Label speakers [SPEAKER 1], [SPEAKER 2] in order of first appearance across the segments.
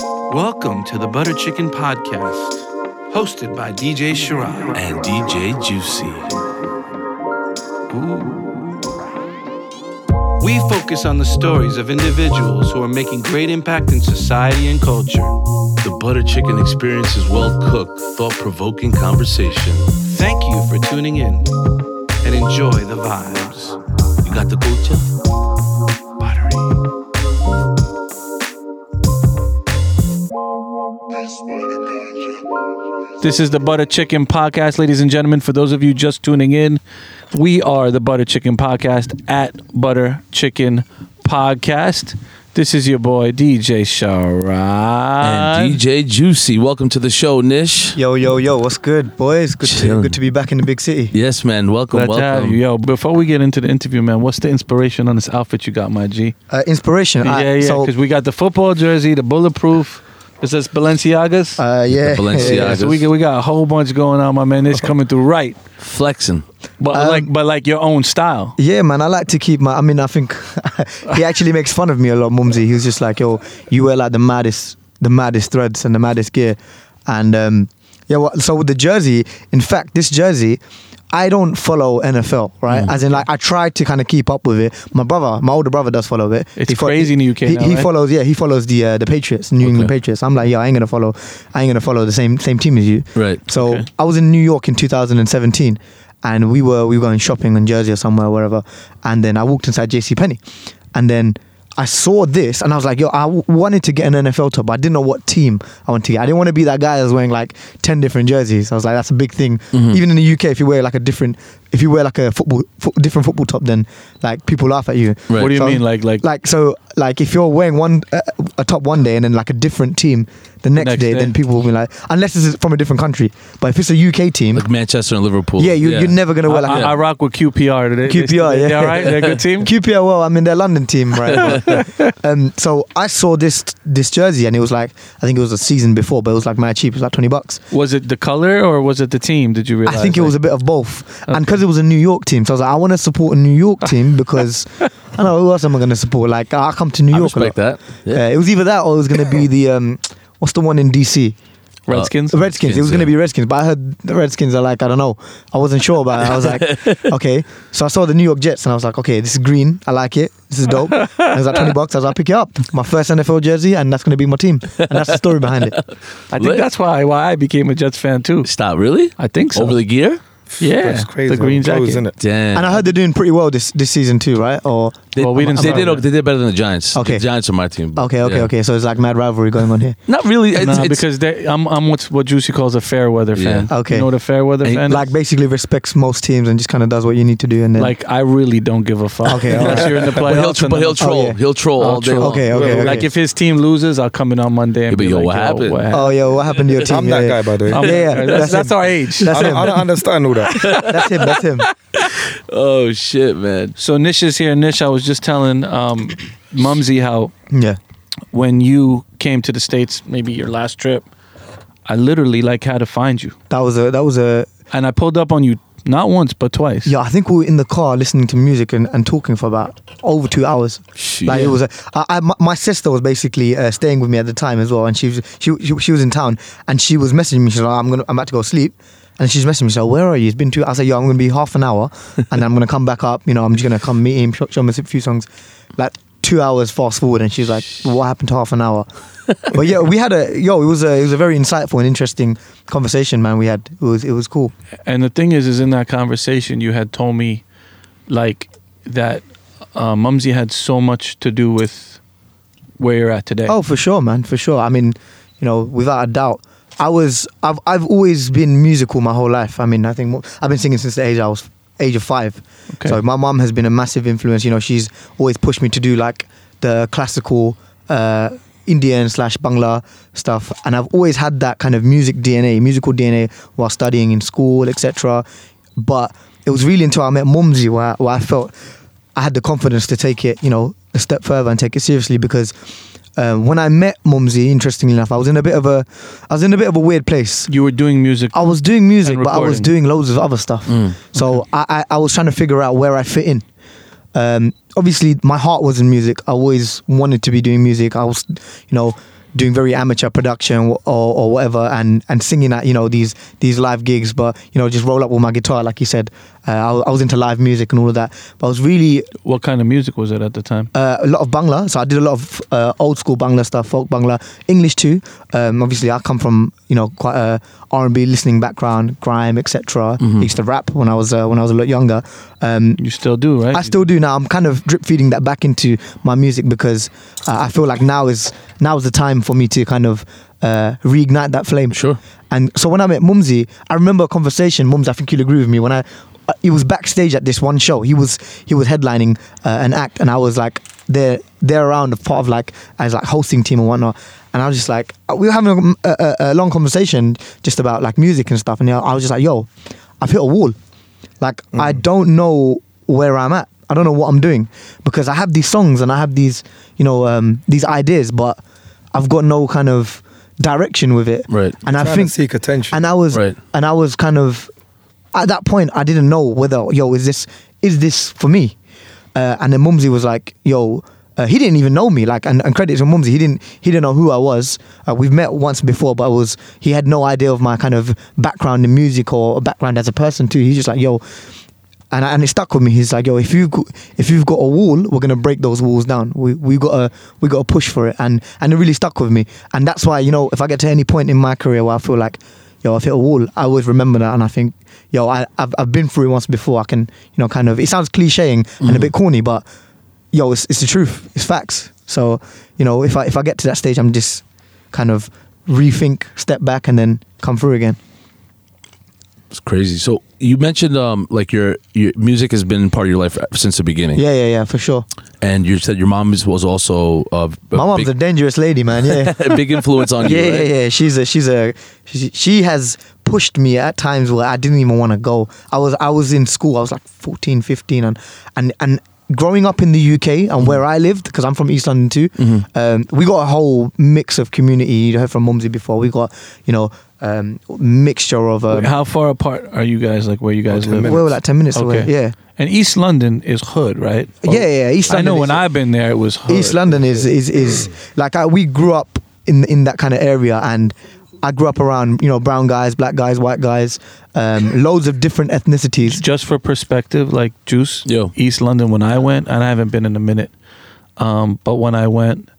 [SPEAKER 1] Welcome to the Butter Chicken Podcast, hosted by DJ Shirai and DJ Juicy. Ooh. We focus on the stories of individuals who are making great impact in society and culture.
[SPEAKER 2] The Butter Chicken Experience is well cooked, thought provoking conversation.
[SPEAKER 1] Thank you for tuning in and enjoy the vibes.
[SPEAKER 2] You got the culture?
[SPEAKER 1] Buttery.
[SPEAKER 3] This is the Butter Chicken Podcast, ladies and gentlemen. For those of you just tuning in, we are the Butter Chicken Podcast at Butter Chicken Podcast. This is your boy DJ Sharad.
[SPEAKER 4] Uh,
[SPEAKER 2] And DJ Juicy. Welcome to the show, Nish.
[SPEAKER 4] Yo, yo, yo, what's good, boys? Good to,
[SPEAKER 2] Chilling.
[SPEAKER 4] good to be back in the big city.
[SPEAKER 2] Yes, man. Welcome,
[SPEAKER 3] Glad to have
[SPEAKER 2] welcome.
[SPEAKER 3] you. Yo, before we get into the interview, man, what's the inspiration on this outfit you got, my G?
[SPEAKER 4] Uh, inspiration. I-
[SPEAKER 3] yeah, yeah,
[SPEAKER 4] So,
[SPEAKER 3] because we got the football jersey, the bulletproof. It says Balenciagas.
[SPEAKER 4] uh, yeah.
[SPEAKER 2] The Balenciaga.
[SPEAKER 3] so we, got- we got a whole bunch going on, my man. It's coming through right,
[SPEAKER 2] Flexing.
[SPEAKER 3] but
[SPEAKER 4] Um,
[SPEAKER 3] like, but like your own style.
[SPEAKER 4] Yeah, man, I like to keep my. I mean, I think he actually makes fun of me a lot, Mumsy. He's just like, yo, you wear like the maddest, the maddest threads and the maddest gear. And um, yeah, well, so with the jersey, in fact, this jersey, I don't follow NFL,
[SPEAKER 2] Mm.
[SPEAKER 4] right? As in, like, I try to kind of keep up with it. My brother, my older brother, does follow it.
[SPEAKER 3] It's
[SPEAKER 4] fo-
[SPEAKER 3] crazy in the UK
[SPEAKER 4] He,
[SPEAKER 3] now,
[SPEAKER 4] he
[SPEAKER 3] right?
[SPEAKER 4] follows, yeah, he follows the uh, the Patriots, New England
[SPEAKER 2] Okay.
[SPEAKER 4] Patriots. I'm like, yo, I ain't gonna follow, I ain't gonna follow the same same team as you.
[SPEAKER 2] Right.
[SPEAKER 4] So
[SPEAKER 3] Okay.
[SPEAKER 4] I was in New York in 2017, and we were we were going shopping in Jersey or somewhere, wherever. And then I walked inside JC Penney, and then I saw this, and I was like, "Yo, I w- wanted to get an NFL top, but I didn't know what team I wanted to get. I didn't want to be that guy that's wearing like ten different jerseys. I was like, that's a big thing,
[SPEAKER 2] Mm-hmm.
[SPEAKER 4] even in the UK. If you wear like a different, if you wear like a football fo- different football top, then like people laugh at you.
[SPEAKER 2] Right.
[SPEAKER 3] What do you
[SPEAKER 4] So-
[SPEAKER 3] mean, like, like,
[SPEAKER 4] Like so, like if you're wearing one uh, a top one day and then like a different team the next,
[SPEAKER 3] Next
[SPEAKER 4] day,
[SPEAKER 3] day.
[SPEAKER 4] then people will be like, unless it's from a different country. But if it's a UK team,
[SPEAKER 2] Like Manchester and Liverpool.
[SPEAKER 4] yeah, you, you're never gonna wear
[SPEAKER 3] I,
[SPEAKER 4] like
[SPEAKER 3] I- I rock with QPR. They,
[SPEAKER 4] QPR,
[SPEAKER 3] they, They
[SPEAKER 4] yeah.
[SPEAKER 3] all right? They're a good team.
[SPEAKER 4] a QPR. Well, I mean their London team, right? But, um, so I saw this this jersey and it was like I think it was a season before, but it was like my cheap. It was like twenty bucks.
[SPEAKER 3] Was it the color or was it the team? Did you realize?
[SPEAKER 4] I think it
[SPEAKER 3] like-
[SPEAKER 4] was a bit of both, And 'cause
[SPEAKER 3] Okay.
[SPEAKER 4] and because it was a New York team, so I was like, I want to support a New York team because I don't know who else am I going to support. Like I come to New
[SPEAKER 2] I
[SPEAKER 4] York a lot.
[SPEAKER 2] respect that. Yeah.
[SPEAKER 4] Uh, it was either that or it was going to be the um, what's the one in DC?
[SPEAKER 3] Redskins.
[SPEAKER 4] The Redskins. It was going
[SPEAKER 2] yeah.
[SPEAKER 4] to be Redskins, but I heard the Redskins are like I don't know. I wasn't sure about it. I was like, okay. So I saw the New York Jets, and I was like, okay, this is green. I like it. This is dope. And it was like twenty bucks. I was like, pick it up. My first NFL jersey, and that's going to be my team. And that's the story behind it.
[SPEAKER 3] I think
[SPEAKER 2] Lit.
[SPEAKER 3] that's why why I became a Jets fan too.
[SPEAKER 2] Stop, really?
[SPEAKER 3] I think so.
[SPEAKER 2] Over the gear?
[SPEAKER 3] yeah,
[SPEAKER 5] That's crazy.
[SPEAKER 3] The green jacket.
[SPEAKER 5] Clothes, isn't it?
[SPEAKER 2] Damn.
[SPEAKER 4] And I heard they're doing pretty well this this season too, right? Or
[SPEAKER 3] Well, we didn't
[SPEAKER 2] They
[SPEAKER 3] start
[SPEAKER 2] did,
[SPEAKER 3] with
[SPEAKER 2] they did better than the Giants.
[SPEAKER 4] Okay.
[SPEAKER 2] The Giants are my team. but
[SPEAKER 4] okay, okay,
[SPEAKER 2] yeah.
[SPEAKER 4] okay. So it's like mad rivalry going on here.
[SPEAKER 2] Not really. It's,
[SPEAKER 3] nah,
[SPEAKER 2] it's-
[SPEAKER 3] because they, I'm I'm what's what Juicy calls a fair weather fan.
[SPEAKER 2] Yeah.
[SPEAKER 4] Okay.
[SPEAKER 3] You know what a fair weather
[SPEAKER 2] And
[SPEAKER 3] fan
[SPEAKER 4] Like
[SPEAKER 3] is?
[SPEAKER 4] basically respects most teams and just kind of does what you need to do, and then
[SPEAKER 3] Like I really don't give a fuck.
[SPEAKER 4] Okay,
[SPEAKER 3] unless
[SPEAKER 4] alright.
[SPEAKER 3] you're in the
[SPEAKER 2] but
[SPEAKER 3] playoffs.
[SPEAKER 2] he'll, tr-
[SPEAKER 3] and
[SPEAKER 2] but he'll
[SPEAKER 3] then-
[SPEAKER 2] troll.
[SPEAKER 4] Oh, yeah.
[SPEAKER 2] He'll troll
[SPEAKER 3] I'll
[SPEAKER 2] all day
[SPEAKER 3] troll.
[SPEAKER 2] long.
[SPEAKER 4] okay, okay, okay.
[SPEAKER 3] Like if his team loses, I'll come in on Monday
[SPEAKER 2] Yeah,
[SPEAKER 3] and
[SPEAKER 2] but
[SPEAKER 3] be
[SPEAKER 2] yo,
[SPEAKER 3] like,
[SPEAKER 2] what happened?
[SPEAKER 3] What happened?
[SPEAKER 4] oh yeah, what happened to your team?
[SPEAKER 5] I'm that
[SPEAKER 4] yeah,
[SPEAKER 5] guy, by the way.
[SPEAKER 3] I'm-
[SPEAKER 4] Yeah, yeah,
[SPEAKER 3] That's,
[SPEAKER 4] that's
[SPEAKER 3] that's
[SPEAKER 4] him.
[SPEAKER 3] our age.
[SPEAKER 4] That's
[SPEAKER 5] I don't,
[SPEAKER 4] him.
[SPEAKER 5] I don't understand all that.
[SPEAKER 4] That's him. That's him.
[SPEAKER 2] Oh shit, man.
[SPEAKER 3] So Nish is here. Nish, I was just telling um, Mumsy how
[SPEAKER 4] Yeah.
[SPEAKER 3] when you came to the states, maybe your last trip, I literally like had to find you,
[SPEAKER 4] That was a that was a
[SPEAKER 3] and I pulled up on you not once but twice.
[SPEAKER 4] yeah. I think we were in the car listening to music and, and talking for about over two hours.
[SPEAKER 2] Shit.
[SPEAKER 4] Like it was a, I, I, my, my sister was basically uh, staying with me at the time as well, and she was she, she, she was in town and she was messaging me. She's like, I'm gonna I'm about to go sleep. And she's messaging me, she's like, where are you? It's been two. I said, yo, I'm gonna be half an hour, and I'm gonna come back up. You know, I'm just gonna come meet him, show, show him a few songs. Like two hours fast forward, and she's like, what happened to half an hour? but yeah, we had a yo. It was a it was a very insightful and interesting conversation, man. We had it was it was cool.
[SPEAKER 3] And the thing is, is in that conversation, you had told me like that uh, Mumsy had so much to do with where you're at today.
[SPEAKER 4] Oh, for sure, man, for sure. I mean, you know, without a doubt, I was I've I've always been musical my whole life. I mean, I think mo- I've been singing since the age I was age of five.
[SPEAKER 3] Okay.
[SPEAKER 4] So my mom has been a massive influence. You know, she's always pushed me to do like the classical. Uh, Indian slash Bangla stuff, and I've always had that kind of music DNA, musical DNA, while studying in school, etc. But it was really until I met Mumsy where I, where I felt I had the confidence to take it, you know, a step further and take it seriously because um, when I met Mumsy, interestingly enough, I was in a bit of a, I was in a bit of a weird place.
[SPEAKER 3] you were doing music.
[SPEAKER 4] I was doing music,
[SPEAKER 3] And
[SPEAKER 4] but I was
[SPEAKER 3] recording.
[SPEAKER 4] doing loads of other stuff. So I, I, I was trying to figure out where I fit in. Um, obviously, my heart was in music. I always wanted to be doing music. I was, you know, doing very amateur production or, or whatever, and, and singing at you know these these live gigs. But you know, just roll up with my guitar, like you said. Uh, I, was- I was into live music and all of that. But I was really
[SPEAKER 3] What kind of music was it at the time?
[SPEAKER 4] uh, a lot of Bangla. So I did a lot of uh, old school Bangla stuff, folk Bangla, English too. Um, obviously, I come from you know quite a R and B listening background, grime, etc. Used to rap when I was uh, when I was a lot younger. Um,
[SPEAKER 3] You still do, right?
[SPEAKER 4] I still do now. I'm kind of drip feeding that back into my music because uh, I feel like now is now is the time for me to kind of uh, reignite that flame.
[SPEAKER 2] Sure.
[SPEAKER 4] And so when I met Mumsy, I remember a conversation. Mums, I think you'll agree with me. When I, uh, he was backstage at this one show. He was he was headlining uh, an act, and I was like there there around a part of like as like hosting team and whatnot. And I was just like uh, we were having a, a, a long conversation just about like music and stuff. And I was just like, yo, I've hit a wall. Like I don't know where I'm at. I don't know what I'm doing because I have these songs and I have these, you know, um, these ideas, but I've got no kind of direction with it.
[SPEAKER 2] Right.
[SPEAKER 4] And I
[SPEAKER 5] Trying
[SPEAKER 4] think
[SPEAKER 5] to seek attention.
[SPEAKER 4] and I was
[SPEAKER 2] Right.
[SPEAKER 4] and I was kind of at that point I didn't know whether yo is this is this for me, uh, and then Mumsy was like yo. Uh, he didn't even know me, like, and, and credit to Mumsy, he didn't he didn't know who I was. Uh, we've met once before, but I was he had no idea of my kind of background in music or background as a person too. He's just like, yo, and and it stuck with me. He's like, yo, if you go- if you've got a wall, we're gonna break those walls down. We we gotta we gotta push for it, and and it really stuck with me. And that's why you know, if I get to any point in my career where I feel like, yo, I've hit a wall, I always remember that, and I think, yo, I I've, I've been through it once before. I can you know kind of it sounds clicheing and a bit corny, but yo, it's it's the truth. It's facts. So you know, if I if I get to that stage, I'm just kind of rethink, step back, and then come through again.
[SPEAKER 2] It's crazy. So you mentioned um like your your music has been part of your life since the beginning.
[SPEAKER 4] Yeah, yeah, yeah, for sure.
[SPEAKER 2] And you said your mom is- was also uh, a
[SPEAKER 4] My mom's
[SPEAKER 2] big,
[SPEAKER 4] a dangerous lady, man. Yeah.
[SPEAKER 2] a big influence on you.
[SPEAKER 4] yeah,
[SPEAKER 2] right?
[SPEAKER 4] yeah, yeah. She's a she's a she, she has pushed me at times where I didn't even want to go. I was I was in school. I was like 14, 15 and and and growing up in the UK and where I lived because I'm from East London too. Um, we got a whole mix of community. You heard from Mumsy before. We got you know um, mixture of um,
[SPEAKER 3] Wait, How far apart are you guys? Like where you guys live?
[SPEAKER 4] we were like ten minutes away. Yeah.
[SPEAKER 3] And East London is hood, right?
[SPEAKER 4] Yeah, yeah, yeah. East
[SPEAKER 3] I know
[SPEAKER 4] London
[SPEAKER 3] when
[SPEAKER 4] is-
[SPEAKER 3] I've been there, it was hood.
[SPEAKER 4] East London is is is like I, we grew up in in that kind of area, and I grew up around you know brown guys, black guys, white guys, um, loads of different ethnicities.
[SPEAKER 3] Just for perspective, like Juice,
[SPEAKER 2] Yeah.
[SPEAKER 3] East London. When I went, and I haven't been in a minute, um, but when I went,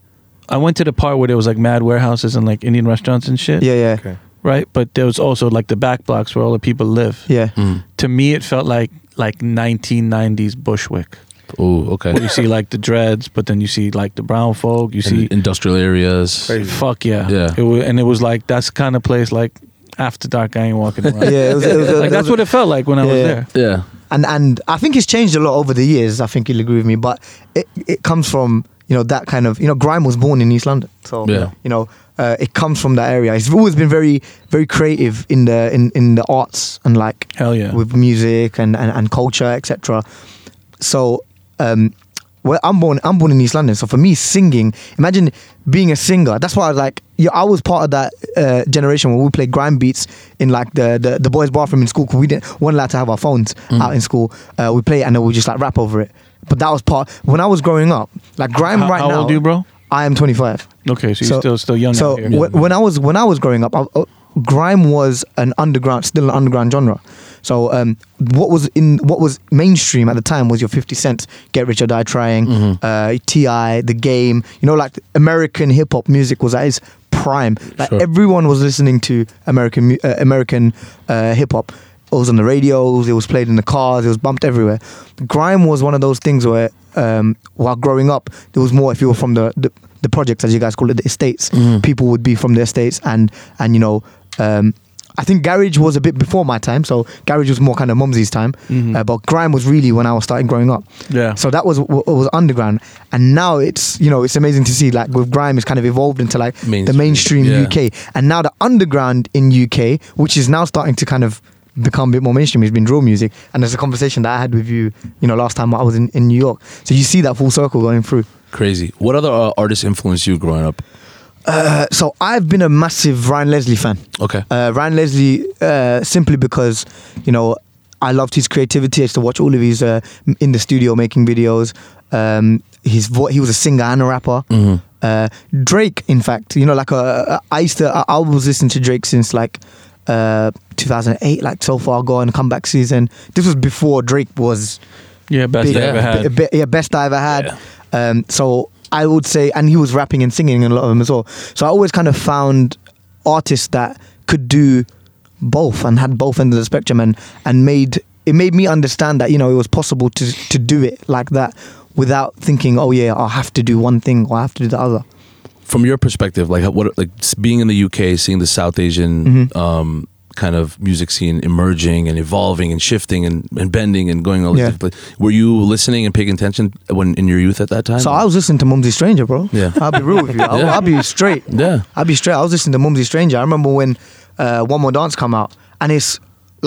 [SPEAKER 3] I went to the part where there was like mad warehouses and like Indian restaurants and shit.
[SPEAKER 4] Yeah, yeah,
[SPEAKER 5] Okay.
[SPEAKER 3] Right, but there was also like the back blocks where all the people live.
[SPEAKER 4] yeah.
[SPEAKER 2] Mm.
[SPEAKER 3] To me, it felt like like 1990s Bushwick.
[SPEAKER 2] Oh, okay.
[SPEAKER 3] You see like the dreads, but then you see like the brown folk. You
[SPEAKER 2] In-
[SPEAKER 3] see
[SPEAKER 2] industrial areas.
[SPEAKER 5] Crazy.
[SPEAKER 3] Fuck yeah.
[SPEAKER 2] Yeah.
[SPEAKER 3] It was, and it was like that's the kind of place like after dark I ain't walking around.
[SPEAKER 4] Yeah, it was- it was-
[SPEAKER 3] like that's what it felt like when I was
[SPEAKER 4] Yeah.
[SPEAKER 3] there.
[SPEAKER 2] Yeah.
[SPEAKER 4] And and I think it's changed a lot over the years. I think you'll agree with me, but it it comes from you know that kind of you know grime was born in East London, so
[SPEAKER 2] Yeah.
[SPEAKER 4] you know uh, it comes from that area. It's always been very very creative in the in in the arts and like
[SPEAKER 3] Hell Oh, yeah.
[SPEAKER 4] with music and, and, and culture, etc. So, um, well, I'm born I'm born in East London. So for me, singing, imagine being a singer. That's why I was like, yeah, I was part of that uh, generation where we played grime beats in like the the, the boys' bathroom in school because we didn't weren't allowed to have our phones
[SPEAKER 3] Mm.
[SPEAKER 4] out in school. Uh, we play it and then we just like rap over it. But that was part when I was growing up. Like grime
[SPEAKER 3] How-
[SPEAKER 4] right
[SPEAKER 3] how
[SPEAKER 4] now.
[SPEAKER 3] old you, bro?
[SPEAKER 4] I am 25.
[SPEAKER 3] Okay, so you're still still young
[SPEAKER 4] So
[SPEAKER 3] out here.
[SPEAKER 4] wh- when I was when I was growing up, I, uh, grime was an underground, still an underground genre. So um, what was in what was mainstream at the time was your 50 Cent, Get Rich or Die Trying,
[SPEAKER 3] Mm-hmm.
[SPEAKER 4] uh, Ti, The Game. You know, like American hip hop music was at its prime. Like
[SPEAKER 2] Sure.
[SPEAKER 4] everyone was listening to American mu- uh, American uh, hip hop. It was on the radios. It was played in the cars. It was bumped everywhere. Grime was one of those things where, um, while growing up, there was more if you were from the, the the projects, as you guys call it, the estates. People would be from the estates, and and you know, um, I think garage was a bit before my time. So garage was more kind of Mumsy's time, uh, but grime was really when I was starting growing up.
[SPEAKER 3] Yeah.
[SPEAKER 4] So that was what was underground, and now it's you know it's amazing to see like with grime, it's kind of evolved into like the
[SPEAKER 2] Mainstream,
[SPEAKER 4] mainstream
[SPEAKER 2] yeah.
[SPEAKER 4] UK and now the underground in UK, which is now starting to kind of become a bit more mainstream, has been drill music. And there's a conversation that I had with you, you know, last time I was in, in New York. So you see that full circle going through.
[SPEAKER 2] Crazy. What other uh, artists influenced you growing up?
[SPEAKER 4] Uh, so I've been a massive Ryan Leslie fan.
[SPEAKER 2] Okay.
[SPEAKER 4] Uh, Ryan Leslie, uh, simply because, you know, I loved his creativity. I used to watch all of his uh, m- in the studio making videos. Um, his vo- he was a singer and a rapper. Uh, Drake, in fact, you know, like uh, I used to, I, I was listening to Drake since like uh, 2008, like so far gone, comeback season. This was before Drake was
[SPEAKER 3] Yeah, best
[SPEAKER 4] big-
[SPEAKER 3] I ever had.
[SPEAKER 4] b- b- yeah, best I ever had. Um, so I would say, and he was rapping and singing in a lot of them as well. So I always kind of found artists that could do both and had both ends of the spectrum, and and made it made me understand that you know it was possible to to do it like that without thinking, oh yeah, I have to do one thing or I have to do the other.
[SPEAKER 2] from your perspective, like what, like s- being in the UK, seeing the South Asian
[SPEAKER 4] Mm-hmm.
[SPEAKER 2] um, kind of music scene emerging and evolving and shifting and, and bending and going all these
[SPEAKER 4] Yeah.
[SPEAKER 2] different places. Were you listening and paying attention when in your youth at that time?
[SPEAKER 4] So I was listening to Mumsy Stranger, bro.
[SPEAKER 2] Yeah.
[SPEAKER 4] I'll be real with you. I'll,
[SPEAKER 2] Yeah.
[SPEAKER 4] I'll be straight.
[SPEAKER 2] Yeah.
[SPEAKER 4] I'll be straight. I was listening to Mumsy Stranger. I remember when uh, One More Dance come out, and it's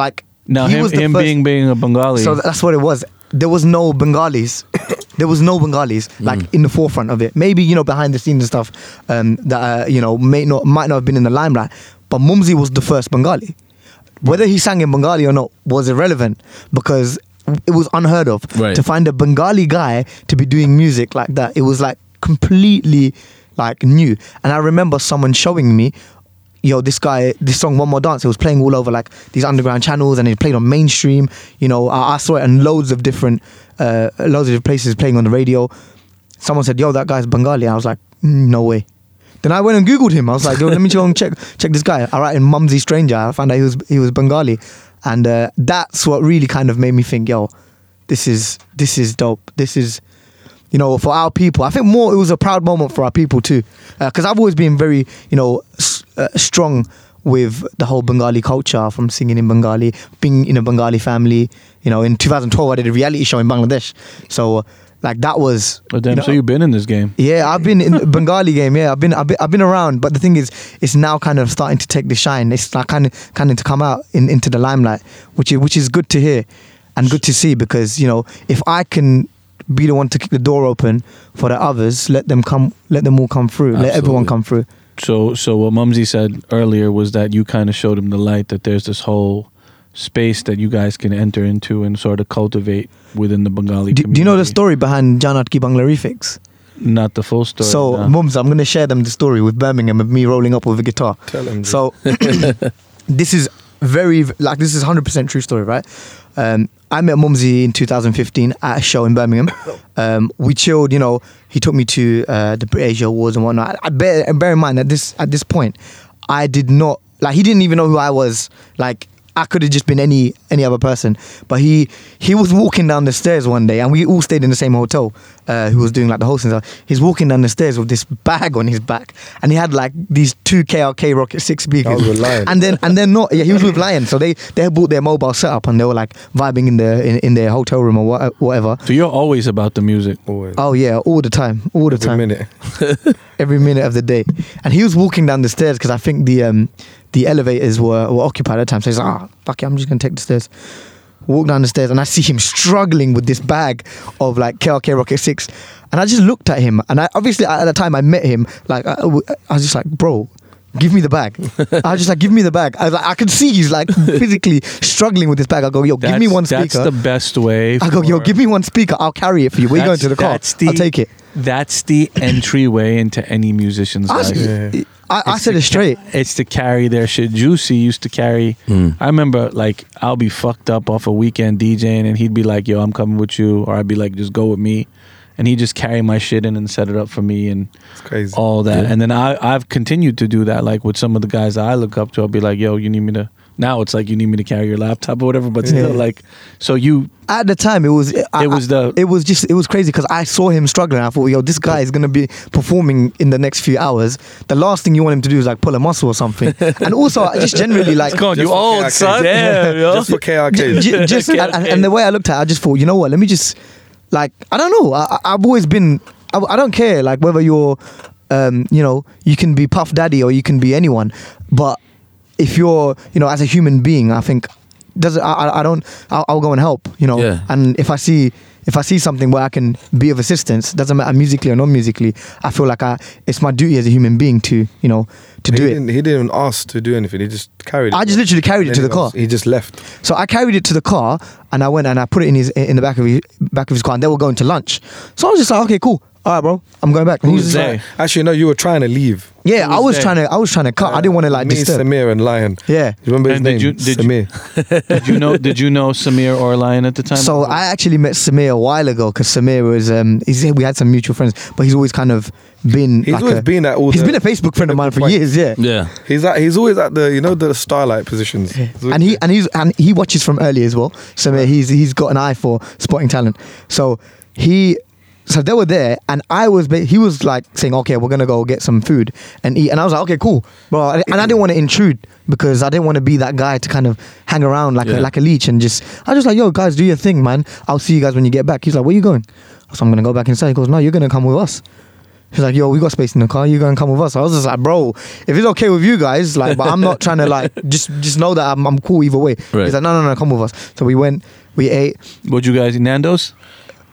[SPEAKER 4] like
[SPEAKER 3] now
[SPEAKER 4] he
[SPEAKER 3] him,
[SPEAKER 4] was the
[SPEAKER 3] him
[SPEAKER 4] first-
[SPEAKER 3] being being a Bengali.
[SPEAKER 4] So that's what it was. There was no Bengalis. there was no Bengalis like in the forefront of it. Maybe you know behind the scenes and stuff um, that uh, you know may not might not have been in the limelight. But Mumsy was the first Bengali. Whether he sang in Bengali or not was irrelevant because it was unheard of
[SPEAKER 2] Right.
[SPEAKER 4] to find a Bengali guy to be doing music like that. It was like completely like new. And I remember someone showing me yo, this guy, this song, One More Dance, it was playing all over like these underground channels and it played on mainstream. You know, I, I saw it in loads of different, uh, loads of different places playing on the radio. Someone said, yo, that guy's Bengali. I was like, "Mm, no way. Then I went and Googled him. I was like, yo, let me go and check, check this guy. I write in Mumsy Stranger. I found out he was, he was Bengali. And uh, that's what really kind of made me think, yo, this is, this is dope. This is, you know, for our people. I think more it was a proud moment for our people too, because I've always been very, you know, s- uh, strong with the whole Bengali culture from singing in Bengali, being in a Bengali family. You know, in 2012 I did a reality show in Bangladesh, so like that was.
[SPEAKER 3] oh, damn,
[SPEAKER 4] you know-
[SPEAKER 3] so you've been in this game.
[SPEAKER 4] yeah, I've been in the Bengali game. Yeah, I've been, I've been I've been around, but the thing is, it's now kind of starting to take the shine. It's like kind of kind of to come out in, into the limelight, which is which is good to hear and good to see because you know if I can be the one to kick the door open for the others, let them come, let them all come through, let everyone
[SPEAKER 2] Absolutely.
[SPEAKER 4] come through.
[SPEAKER 3] So, so what Mumsy said earlier was that you kind of showed him the light that there's this whole space that you guys can enter into and sort of cultivate within the Bengali.
[SPEAKER 4] Do, do you know the
[SPEAKER 3] community.
[SPEAKER 4] story behind Janat Ki Bangla Refix?
[SPEAKER 3] Not the full story.
[SPEAKER 4] So,
[SPEAKER 3] no.
[SPEAKER 4] mums, I'm going to share them the story with Birmingham of me rolling up with a guitar.
[SPEAKER 5] Tell him. G.
[SPEAKER 4] So this is very like this is 100% true story, right? Um, I met Mumsy in 2015 at a show in Birmingham. Um, we chilled, you know. He took me to uh, the Brit Asia Awards and whatnot. I, I bear, bear in mind that this at this point, I did not like. He didn't even know who I was. Like I could have just been any any other person. But he he was walking down the stairs one day, and we all stayed in the same hotel. Uh, who was doing like the hosting stuff? He's walking down the stairs with this bag on his back, and he had like these two KRK Rocket Six speakers.
[SPEAKER 5] Oh, with Lion.
[SPEAKER 4] And then and then not yeah, he was with Lion, so they they had bought their mobile setup and they were like vibing in the in, in their hotel room or wha- whatever.
[SPEAKER 3] so you're always about the music.
[SPEAKER 5] Always.
[SPEAKER 4] Oh yeah, all the time, all the
[SPEAKER 5] Every
[SPEAKER 4] time
[SPEAKER 5] minute.
[SPEAKER 4] every minute of the day. And he was walking down the stairs because I think the um, the elevators were, were occupied at the time. So he's like, ah, fuck it, I'm just gonna take the stairs. Walk down the stairs and I see him struggling with this bag of like KRK Rocket Six, and I just looked at him. And I obviously at the time I met him, like I, I was just like, bro. Give me the bag. I was just like, give me the bag. I was like, I can see he's like physically struggling with this bag. I go, yo, give me
[SPEAKER 3] That's-
[SPEAKER 4] one speaker.
[SPEAKER 3] That's the best way.
[SPEAKER 4] I go, yo,
[SPEAKER 3] for-
[SPEAKER 4] give me one speaker. I'll carry it for you. We're going
[SPEAKER 3] That's-
[SPEAKER 4] to the car.
[SPEAKER 3] that's the-
[SPEAKER 4] I'll take it.
[SPEAKER 3] That's the entryway into any musician's
[SPEAKER 4] I,
[SPEAKER 3] life.
[SPEAKER 5] Yeah.
[SPEAKER 4] I, I
[SPEAKER 3] It's
[SPEAKER 4] said
[SPEAKER 3] to
[SPEAKER 4] it straight.
[SPEAKER 3] ca- it's to carry their shit. Juicy used to carry.
[SPEAKER 2] Hmm.
[SPEAKER 3] I remember like I'll be fucked up off a weekend DJing, and he'd be like, "Yo, I'm coming with you," or I'd be like, "Just go with me," and he'd just carry my shit in and set it up for me and
[SPEAKER 5] It's crazy.
[SPEAKER 4] Oh,
[SPEAKER 3] all that. And then I I've continued to do that like with some of the guys that I look up to. I'll be like, "Yo, you need me to." Now it's like you need me to carry your laptop or whatever, but still
[SPEAKER 4] Yeah.
[SPEAKER 3] like, so you
[SPEAKER 4] at the time it was it
[SPEAKER 3] was the-
[SPEAKER 4] it was just it was crazy because I saw him struggling. I thought, yo, this guy is gonna be performing in the next few hours. The last thing you want him to do is like pull a muscle or something. and also, I just generally like
[SPEAKER 5] Just you for old, KRK. son.
[SPEAKER 3] Damn, yo.
[SPEAKER 5] Just for
[SPEAKER 4] J-
[SPEAKER 5] KRK.
[SPEAKER 4] j- just and, and- and the way I looked at it, I just thought, you know what? Let me just like I don't know. I, I- I've always been. I, I don't care like whether you're, um, you know, you can be Puff Daddy or you can be anyone, but if you're, you know, as a human being, I think does I I I don't I'll, I'll go and help. You know,
[SPEAKER 2] Yeah.
[SPEAKER 4] and if I see. if I see something where I can be of assistance, doesn't matter musically or non musically, I feel like I it's my duty as a human being to you know to
[SPEAKER 5] he
[SPEAKER 4] do it.
[SPEAKER 5] didn't, He didn't ask to do anything. He just carried it.
[SPEAKER 4] I just literally carried it
[SPEAKER 5] Then
[SPEAKER 4] to the
[SPEAKER 5] he
[SPEAKER 4] car.
[SPEAKER 5] was- He just left.
[SPEAKER 4] So I carried it to the car and I went and I put it in his in the back of his back of his car and they were going to lunch. So I was just like, okay, cool. All right, bro. I'm going back. And he was
[SPEAKER 3] Who's
[SPEAKER 4] just
[SPEAKER 3] they?
[SPEAKER 4] like-
[SPEAKER 3] Hey.
[SPEAKER 5] Actually, no, you were trying to leave.
[SPEAKER 4] yeah, I
[SPEAKER 3] Who's
[SPEAKER 4] was
[SPEAKER 3] they?
[SPEAKER 4] trying to I was trying to cut. I didn't want to like
[SPEAKER 5] me,
[SPEAKER 4] disturb.
[SPEAKER 5] Samir, and Lion.
[SPEAKER 4] Yeah.
[SPEAKER 5] You remember his
[SPEAKER 3] And did
[SPEAKER 5] name?
[SPEAKER 3] you- did you-
[SPEAKER 5] Samir.
[SPEAKER 3] Did you know? Did you know Samir or Lion at the time?
[SPEAKER 4] So I actually met Samir a while ago because Samir was um he's, we had some mutual friends, but he's always kind of been
[SPEAKER 5] He's
[SPEAKER 4] like
[SPEAKER 5] always
[SPEAKER 4] a,
[SPEAKER 5] been at all
[SPEAKER 4] He's
[SPEAKER 5] the
[SPEAKER 4] been a Facebook friend of mine for
[SPEAKER 5] points.
[SPEAKER 4] years, yeah.
[SPEAKER 2] Yeah.
[SPEAKER 5] He's at, he's always at the you know the starlight positions. He's always
[SPEAKER 4] And he
[SPEAKER 5] there.
[SPEAKER 4] and he's and he watches from early as well. So he's he's got an eye for spotting talent. So he so they were there and I was ba- he was like saying okay we're gonna go get some food and eat and I was like okay cool bro and I didn't want to intrude because I didn't want to be that guy to kind of hang around like
[SPEAKER 2] Yeah.
[SPEAKER 4] a, like a leech and just I was just like yo guys do your thing man I'll see you guys when you get back he's like where you going so I'm gonna go back inside he goes no you're gonna come with us She's like, yo, we got space in the car. You go and come with us. I was just like, bro, if it's okay with you guys, like, but I'm not trying to like just just know that I'm, I'm cool either way.
[SPEAKER 2] Right.
[SPEAKER 4] He's like, no, no, no, come with us. So we went, we ate.
[SPEAKER 3] Would you guys eat Nando's?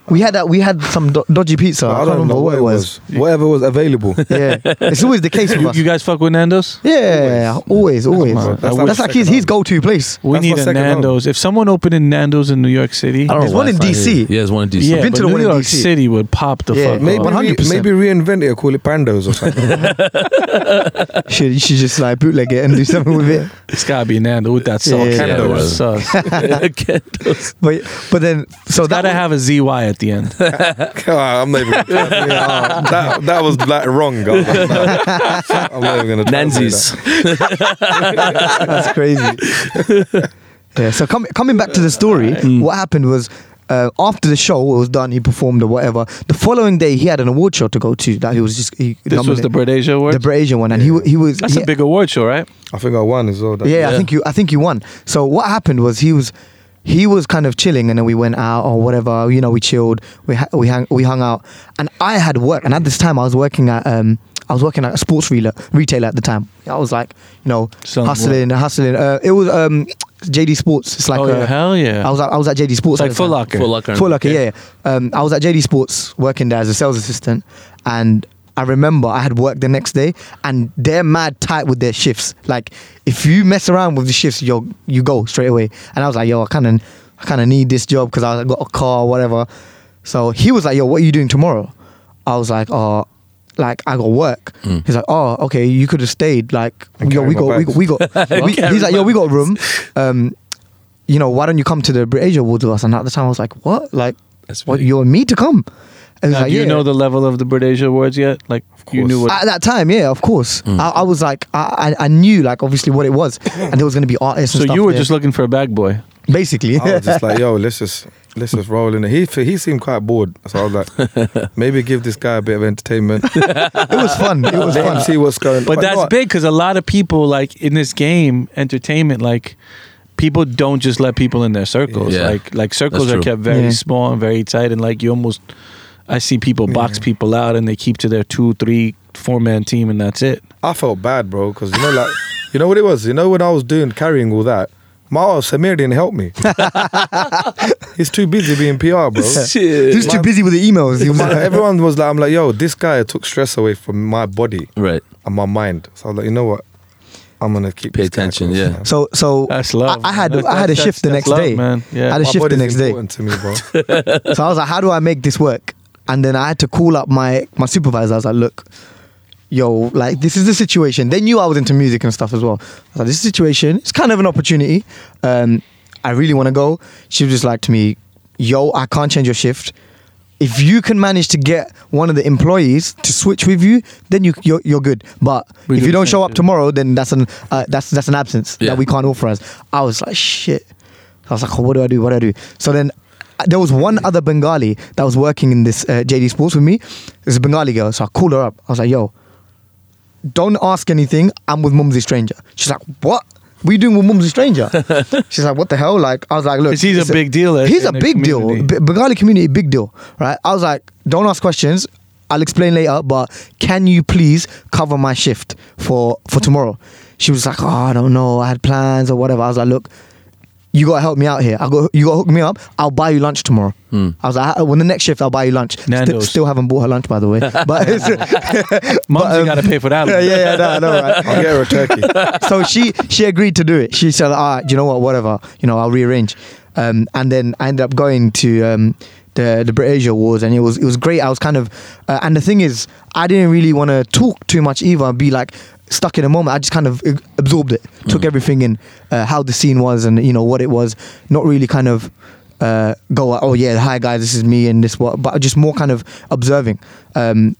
[SPEAKER 4] We had that. We had some do- dodgy pizza. uh, I,
[SPEAKER 5] I
[SPEAKER 4] can't
[SPEAKER 5] don't
[SPEAKER 4] remember
[SPEAKER 5] know what it was. Whatever was available.
[SPEAKER 4] yeah, it's always the case with
[SPEAKER 3] You,
[SPEAKER 4] us.
[SPEAKER 3] you guys fuck with Nando's?
[SPEAKER 4] yeah, always, always.
[SPEAKER 5] on,
[SPEAKER 4] That's,
[SPEAKER 5] that's like
[SPEAKER 4] like his
[SPEAKER 5] second
[SPEAKER 4] his go to place.
[SPEAKER 3] We
[SPEAKER 5] That's
[SPEAKER 3] need
[SPEAKER 5] my
[SPEAKER 3] a
[SPEAKER 5] second home.
[SPEAKER 3] Nando's. If someone opened a Nando's in New York City,
[SPEAKER 2] I don't
[SPEAKER 4] There's
[SPEAKER 2] know
[SPEAKER 4] one
[SPEAKER 2] why
[SPEAKER 4] in
[SPEAKER 2] it's not
[SPEAKER 4] DC.
[SPEAKER 2] here. Yeah, there's one in DC.
[SPEAKER 3] yeah,
[SPEAKER 4] been
[SPEAKER 3] but
[SPEAKER 4] to the
[SPEAKER 3] New
[SPEAKER 4] one in
[SPEAKER 3] York
[SPEAKER 4] DC.
[SPEAKER 3] City would pop the
[SPEAKER 4] Yeah,
[SPEAKER 3] fuck.
[SPEAKER 5] Maybe
[SPEAKER 3] up.
[SPEAKER 5] re-
[SPEAKER 4] 100%.
[SPEAKER 5] maybe reinvent it. or Call it Pandos or something.
[SPEAKER 4] Should you should just like bootleg it and do something with it.
[SPEAKER 3] it's gotta be Nando with that sauce.
[SPEAKER 4] Yeah,
[SPEAKER 2] yeah,
[SPEAKER 3] Nando's
[SPEAKER 2] yeah.
[SPEAKER 3] sauce. It's
[SPEAKER 4] But but then so that
[SPEAKER 3] gotta
[SPEAKER 4] one-
[SPEAKER 3] have a ZY at the end.
[SPEAKER 5] Oh, I'm not even. that that was like wrong. guys. I'm not even gonna. try and say
[SPEAKER 2] Nancy's.
[SPEAKER 5] that.
[SPEAKER 4] That's crazy. yeah. So com- coming back to the story,
[SPEAKER 3] Mm.
[SPEAKER 4] what happened was. Uh, after the show was done, he performed or whatever. The following day, he had an award show to go to. That he was just he
[SPEAKER 3] This was the
[SPEAKER 4] nominated-
[SPEAKER 3] Bradesia
[SPEAKER 4] the
[SPEAKER 3] award.
[SPEAKER 4] Brit Asian one, and he wa- he was
[SPEAKER 3] That's
[SPEAKER 4] he,
[SPEAKER 3] a big award show, right?
[SPEAKER 5] I think I won as well. that-
[SPEAKER 4] yeah, I think you I think you won. So what happened was he was he was kind of chilling, and then we went out or whatever. You know, we chilled, we ha- we hung we hung out, and I had work, and at this time I was working at um I was working at a sports retailer retailer at the time. I was like you know
[SPEAKER 3] Sounds
[SPEAKER 4] hustling hustling. Uh, it was um JD Sports. It's like
[SPEAKER 3] Oh,
[SPEAKER 4] uh,
[SPEAKER 3] yeah, hell yeah.
[SPEAKER 4] I was at, I was at JD Sports.
[SPEAKER 3] It's like
[SPEAKER 4] at the
[SPEAKER 3] Foot
[SPEAKER 4] time.
[SPEAKER 3] Locker.
[SPEAKER 2] Foot Locker.
[SPEAKER 4] Full Locker, yeah. yeah. Um, I was at JD Sports working there as a sales assistant, and I remember I had work the next day, and they're mad tight with their shifts. Like, if you mess around with the shifts, you you go straight away. And I was like, yo, I kind of I kind of need this job because I got a car or whatever. So he was like, yo, what are you doing tomorrow? I was like, oh. Like I got work. He's like, oh, okay. You could have stayed. Like,
[SPEAKER 5] And
[SPEAKER 4] yo,
[SPEAKER 5] carry
[SPEAKER 4] we
[SPEAKER 5] Hmm. my
[SPEAKER 4] got, we got,
[SPEAKER 5] bags.
[SPEAKER 4] we got. we, he's like, yo, we got a room. Um, you know, why don't you come to the Brit Asia Awards with us? And at the time, I was like, what? Like,
[SPEAKER 2] That's
[SPEAKER 4] what?
[SPEAKER 2] big.
[SPEAKER 4] You want me to come? And he's
[SPEAKER 3] Now,
[SPEAKER 4] like,
[SPEAKER 3] do you
[SPEAKER 4] Uh, yeah.
[SPEAKER 3] know the level of the Bradesia awards yet? Like you knew what Mm.
[SPEAKER 4] at that time, yeah, of course. I, I was like, I, I, I knew like obviously what it was, and there was going to be artists. and
[SPEAKER 3] So
[SPEAKER 4] stuff
[SPEAKER 3] you were
[SPEAKER 4] there.
[SPEAKER 3] just Oh. looking for a bag boy.
[SPEAKER 4] basically,
[SPEAKER 5] I was just like, yo, let's just let's just roll in. it. He fe- he seemed quite bored, so I was like, maybe give this guy a bit of entertainment.
[SPEAKER 4] it was fun. It was
[SPEAKER 5] Let him
[SPEAKER 4] fun.
[SPEAKER 5] see what's going.
[SPEAKER 3] But
[SPEAKER 5] you know
[SPEAKER 3] that's
[SPEAKER 5] what?
[SPEAKER 3] big because a lot of people like in this game, entertainment, like people don't just let people in their circles.
[SPEAKER 2] Yeah.
[SPEAKER 3] Like like circles
[SPEAKER 2] That's
[SPEAKER 3] are
[SPEAKER 2] true.
[SPEAKER 3] kept very
[SPEAKER 4] Yeah.
[SPEAKER 3] small and very tight, and like you almost, I see people box people out and they keep to their two, three, four man team, and that's it.
[SPEAKER 5] I felt bad, bro, because you know, like, you know what it was. You know when I was doing carrying all that, my oh, Samir didn't help me. He's too busy being PR, bro.
[SPEAKER 4] He was too busy with the emails. He was
[SPEAKER 5] My-
[SPEAKER 4] like,
[SPEAKER 5] everyone was like, I'm like, yo, this guy took stress away from my body
[SPEAKER 2] Right.
[SPEAKER 5] and my mind. So I was like, you know what? I'm gonna keep
[SPEAKER 2] Pay
[SPEAKER 5] this guy
[SPEAKER 2] attention,
[SPEAKER 5] close,
[SPEAKER 2] yeah.
[SPEAKER 5] man.
[SPEAKER 4] so so
[SPEAKER 3] That's love.
[SPEAKER 4] I, I had
[SPEAKER 3] man. That's-
[SPEAKER 4] I had a
[SPEAKER 3] that's-
[SPEAKER 4] shift the
[SPEAKER 3] that's
[SPEAKER 4] next
[SPEAKER 3] love,
[SPEAKER 4] day.
[SPEAKER 3] man.
[SPEAKER 4] I
[SPEAKER 3] Yeah.
[SPEAKER 4] had a
[SPEAKER 5] my
[SPEAKER 4] shift the
[SPEAKER 5] body's
[SPEAKER 4] next day.
[SPEAKER 5] important to me, bro.
[SPEAKER 4] So I was like, how do I make this work? And then I had to call up my my supervisor. I was like, look, yo, like this is the situation. They knew I was into music and stuff as well. I was like, this is the situation. It's kind of an opportunity. Um, I really want to go. She was just like to me, yo, I can't change your shift. If you can manage to get one of the employees to switch with you, then you you're, you're good. But
[SPEAKER 3] We
[SPEAKER 4] if
[SPEAKER 3] do
[SPEAKER 4] you don't
[SPEAKER 3] the
[SPEAKER 4] show
[SPEAKER 3] same
[SPEAKER 4] up
[SPEAKER 3] thing.
[SPEAKER 4] tomorrow, then that's an uh, that's that's an absence
[SPEAKER 2] Yeah.
[SPEAKER 4] that we can't authorize. I was like, shit. I was like, oh, what do I do? What do I do? So then uh, there was one other Bengali that was working in this uh, JD Sports with me. It was a Bengali girl. So I called her up. I was like, yo, don't ask anything. I'm with Mumsy Stranger. She's like, what? What are you doing with Mumsy Stranger? She's like, what the hell? Like, I was like, look.
[SPEAKER 3] 'Cause he's a
[SPEAKER 4] it's
[SPEAKER 3] big deal in-
[SPEAKER 4] He's a
[SPEAKER 3] in the
[SPEAKER 4] big deal.
[SPEAKER 3] community.
[SPEAKER 4] B- Bengali community, big deal, right? I was like, don't ask questions. I'll explain later, but can you please cover my shift for, for tomorrow? She was like, oh, I don't know. I had plans or whatever. I was like, look, you gotta help me out here. I go, you gotta hook me up. I'll buy you lunch tomorrow. I was like, "Ah, when the next shift, I'll buy you lunch. Still,
[SPEAKER 3] Hmm. Nando's.
[SPEAKER 4] still haven't bought her lunch, by the way. But
[SPEAKER 3] Mum's
[SPEAKER 4] But, um,
[SPEAKER 3] got to pay for that.
[SPEAKER 4] yeah,
[SPEAKER 3] one.
[SPEAKER 4] yeah, yeah, no, I know, right?
[SPEAKER 5] I'll get her a turkey.
[SPEAKER 4] so she she agreed to do it. She said, "All right, you know what? Whatever. You know, I'll rearrange." Um, and then I ended up going to um, the the Britasia Awards, and it was it was great. I was kind of, uh, and the thing is, I didn't really want to talk too much either. Be like stuck in a moment. I just kind of uh, absorbed it, took everything in, uh, how the scene was, and you know what it was. Not really kind of. Uh, go oh yeah hi guys this is me and this what but just more kind of observing um,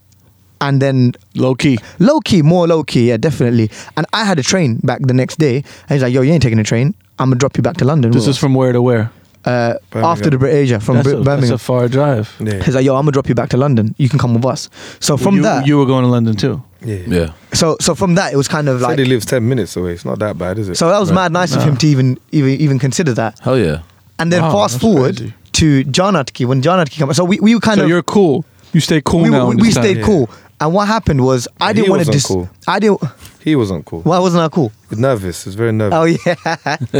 [SPEAKER 4] and then
[SPEAKER 3] Low key.
[SPEAKER 4] Low key, more low key, yeah, definitely. And I had a train back the next day, and he's like, "Yo, you ain't taking a train. I'm gonna drop you back to London."
[SPEAKER 3] This is from where to where.
[SPEAKER 4] uh, after the Britasia from
[SPEAKER 3] That's,
[SPEAKER 4] Bir-
[SPEAKER 3] a, that's
[SPEAKER 4] Birmingham.
[SPEAKER 3] a far drive.
[SPEAKER 5] Yeah,
[SPEAKER 4] he's like, "Yo, I'm gonna drop you back to London. You can come with us." So from
[SPEAKER 3] you,
[SPEAKER 4] that,
[SPEAKER 3] you were going to London too.
[SPEAKER 5] yeah.
[SPEAKER 2] Yeah.
[SPEAKER 4] so so from that, it was kind of
[SPEAKER 5] Said
[SPEAKER 4] like.
[SPEAKER 5] he lives ten minutes away. It's not that bad, is it?
[SPEAKER 4] So that was mad nice of him to even even even consider that.
[SPEAKER 2] Hell yeah.
[SPEAKER 4] And then
[SPEAKER 3] Wow,
[SPEAKER 4] fast
[SPEAKER 3] that's
[SPEAKER 4] forward
[SPEAKER 3] crazy.
[SPEAKER 4] to Janatki when Janatki came. So we, we were kind
[SPEAKER 3] so
[SPEAKER 4] of
[SPEAKER 3] you're cool. You stay cool
[SPEAKER 4] we,
[SPEAKER 3] now.
[SPEAKER 4] we,
[SPEAKER 3] in
[SPEAKER 4] we
[SPEAKER 3] this time.
[SPEAKER 4] stayed cool. And what happened was I
[SPEAKER 5] He
[SPEAKER 4] didn't want to
[SPEAKER 5] wasn't
[SPEAKER 4] dis.
[SPEAKER 5] cool.
[SPEAKER 4] I didn't.
[SPEAKER 5] he wasn't cool.
[SPEAKER 4] Why wasn't I cool?
[SPEAKER 5] He's nervous. He's very nervous.
[SPEAKER 4] Oh yeah.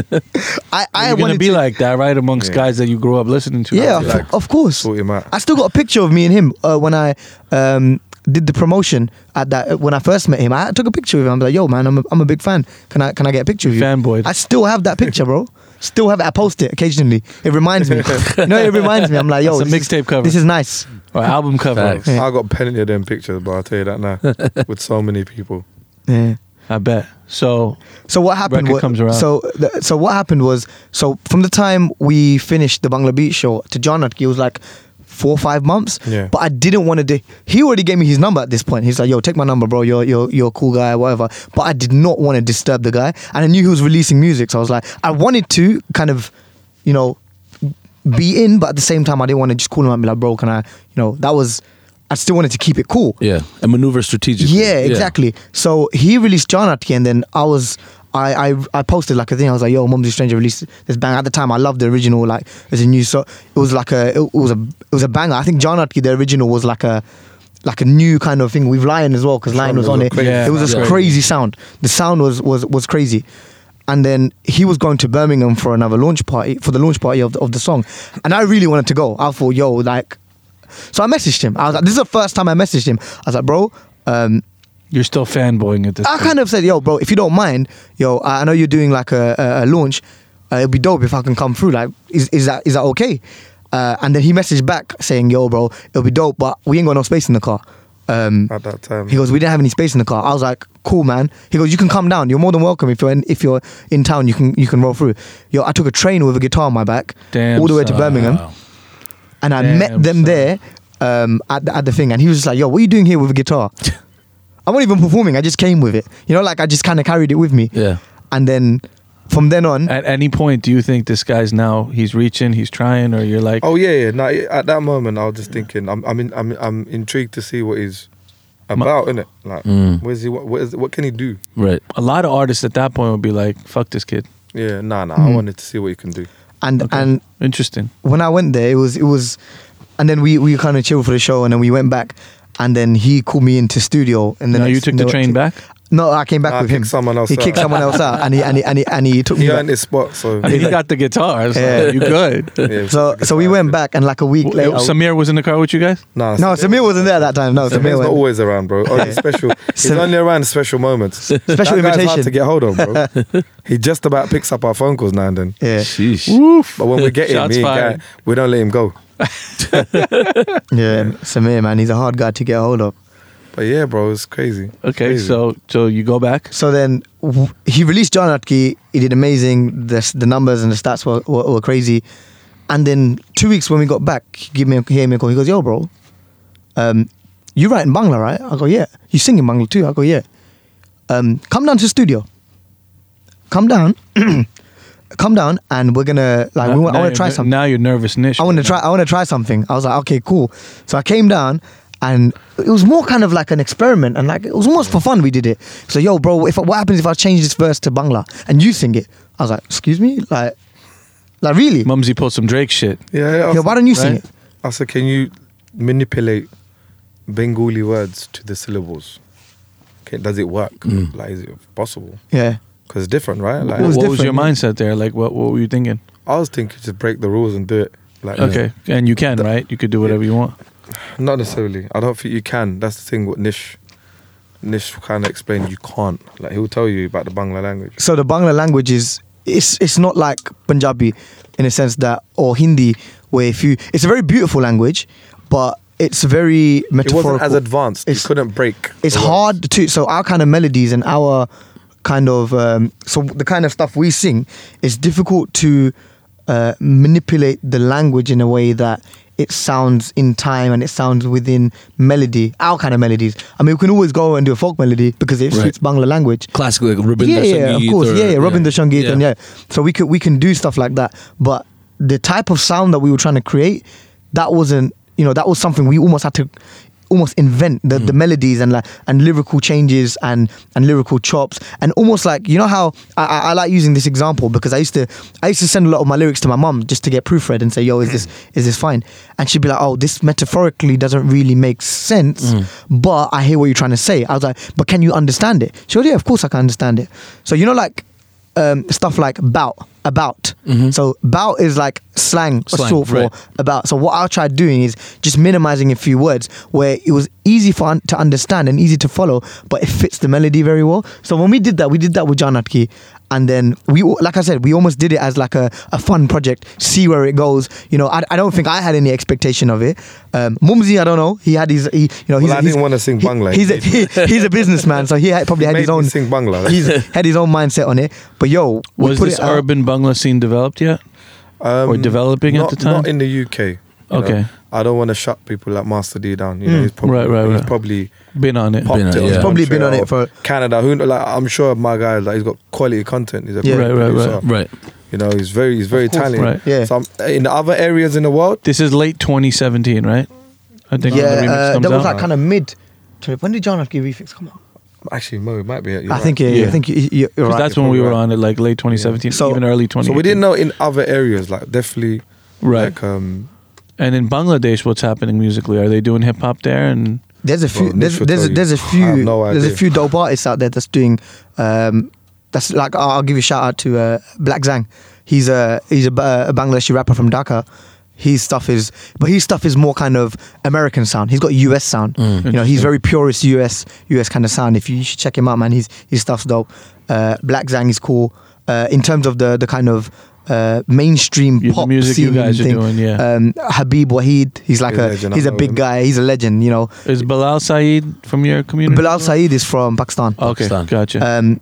[SPEAKER 4] I I
[SPEAKER 3] You're
[SPEAKER 4] wanted
[SPEAKER 3] gonna be
[SPEAKER 4] to,
[SPEAKER 3] like that, right? Amongst
[SPEAKER 5] Yeah.
[SPEAKER 3] guys that you grew up listening to.
[SPEAKER 4] Yeah,
[SPEAKER 5] Yeah.
[SPEAKER 4] of- of course.
[SPEAKER 5] Sort him out.
[SPEAKER 4] I still got a picture of me and him uh, when I um, did the promotion at that uh, when I first met him. I took a picture of him. I'm like, yo, man, I'm a, I'm a big fan. Can I can I get a picture of you?
[SPEAKER 3] Fanboyed.
[SPEAKER 4] I still have that picture, bro. Still have it. I post it occasionally. It reminds me. no, it reminds me. I'm like, yo,
[SPEAKER 3] That's a
[SPEAKER 4] this is-
[SPEAKER 3] mixtape cover.
[SPEAKER 4] This is nice.
[SPEAKER 3] Or album cover.
[SPEAKER 2] Facts.
[SPEAKER 5] I got plenty of them pictures, but I'll tell you that now. with so many people.
[SPEAKER 4] Yeah.
[SPEAKER 3] I bet. So
[SPEAKER 4] So what happened?
[SPEAKER 3] Record
[SPEAKER 4] wa-
[SPEAKER 3] comes around.
[SPEAKER 4] So th- so what happened was so from the time we finished the Bangla Beach show to John Atke, it was like four or five months.
[SPEAKER 5] Yeah.
[SPEAKER 4] But I didn't want to. De- he already gave me his number at this point. He's like, "Yo, take my number, bro. You're you're you're a cool guy, whatever." But I did not want to disturb the guy, and I knew he was releasing music, so I was like, I wanted to kind of, you know, be in, but at the same time, I didn't want to just call him and be like, "Bro, can I?" You know, that was. I still wanted to keep it cool.
[SPEAKER 2] Yeah. And maneuver strategically.
[SPEAKER 4] Yeah, exactly. So he released John Atke, and then I was. I, I, I posted like a thing. I was like, "Yo, Mumsy Stranger released this bang." At the time, I loved the original. Like, as a new so it was like a it was a it was a banger. I think John Atke, the original, was like a like a new kind of thing with Lion as well because Lion was on it.
[SPEAKER 5] crazy
[SPEAKER 4] it was this
[SPEAKER 2] sound.
[SPEAKER 4] crazy sound. The sound was was was crazy. And then he was going to Birmingham for another launch party for the launch party of the, of the song, and I really wanted to go. I thought, "Yo, like." So I messaged him. I was like, "This is the first time I messaged him." I was like, "Bro, um,
[SPEAKER 3] you're still fanboying at this.
[SPEAKER 4] I
[SPEAKER 3] point.
[SPEAKER 4] kind of said, "Yo, bro, if you don't mind, yo, I I know you're doing like a, a, a launch. Uh, it'd be dope if I can come through. Like, is, is that is that okay?" Uh, and then he messaged back saying, "Yo, bro, it'll be dope, but we ain't got no space in the car." Um,
[SPEAKER 5] At that time.
[SPEAKER 4] he goes, "We didn't have any space in the car." I was like, "Cool, man." He goes, "You can come down. You're more than welcome. If you're in, if you're in town, you can you can roll through." Yo, I took a train with a guitar on my back
[SPEAKER 3] Damn
[SPEAKER 4] all the way to
[SPEAKER 3] son.
[SPEAKER 4] Birmingham and I
[SPEAKER 3] Damn,
[SPEAKER 4] met them
[SPEAKER 3] son.
[SPEAKER 4] there um, at the, at the thing, and he was just like, "Yo, what are you doing here with a guitar?" I wasn't even performing. I just came with it. You know, like I just kind of carried it with me.
[SPEAKER 2] Yeah.
[SPEAKER 4] And then from then on,
[SPEAKER 3] At any point, do you think this guy's now he's reaching, he's trying, or you're like,
[SPEAKER 5] Oh yeah, yeah. No, at that moment, I was just thinking, I'm, I'm, in, I'm, I'm intrigued to see what he's about, innit? Like,
[SPEAKER 2] Mm.
[SPEAKER 5] where's he? What, what, is, what can he do?
[SPEAKER 2] Right.
[SPEAKER 3] a lot of artists at that point would be like, "Fuck this kid."
[SPEAKER 5] Yeah, nah, nah. I
[SPEAKER 4] Mm.
[SPEAKER 5] wanted to see what he can do.
[SPEAKER 4] and and
[SPEAKER 3] Interesting.
[SPEAKER 4] when I went there, it was it was, and then we we kind of chilled for the show, and then we went back, and then he called me into studio, and then
[SPEAKER 3] now you took the train back.
[SPEAKER 4] No, I came back
[SPEAKER 5] Nah,
[SPEAKER 4] with
[SPEAKER 5] kick
[SPEAKER 4] him.
[SPEAKER 5] someone else
[SPEAKER 4] he kicked
[SPEAKER 5] out.
[SPEAKER 4] someone else out, and he and he and he, and he took me
[SPEAKER 5] He
[SPEAKER 4] back.
[SPEAKER 5] earned his spot, so
[SPEAKER 3] I mean, he got the guitar. So
[SPEAKER 4] Yeah.
[SPEAKER 3] you good?
[SPEAKER 5] yeah,
[SPEAKER 4] So so we went back, and like a week
[SPEAKER 3] Well,
[SPEAKER 4] later,
[SPEAKER 3] Samir was in the car with you guys.
[SPEAKER 5] Nah,
[SPEAKER 4] no, Samir wasn't there at that time. No,
[SPEAKER 5] Samir's
[SPEAKER 4] Samir
[SPEAKER 5] not
[SPEAKER 4] wasn't.
[SPEAKER 5] always around, bro. Only special. He's
[SPEAKER 4] Sam-
[SPEAKER 5] only around special moments. Special Guy's
[SPEAKER 4] invitation.
[SPEAKER 5] hard to get hold of, bro. he just about picks up our phone calls now and then.
[SPEAKER 4] Yeah,
[SPEAKER 2] Sheesh.
[SPEAKER 5] But when we get him,
[SPEAKER 3] Shots
[SPEAKER 5] me and
[SPEAKER 3] fired.
[SPEAKER 5] Guy, we don't let him go.
[SPEAKER 4] yeah, Samir, man, he's a hard guy to get hold of.
[SPEAKER 5] But yeah, bro, it's crazy.
[SPEAKER 3] Okay,
[SPEAKER 5] Crazy.
[SPEAKER 3] so so you go back.
[SPEAKER 4] So then w- he released John Atke. He did amazing. The, s- the numbers and the stats were, were, were crazy. And then two weeks when we got back, he gave me a, he gave me a call. He goes, "Yo, bro, um, you write in Bangla, right?" I go, "Yeah." You sing in Bangla too? I go, "Yeah." Um, come down to the studio. Come down. come down, and we're gonna like we
[SPEAKER 3] Now-
[SPEAKER 4] want, I want
[SPEAKER 3] now you're
[SPEAKER 4] to try
[SPEAKER 3] ner-
[SPEAKER 4] something.
[SPEAKER 3] Now you're nervous, Nish.
[SPEAKER 4] I want to try. I want to try something. I was like, okay, cool. So I came down, and it was more kind of like an experiment, and like it was almost for fun. We did it. So yo, bro, if what happens if I change this verse to Bangla and you sing it? I was like, excuse me, like, like really?
[SPEAKER 3] Mumsy pulled some Drake shit.
[SPEAKER 5] Yeah, yeah. I
[SPEAKER 4] Yo, why don't you sing
[SPEAKER 3] Right.
[SPEAKER 4] it?
[SPEAKER 5] I said, can you manipulate
[SPEAKER 3] Mm.
[SPEAKER 5] Bengali words to the syllables? Okay, does it work? Like, is it possible?
[SPEAKER 4] Yeah.
[SPEAKER 5] because it's different, right? Like,
[SPEAKER 4] It was
[SPEAKER 3] what was your
[SPEAKER 4] different,
[SPEAKER 3] mindset there? Like, what what were you thinking?
[SPEAKER 5] I was thinking to break the rules and do it. Like,
[SPEAKER 3] Okay, and you can right? You could do whatever you want.
[SPEAKER 5] Not necessarily. I don't think you can. That's the thing. What Nish, Nish kind of explained. You can't. Like he'll tell you about the Bangla language.
[SPEAKER 4] So the Bangla language is it's it's not like Punjabi in a sense that or Hindi where if you it's a very beautiful language, but it's very
[SPEAKER 5] It
[SPEAKER 4] metaphorical.
[SPEAKER 5] wasn't as advanced.
[SPEAKER 4] It's-
[SPEAKER 5] you couldn't break.
[SPEAKER 4] it's
[SPEAKER 5] the words.
[SPEAKER 4] hard to so our kind of melodies and our kind of um, so the kind of stuff we sing it's difficult to uh, manipulate the language in a way that it sounds in time and it sounds within melody our kind of melodies i mean we can always go and do a folk melody because it
[SPEAKER 2] Right.
[SPEAKER 4] suits bangla language
[SPEAKER 2] Classical, like Ruben
[SPEAKER 4] yeah,
[SPEAKER 2] Dashangit
[SPEAKER 4] yeah, of course,
[SPEAKER 2] or-
[SPEAKER 4] yeah, yeah, Robin the Shangit, and yeah. So we could we can do stuff like that, but the type of sound that we were trying to create, that wasn't, you know, that was something we almost had to almost invent the, the melodies and like and lyrical changes and and lyrical chops and almost like you know how I, I, I like using this example because I used to I used to send a lot of my lyrics to my mum just to get proofread and say yo is this is this fine and she'd be like oh this metaphorically doesn't really make sense but I hear what you're trying to say I was like but can you understand it she goes yeah of course I can understand it so you know like um, stuff like bout about. So bout is like slang,
[SPEAKER 2] Mm-hmm. Slang,
[SPEAKER 4] or sort for
[SPEAKER 2] right.
[SPEAKER 4] about. So what I tried doing is just minimizing a few words where it was easy for un- to understand and easy to follow, but it fits the melody very well. So when we did that, we did that with John Atke. And then we, al- like I said, we almost did it as like a, a fun project, see where it goes. You know, I, I don't think I had any expectation of it. Um, Mumsy, I don't know. He had his, he, you know, he's,
[SPEAKER 5] Well, I
[SPEAKER 4] he's-
[SPEAKER 5] didn't wanna sing
[SPEAKER 4] he-
[SPEAKER 5] Bangla.
[SPEAKER 4] He's a, he, he's a businessman, so he had, probably had
[SPEAKER 5] Made
[SPEAKER 4] his
[SPEAKER 5] me
[SPEAKER 4] own
[SPEAKER 5] sing Bangla.
[SPEAKER 4] He's had his own mindset on it. But yo, we
[SPEAKER 3] Was
[SPEAKER 4] put
[SPEAKER 3] this
[SPEAKER 4] it out.
[SPEAKER 3] urban Bangla scene developed yet?
[SPEAKER 5] Um,
[SPEAKER 3] or developing at
[SPEAKER 5] not,
[SPEAKER 3] the time?
[SPEAKER 5] Not in the UK. you know.
[SPEAKER 3] Okay.
[SPEAKER 5] I don't want to shut people like Master D down. You know, he's probably
[SPEAKER 3] Right, right,
[SPEAKER 5] he's
[SPEAKER 3] right.
[SPEAKER 5] probably
[SPEAKER 3] Been on it.
[SPEAKER 5] popped
[SPEAKER 2] Been on
[SPEAKER 5] it.
[SPEAKER 2] it,
[SPEAKER 5] on
[SPEAKER 2] yeah.
[SPEAKER 4] Hmm. Probably been on
[SPEAKER 5] Montreal,
[SPEAKER 4] it for-
[SPEAKER 5] Canada. Who kn- like I'm sure my guy like he's got quality content. He's a
[SPEAKER 4] Yeah.
[SPEAKER 5] great
[SPEAKER 3] Right, right, right.
[SPEAKER 5] producer.
[SPEAKER 2] Right.
[SPEAKER 5] You know, he's very he's very
[SPEAKER 4] course,
[SPEAKER 5] talented.
[SPEAKER 3] right.
[SPEAKER 4] Yeah.
[SPEAKER 5] So I'm, in the other areas in the world,
[SPEAKER 3] This is late 2017, right? I think
[SPEAKER 4] Yeah,
[SPEAKER 3] when the remix
[SPEAKER 4] uh,
[SPEAKER 3] comes
[SPEAKER 4] that was
[SPEAKER 3] out.
[SPEAKER 4] like kind of mid. When did John F. G. Refix come out?
[SPEAKER 5] actually, Mo it might be. It,
[SPEAKER 4] I think yeah,
[SPEAKER 3] Yeah.
[SPEAKER 4] I think you, you- you're
[SPEAKER 3] 'Cause
[SPEAKER 4] right.
[SPEAKER 3] that's when we were
[SPEAKER 5] right.
[SPEAKER 3] on it, like late 2017,
[SPEAKER 4] So-
[SPEAKER 3] even early 2018.
[SPEAKER 5] So we didn't know in other areas, like definitely,
[SPEAKER 3] Right.
[SPEAKER 5] Like, um,
[SPEAKER 3] And in Bangladesh, what's happening musically? Are they doing hip hop there? And
[SPEAKER 4] there's a few.
[SPEAKER 5] Well,
[SPEAKER 4] there's
[SPEAKER 5] Nish will
[SPEAKER 4] there's
[SPEAKER 5] tell you.
[SPEAKER 4] there's a
[SPEAKER 5] I have
[SPEAKER 4] few.
[SPEAKER 5] no
[SPEAKER 4] there's a
[SPEAKER 5] idea.
[SPEAKER 4] few dope artists out there that's doing. Um, that's like I'll I'll give you a shout out to uh, Black Zang. He's a he's a, Ba- a Bangladeshi rapper from Dhaka. His stuff is, but his stuff is more kind of American sound. He's got US sound.
[SPEAKER 3] Mm.
[SPEAKER 4] You know, he's very purist US US kind of sound. If you, you should check him out, man. His his stuff's dope. Uh, Black Zang is cool. Uh, in terms of the the kind of uh, mainstream
[SPEAKER 3] Yeah, the
[SPEAKER 4] pop
[SPEAKER 3] music you
[SPEAKER 4] scene
[SPEAKER 3] guys are
[SPEAKER 4] thing,
[SPEAKER 3] doing, yeah.
[SPEAKER 4] um, Habib Wahid. He's like
[SPEAKER 5] He's a
[SPEAKER 4] a,
[SPEAKER 5] legend, I
[SPEAKER 4] he's a
[SPEAKER 5] know
[SPEAKER 4] big
[SPEAKER 5] him.
[SPEAKER 4] guy. He's a legend. You know,
[SPEAKER 3] is Bilal Saeed from your community?
[SPEAKER 4] Bilal Saeed is from Pakistan.
[SPEAKER 3] Okay,
[SPEAKER 2] Pakistan.
[SPEAKER 3] gotcha.
[SPEAKER 4] Um,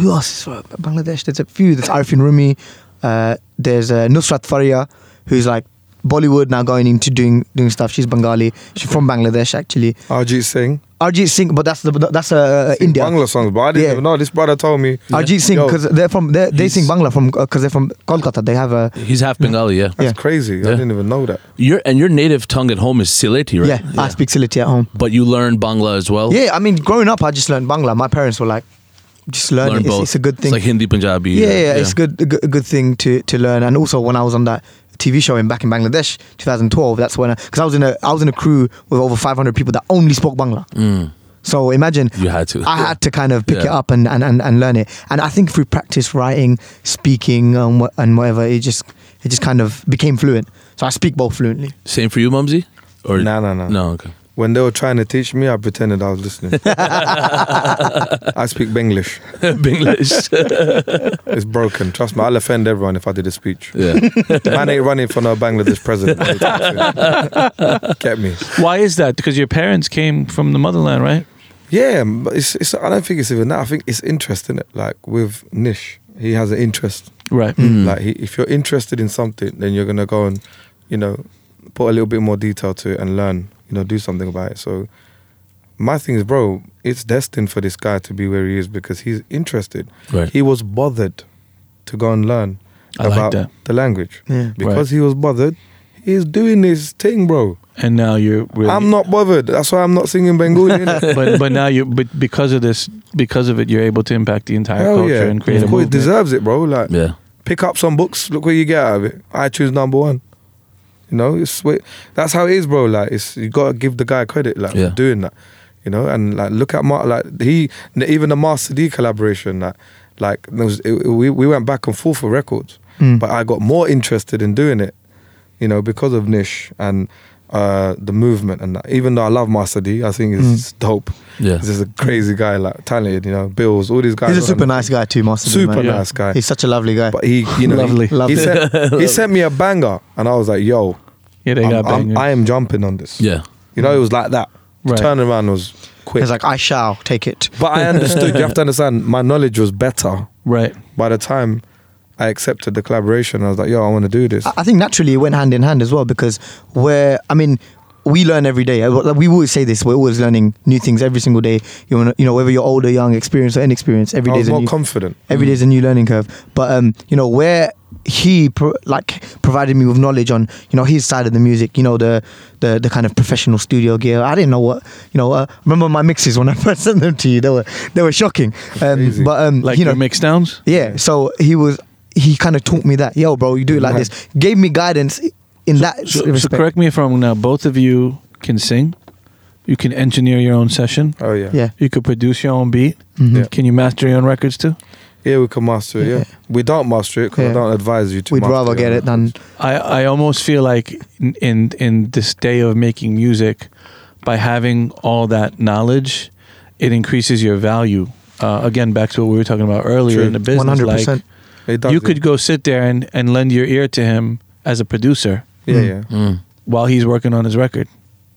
[SPEAKER 4] who else is from Bangladesh? There's a few. There's Arifin Rumi. Uh, there's uh, Nusrat Faria, who's like Bollywood now going into doing doing stuff. She's Bengali. She's from Bangladesh actually.
[SPEAKER 5] Arjit Singh,
[SPEAKER 4] Arjit Singh, but that's the that's uh, India.
[SPEAKER 5] Bangla songs, but I didn't
[SPEAKER 4] Yeah.
[SPEAKER 5] even know. This brother told me.
[SPEAKER 4] Arjit Singh,
[SPEAKER 5] Yo,
[SPEAKER 4] because they're from they're, they sing
[SPEAKER 2] He's-
[SPEAKER 4] Bangla from because they're from Kolkata. They have a
[SPEAKER 2] He's half Bengali, yeah.
[SPEAKER 5] that's
[SPEAKER 4] yeah.
[SPEAKER 5] crazy. I
[SPEAKER 2] Yeah.
[SPEAKER 5] didn't even know that.
[SPEAKER 2] Your and your native tongue at home is Sileti, right?
[SPEAKER 4] yeah, I speak Siliti at home.
[SPEAKER 2] But you learn Bangla as well.
[SPEAKER 4] Yeah, I mean, growing up, I just learned Bangla. My parents were like, just learn,
[SPEAKER 2] learn
[SPEAKER 4] it. It's,
[SPEAKER 2] both.
[SPEAKER 4] it's a good thing.
[SPEAKER 2] It's like Hindi, Punjabi.
[SPEAKER 4] yeah, yeah, it's good, a good, a good thing to, to learn. And also, when I was on that TV show in back in Bangladesh, 2012, that's when because I, was in a I was in a crew with over 500 people that only spoke Bangla. So imagine
[SPEAKER 2] Mm. You had to.
[SPEAKER 4] I had to kind of pick it
[SPEAKER 2] Yeah.
[SPEAKER 4] up and, and, and, and learn it. And I think through practice, writing, speaking, and, wha- and whatever, it just it just kind of became fluent. So I speak both fluently.
[SPEAKER 2] Same for you, Mumsy? Or
[SPEAKER 5] No, no, no.
[SPEAKER 2] No, okay.
[SPEAKER 5] When they were trying to teach me, I pretended I was listening. I speak Benglish.
[SPEAKER 2] Benglish.
[SPEAKER 5] It's broken. Trust me, I'll offend everyone if I did a speech.
[SPEAKER 2] yeah.
[SPEAKER 5] Man ain't running for no Bangladesh president. Get me?
[SPEAKER 3] Why is that? Because your parents came from the motherland, right?
[SPEAKER 5] Yeah, but it's, it's. I don't think it's even that. I think it's interest in it. Like with Nish, he has an interest.
[SPEAKER 3] Right.
[SPEAKER 4] Mm.
[SPEAKER 5] Like he, if you're interested in something, then you're gonna go and, you know, put a little bit more detail to it and learn. You know, do something about it. So, my thing is, bro, it's destined for this guy to be where he is because he's interested.
[SPEAKER 2] Right.
[SPEAKER 5] He was bothered to go and learn
[SPEAKER 3] I like
[SPEAKER 5] about
[SPEAKER 3] that.
[SPEAKER 5] the language
[SPEAKER 4] Yeah.
[SPEAKER 5] because he was bothered. He's doing his thing, bro.
[SPEAKER 3] And now you're really.
[SPEAKER 5] I'm not bothered. That's why I'm not singing Bengali. innit?
[SPEAKER 3] but but now you but because of this because of it you're able to impact the entire
[SPEAKER 5] Hell
[SPEAKER 3] culture
[SPEAKER 5] yeah!
[SPEAKER 3] and create a
[SPEAKER 5] of course,
[SPEAKER 3] movement.
[SPEAKER 5] it deserves it, bro. Like,
[SPEAKER 2] Yeah.
[SPEAKER 5] pick up some books. Look what you get out of it. I choose number one. You know, it's wait, that's how it is, bro. Like, it's you gotta give the guy credit, like
[SPEAKER 2] Yeah.
[SPEAKER 5] for doing that. You know, and like look at Mark, like he even the Master D collaboration, like Like there was, it, we we went back and forth for records,
[SPEAKER 4] Mm.
[SPEAKER 5] but I got more interested in doing it, you know, because of Nish and uh, the movement and that. Even though I love Master D, I think
[SPEAKER 4] Hmm.
[SPEAKER 5] it's dope.
[SPEAKER 2] Yeah.
[SPEAKER 5] He's just a crazy guy, like talented, you know. Bills, all these guys.
[SPEAKER 4] He's a
[SPEAKER 5] man.
[SPEAKER 4] super nice guy too, Master. D,
[SPEAKER 5] super
[SPEAKER 4] man.
[SPEAKER 5] nice guy.
[SPEAKER 4] He's such a lovely guy.
[SPEAKER 5] but he, you know,
[SPEAKER 3] Lovely.
[SPEAKER 5] He,
[SPEAKER 4] Lovely.
[SPEAKER 5] he, sent, he sent me a banger, and I was like, "Yo,
[SPEAKER 3] Yeah, they
[SPEAKER 5] I'm,
[SPEAKER 3] got
[SPEAKER 5] I'm-
[SPEAKER 3] bangers.
[SPEAKER 5] I am jumping on this."
[SPEAKER 2] Yeah.
[SPEAKER 5] You know, it was like that.
[SPEAKER 3] Right.
[SPEAKER 5] The turnaround was quick.
[SPEAKER 4] He's like, I shall take it.
[SPEAKER 5] but I understood. you have to understand. My knowledge was better
[SPEAKER 3] right.
[SPEAKER 5] by the time I accepted the collaboration. I was like, "Yo, I want to do this."
[SPEAKER 4] I I think naturally it went hand in hand as well because where I mean we learn every day. Uh, We always say this: we're always learning new things every single day. You know, you know whether you're old or young, experienced or inexperienced, every
[SPEAKER 5] I
[SPEAKER 4] day
[SPEAKER 5] was
[SPEAKER 4] is a
[SPEAKER 5] more
[SPEAKER 4] new,
[SPEAKER 5] confident.
[SPEAKER 4] every day is a new learning curve. But um, you know where he pro- like provided me with knowledge on you know his side of the music. You know the the the kind of professional studio gear. I didn't know what you know. Uh, remember my mixes when I first sent them to you? They were they were shocking. Um,
[SPEAKER 5] Crazy.
[SPEAKER 4] but um,
[SPEAKER 3] Like
[SPEAKER 4] you
[SPEAKER 3] your
[SPEAKER 4] know,
[SPEAKER 3] mix downs?
[SPEAKER 4] yeah. So he was he kind of taught me that. Yo, bro, you do it like
[SPEAKER 5] Right.
[SPEAKER 4] this. Gave me guidance in that
[SPEAKER 3] So, so
[SPEAKER 4] respect.
[SPEAKER 3] correct me if I'm wrong now. Both of you can sing. You can engineer your own session.
[SPEAKER 5] Oh yeah,
[SPEAKER 4] Yeah.
[SPEAKER 3] You could produce your own beat.
[SPEAKER 4] Mhm.
[SPEAKER 5] Yeah.
[SPEAKER 3] Can you master your own records too?
[SPEAKER 5] Yeah, we can master it. Yeah,
[SPEAKER 4] Yeah.
[SPEAKER 5] we don't master it because
[SPEAKER 4] Yeah.
[SPEAKER 5] I don't advise you to.
[SPEAKER 4] We'd
[SPEAKER 5] master
[SPEAKER 4] rather get it done.
[SPEAKER 3] I, I almost feel like in, in in this day of making music, by having all that knowledge, it increases your value. Uh, again, back to what we were talking about earlier
[SPEAKER 5] True.
[SPEAKER 3] in the business.
[SPEAKER 4] One hundred
[SPEAKER 3] like,
[SPEAKER 4] percent.
[SPEAKER 5] It does,
[SPEAKER 3] you
[SPEAKER 5] yeah.
[SPEAKER 3] could go sit there and, and lend your ear to him as a producer
[SPEAKER 5] Yeah, yeah,
[SPEAKER 2] Mm.
[SPEAKER 3] while he's working on his record.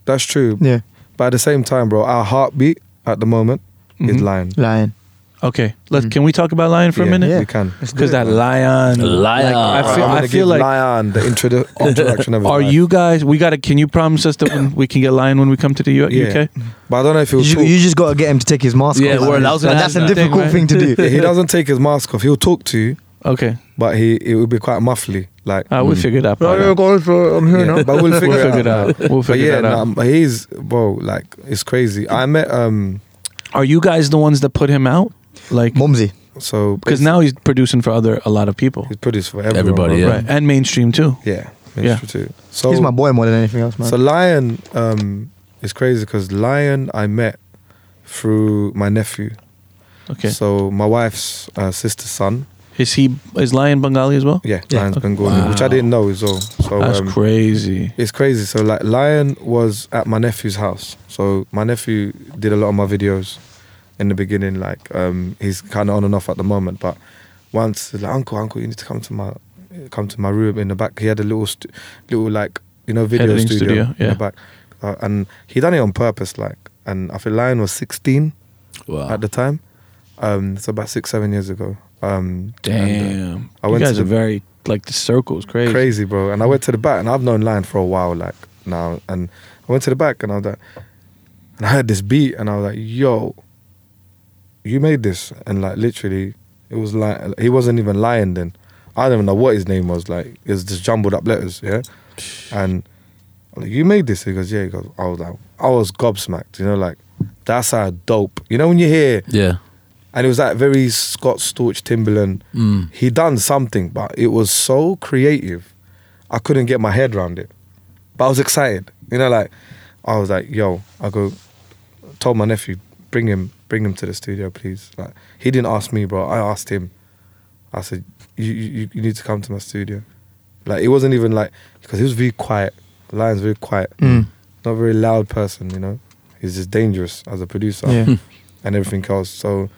[SPEAKER 5] that's true.
[SPEAKER 4] Yeah,
[SPEAKER 5] But at the same time, bro, our heartbeat at the moment
[SPEAKER 3] Mhm.
[SPEAKER 4] Mm-hmm.
[SPEAKER 5] is lying.
[SPEAKER 4] lion.
[SPEAKER 3] Okay, let us can we talk about Lion for a
[SPEAKER 5] Mm. Yeah,
[SPEAKER 3] minute?
[SPEAKER 5] We can.
[SPEAKER 3] Because that lion,
[SPEAKER 2] Lion.
[SPEAKER 3] like, I feel,
[SPEAKER 5] I'm
[SPEAKER 3] I
[SPEAKER 5] gonna
[SPEAKER 3] feel
[SPEAKER 5] give
[SPEAKER 3] like.
[SPEAKER 5] Lion the introdu- introduction of his
[SPEAKER 3] Are
[SPEAKER 5] life.
[SPEAKER 3] you guys? We gotta. Can you promise us that when we can get Lion when we come to the U-
[SPEAKER 5] Yeah.
[SPEAKER 3] UK?
[SPEAKER 5] But I don't know if he'll.
[SPEAKER 4] You, ju-
[SPEAKER 5] talk.
[SPEAKER 4] you just got to get him to take his mask
[SPEAKER 2] Yeah,
[SPEAKER 4] off.
[SPEAKER 2] word, I was gonna
[SPEAKER 4] Like,
[SPEAKER 2] ask
[SPEAKER 4] that's a
[SPEAKER 2] that.
[SPEAKER 4] difficult
[SPEAKER 3] Thing,
[SPEAKER 4] thing to
[SPEAKER 5] Yeah,
[SPEAKER 4] do.
[SPEAKER 5] he doesn't take his mask off. He'll talk to you,
[SPEAKER 3] Okay,
[SPEAKER 5] but he it will be quite muffly. Like,
[SPEAKER 3] uh, we
[SPEAKER 2] Mm.
[SPEAKER 3] figured out. by now.
[SPEAKER 5] guys, uh, I'm here now. But we'll figure,
[SPEAKER 3] We'll figure it
[SPEAKER 5] now.
[SPEAKER 3] out. We'll
[SPEAKER 5] But
[SPEAKER 3] figure
[SPEAKER 5] yeah,
[SPEAKER 3] that out.
[SPEAKER 5] nah, he's bro. Like, it's crazy. I met um.
[SPEAKER 3] Are you guys the ones that put him out? Like,
[SPEAKER 4] Mumsy.
[SPEAKER 5] So
[SPEAKER 3] because now he's producing for other a lot of people,
[SPEAKER 5] he's produced for everyone,
[SPEAKER 2] Everybody,
[SPEAKER 5] bro.
[SPEAKER 2] yeah.
[SPEAKER 3] right? And mainstream too.
[SPEAKER 5] Yeah,
[SPEAKER 3] Yeah.
[SPEAKER 5] yeah. Too. So
[SPEAKER 4] He's my boy more than anything else, man.
[SPEAKER 5] So Lion um, is crazy because Lion I met through my nephew.
[SPEAKER 3] Okay,
[SPEAKER 5] So my wife's uh, sister's son.
[SPEAKER 3] is he is Lion Bengali as well?
[SPEAKER 5] Yeah,
[SPEAKER 4] Yeah.
[SPEAKER 5] Lion's Bengali, which I
[SPEAKER 2] Wow.
[SPEAKER 5] didn't know as well. So
[SPEAKER 3] That's
[SPEAKER 5] um,
[SPEAKER 3] crazy.
[SPEAKER 5] it's crazy. So like Lion was at my nephew's house. So my nephew did a lot of my videos in the beginning. Like um, he's kind of on and off at the moment, but once he's like uncle, uncle, you need to come to my come to my room in the back. He had a little st- little like you know video
[SPEAKER 3] Editing
[SPEAKER 5] studio,
[SPEAKER 3] studio,
[SPEAKER 5] in
[SPEAKER 3] yeah.
[SPEAKER 5] the back, uh, and he done it on purpose. Like and I think Lion was sixteen
[SPEAKER 2] Wow.
[SPEAKER 5] at the time. Um, it's about six seven years ago. Um, and, uh,
[SPEAKER 3] Damn,
[SPEAKER 5] I
[SPEAKER 3] you
[SPEAKER 5] went to
[SPEAKER 3] guys
[SPEAKER 5] the-
[SPEAKER 3] are very like the circle is crazy.
[SPEAKER 5] crazy, bro. And I went to the back, and I've known Lion for a while, like now. And I went to the back, and I was like, and I heard this beat, and I was like, yo, you made this, and like literally, it was like he wasn't even lying then. I don't even know what his name was. Like it was just jumbled up letters, yeah. And I'm like, you made this? He goes, yeah. He goes, I was like, I was gobsmacked, you know, like that's how dope. You know when you hear
[SPEAKER 2] Yeah.
[SPEAKER 5] and it was that very Scott Storch Timberland.
[SPEAKER 2] Mm.
[SPEAKER 5] He done something, but it was so creative. I couldn't get my head around it, but I was excited. You know, like I was like, "Yo," I go, told my nephew, "Bring him, bring him to the studio, please." Like he didn't ask me, bro. I asked him. I said, "You, you, you need to come to my studio." Like it wasn't even like because he was very quiet. Lion's very quiet, not a very loud person. You know, he's just dangerous as a producer
[SPEAKER 4] Yeah.
[SPEAKER 5] and everything else. So,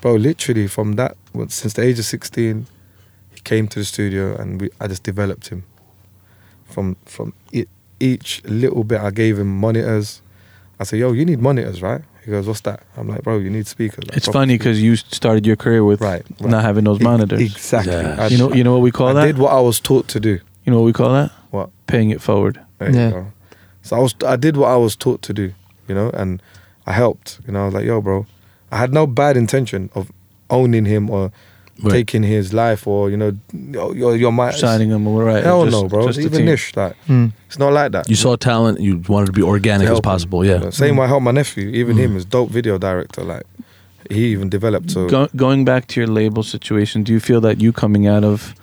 [SPEAKER 5] bro, literally from that, since the age of 16, he came to the studio and we, I just developed him. From from e- each little bit, I gave him monitors. I said, "Yo, you need monitors, right?" He goes, "What's that?" I'm like, "Bro, you need speakers." Like,
[SPEAKER 3] It's
[SPEAKER 5] proper
[SPEAKER 3] funny
[SPEAKER 5] speakers."
[SPEAKER 3] because you started your career with
[SPEAKER 5] Right, right.
[SPEAKER 3] not having those
[SPEAKER 5] E-
[SPEAKER 3] monitors.
[SPEAKER 5] exactly.
[SPEAKER 2] Yeah.
[SPEAKER 5] I-
[SPEAKER 3] You know, you know what we call
[SPEAKER 5] I
[SPEAKER 3] that.
[SPEAKER 5] did what I was taught to do.
[SPEAKER 3] you know what we call that?
[SPEAKER 5] What?
[SPEAKER 3] Paying it forward.
[SPEAKER 5] There you
[SPEAKER 4] Yeah.
[SPEAKER 5] go. So I was I did what I was taught to do, you know, and I helped. You know, I was like, yo, bro. I had no bad intention of owning him or
[SPEAKER 2] Right.
[SPEAKER 5] taking his life or, you know, "Yo, you're, you're my
[SPEAKER 3] Signing them right.
[SPEAKER 5] Hell
[SPEAKER 3] just-
[SPEAKER 5] no, bro.
[SPEAKER 3] just the
[SPEAKER 5] Even
[SPEAKER 3] team.
[SPEAKER 5] Nish, like
[SPEAKER 4] Mm.
[SPEAKER 5] it's not like that.
[SPEAKER 2] You saw talent. You wanted to be organic as
[SPEAKER 5] Help him.
[SPEAKER 2] possible.
[SPEAKER 5] You
[SPEAKER 2] Yeah.
[SPEAKER 5] know, Same way I helped my nephew, even
[SPEAKER 3] Hmm.
[SPEAKER 5] him is dope video director, like he even developed so
[SPEAKER 3] Go, going back to your label situation, do you feel that you coming out of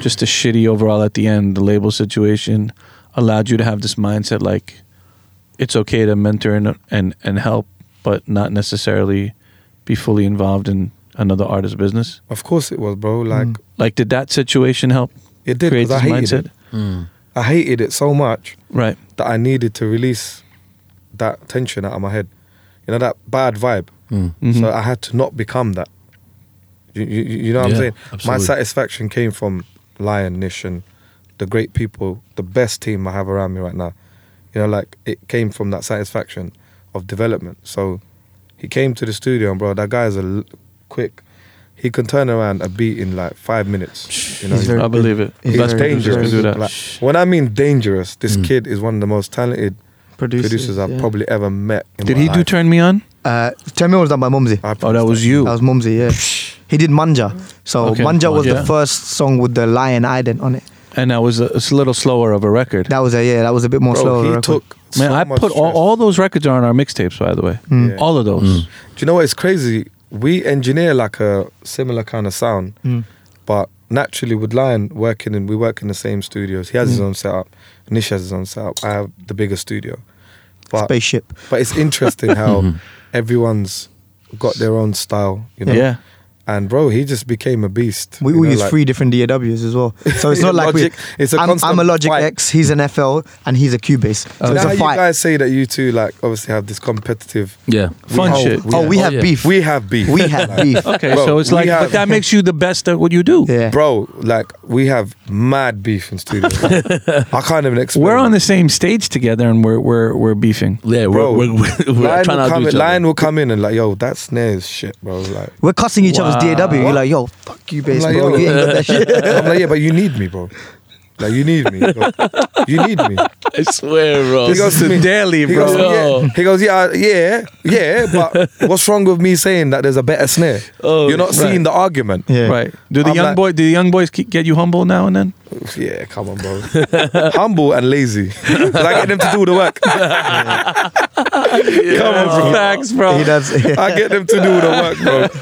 [SPEAKER 3] just a shitty overall at the end, the label situation allowed you to have this mindset like it's okay to mentor and and, and help, but not necessarily be fully involved in another artist's business?
[SPEAKER 5] Of course it was, bro. Like
[SPEAKER 4] Mm.
[SPEAKER 3] Like, did that situation help
[SPEAKER 5] it did.
[SPEAKER 3] create
[SPEAKER 5] 'cause
[SPEAKER 3] this
[SPEAKER 5] I hated
[SPEAKER 3] mindset?
[SPEAKER 5] it.
[SPEAKER 2] Mm.
[SPEAKER 5] I hated it so much
[SPEAKER 3] Right.
[SPEAKER 5] that I needed to release that tension out of my head. You know that bad vibe.
[SPEAKER 2] Mm.
[SPEAKER 3] Mhm.
[SPEAKER 5] So I had to not become that. You, you, you know what
[SPEAKER 2] Yeah,
[SPEAKER 5] I'm saying?
[SPEAKER 2] absolutely.
[SPEAKER 5] My satisfaction came from Lion Nish and the great people, the best team I have around me right now. You know, like it came from that satisfaction of development. So he came to the studio and bro, that guy's a l- quick. He can turn around a beat in like five minutes. You know,
[SPEAKER 4] He's very
[SPEAKER 3] I believe it.
[SPEAKER 4] He's
[SPEAKER 5] He's
[SPEAKER 3] Best
[SPEAKER 4] very
[SPEAKER 3] producers
[SPEAKER 5] dangerous.
[SPEAKER 3] can do that.
[SPEAKER 5] Like, when I mean dangerous, this
[SPEAKER 2] Mm.
[SPEAKER 5] kid is one of the most talented
[SPEAKER 4] Producers,
[SPEAKER 5] producers, I've
[SPEAKER 4] yeah.
[SPEAKER 5] probably ever met. In
[SPEAKER 3] did
[SPEAKER 5] my
[SPEAKER 3] he do
[SPEAKER 5] life.
[SPEAKER 3] Turn Me On?
[SPEAKER 4] Uh, Tell Me was done by Mumsy.
[SPEAKER 3] Oh,
[SPEAKER 5] I
[SPEAKER 3] that
[SPEAKER 5] promise
[SPEAKER 3] was you.
[SPEAKER 4] That was Mumsy, yeah. He did Manja. So
[SPEAKER 3] Okay,
[SPEAKER 4] Manja was
[SPEAKER 3] Manja.
[SPEAKER 4] the first song with the lion ident on it.
[SPEAKER 3] And that was a, it's a little slower of a record.
[SPEAKER 4] That was a yeah. That was a bit more
[SPEAKER 5] Bro,
[SPEAKER 4] slow.
[SPEAKER 5] he
[SPEAKER 4] record.
[SPEAKER 5] took.
[SPEAKER 3] Man,
[SPEAKER 5] so
[SPEAKER 3] I
[SPEAKER 5] much
[SPEAKER 3] put all,
[SPEAKER 5] stress.
[SPEAKER 3] all those records are on our mixtapes, by the way.
[SPEAKER 5] Mm. Yeah.
[SPEAKER 3] All of those.
[SPEAKER 5] Do you know what? It's crazy. We engineer like a similar kind of sound,
[SPEAKER 4] Mm.
[SPEAKER 5] but naturally with Lion working in, we work in the same studios. He has
[SPEAKER 4] Hmm.
[SPEAKER 5] his own setup. Nish has his own setup. I have the bigger studio. But
[SPEAKER 4] Spaceship.
[SPEAKER 5] but it's interesting how everyone's got their own style. You know.
[SPEAKER 3] Yeah.
[SPEAKER 5] And bro, he just became a beast.
[SPEAKER 4] We
[SPEAKER 5] you
[SPEAKER 4] all
[SPEAKER 5] know,
[SPEAKER 4] use
[SPEAKER 5] like-
[SPEAKER 4] three different DAWs as well. So it's not like we.
[SPEAKER 5] Logic- it's a
[SPEAKER 4] I'm, I'm a
[SPEAKER 5] constant
[SPEAKER 4] Logic
[SPEAKER 5] fight.
[SPEAKER 4] X. He's an FL, and he's a Cubase. So
[SPEAKER 5] You know
[SPEAKER 4] it's a
[SPEAKER 5] how Oh. you
[SPEAKER 4] fight.
[SPEAKER 5] guys say that you two like obviously have this competitive.
[SPEAKER 2] Yeah.
[SPEAKER 3] Fun
[SPEAKER 5] hold-
[SPEAKER 3] shit.
[SPEAKER 4] oh, we
[SPEAKER 2] Oh,
[SPEAKER 4] have
[SPEAKER 2] yeah.
[SPEAKER 4] beef.
[SPEAKER 5] We have beef.
[SPEAKER 4] We have beef.
[SPEAKER 3] Okay,
[SPEAKER 5] Bro,
[SPEAKER 3] so it's
[SPEAKER 5] we
[SPEAKER 3] like,
[SPEAKER 5] have-
[SPEAKER 3] but that makes you the best at what you do.
[SPEAKER 4] Yeah.
[SPEAKER 5] Bro, like we have mad beef in studio. I can't even explain.
[SPEAKER 3] We're on
[SPEAKER 5] it.
[SPEAKER 3] the same stage together, and we're we're we're beefing.
[SPEAKER 2] Yeah, we're,
[SPEAKER 5] Bro,
[SPEAKER 2] we're, we're,
[SPEAKER 5] Lion,
[SPEAKER 2] trying
[SPEAKER 5] will
[SPEAKER 2] to
[SPEAKER 5] come
[SPEAKER 2] do each
[SPEAKER 5] in, Lion
[SPEAKER 2] other.
[SPEAKER 5] will come in and like, yo, that snare is shit, bro. Like,
[SPEAKER 4] We're cussing each other's DAW. You're like, yo, fuck Cubase,
[SPEAKER 5] I'm like,
[SPEAKER 4] bro.
[SPEAKER 5] yo.
[SPEAKER 4] You ain't got that shit.
[SPEAKER 5] I'm like, yeah, but you need me, bro. Like, you need me. He goes, you need me.
[SPEAKER 2] I swear, bro.
[SPEAKER 5] He goes to me.
[SPEAKER 3] daily,
[SPEAKER 5] He goes,
[SPEAKER 2] Yo.
[SPEAKER 5] yeah. He goes, yeah, yeah, yeah. But what's wrong with me saying that there's a better snare?
[SPEAKER 2] Oh,
[SPEAKER 5] You're not
[SPEAKER 2] right.
[SPEAKER 5] seeing the argument.
[SPEAKER 4] Yeah.
[SPEAKER 3] Right? Do the
[SPEAKER 5] I'm
[SPEAKER 3] young
[SPEAKER 5] like-
[SPEAKER 3] boy? Do the young boys ke- get you humble now and then?
[SPEAKER 5] Yeah, come on, bro. Humble and lazy. 'Cause I get them to do the work. Come on, bro.
[SPEAKER 3] Facts, bro.
[SPEAKER 4] He does. He's
[SPEAKER 5] I get them to do the work, bro.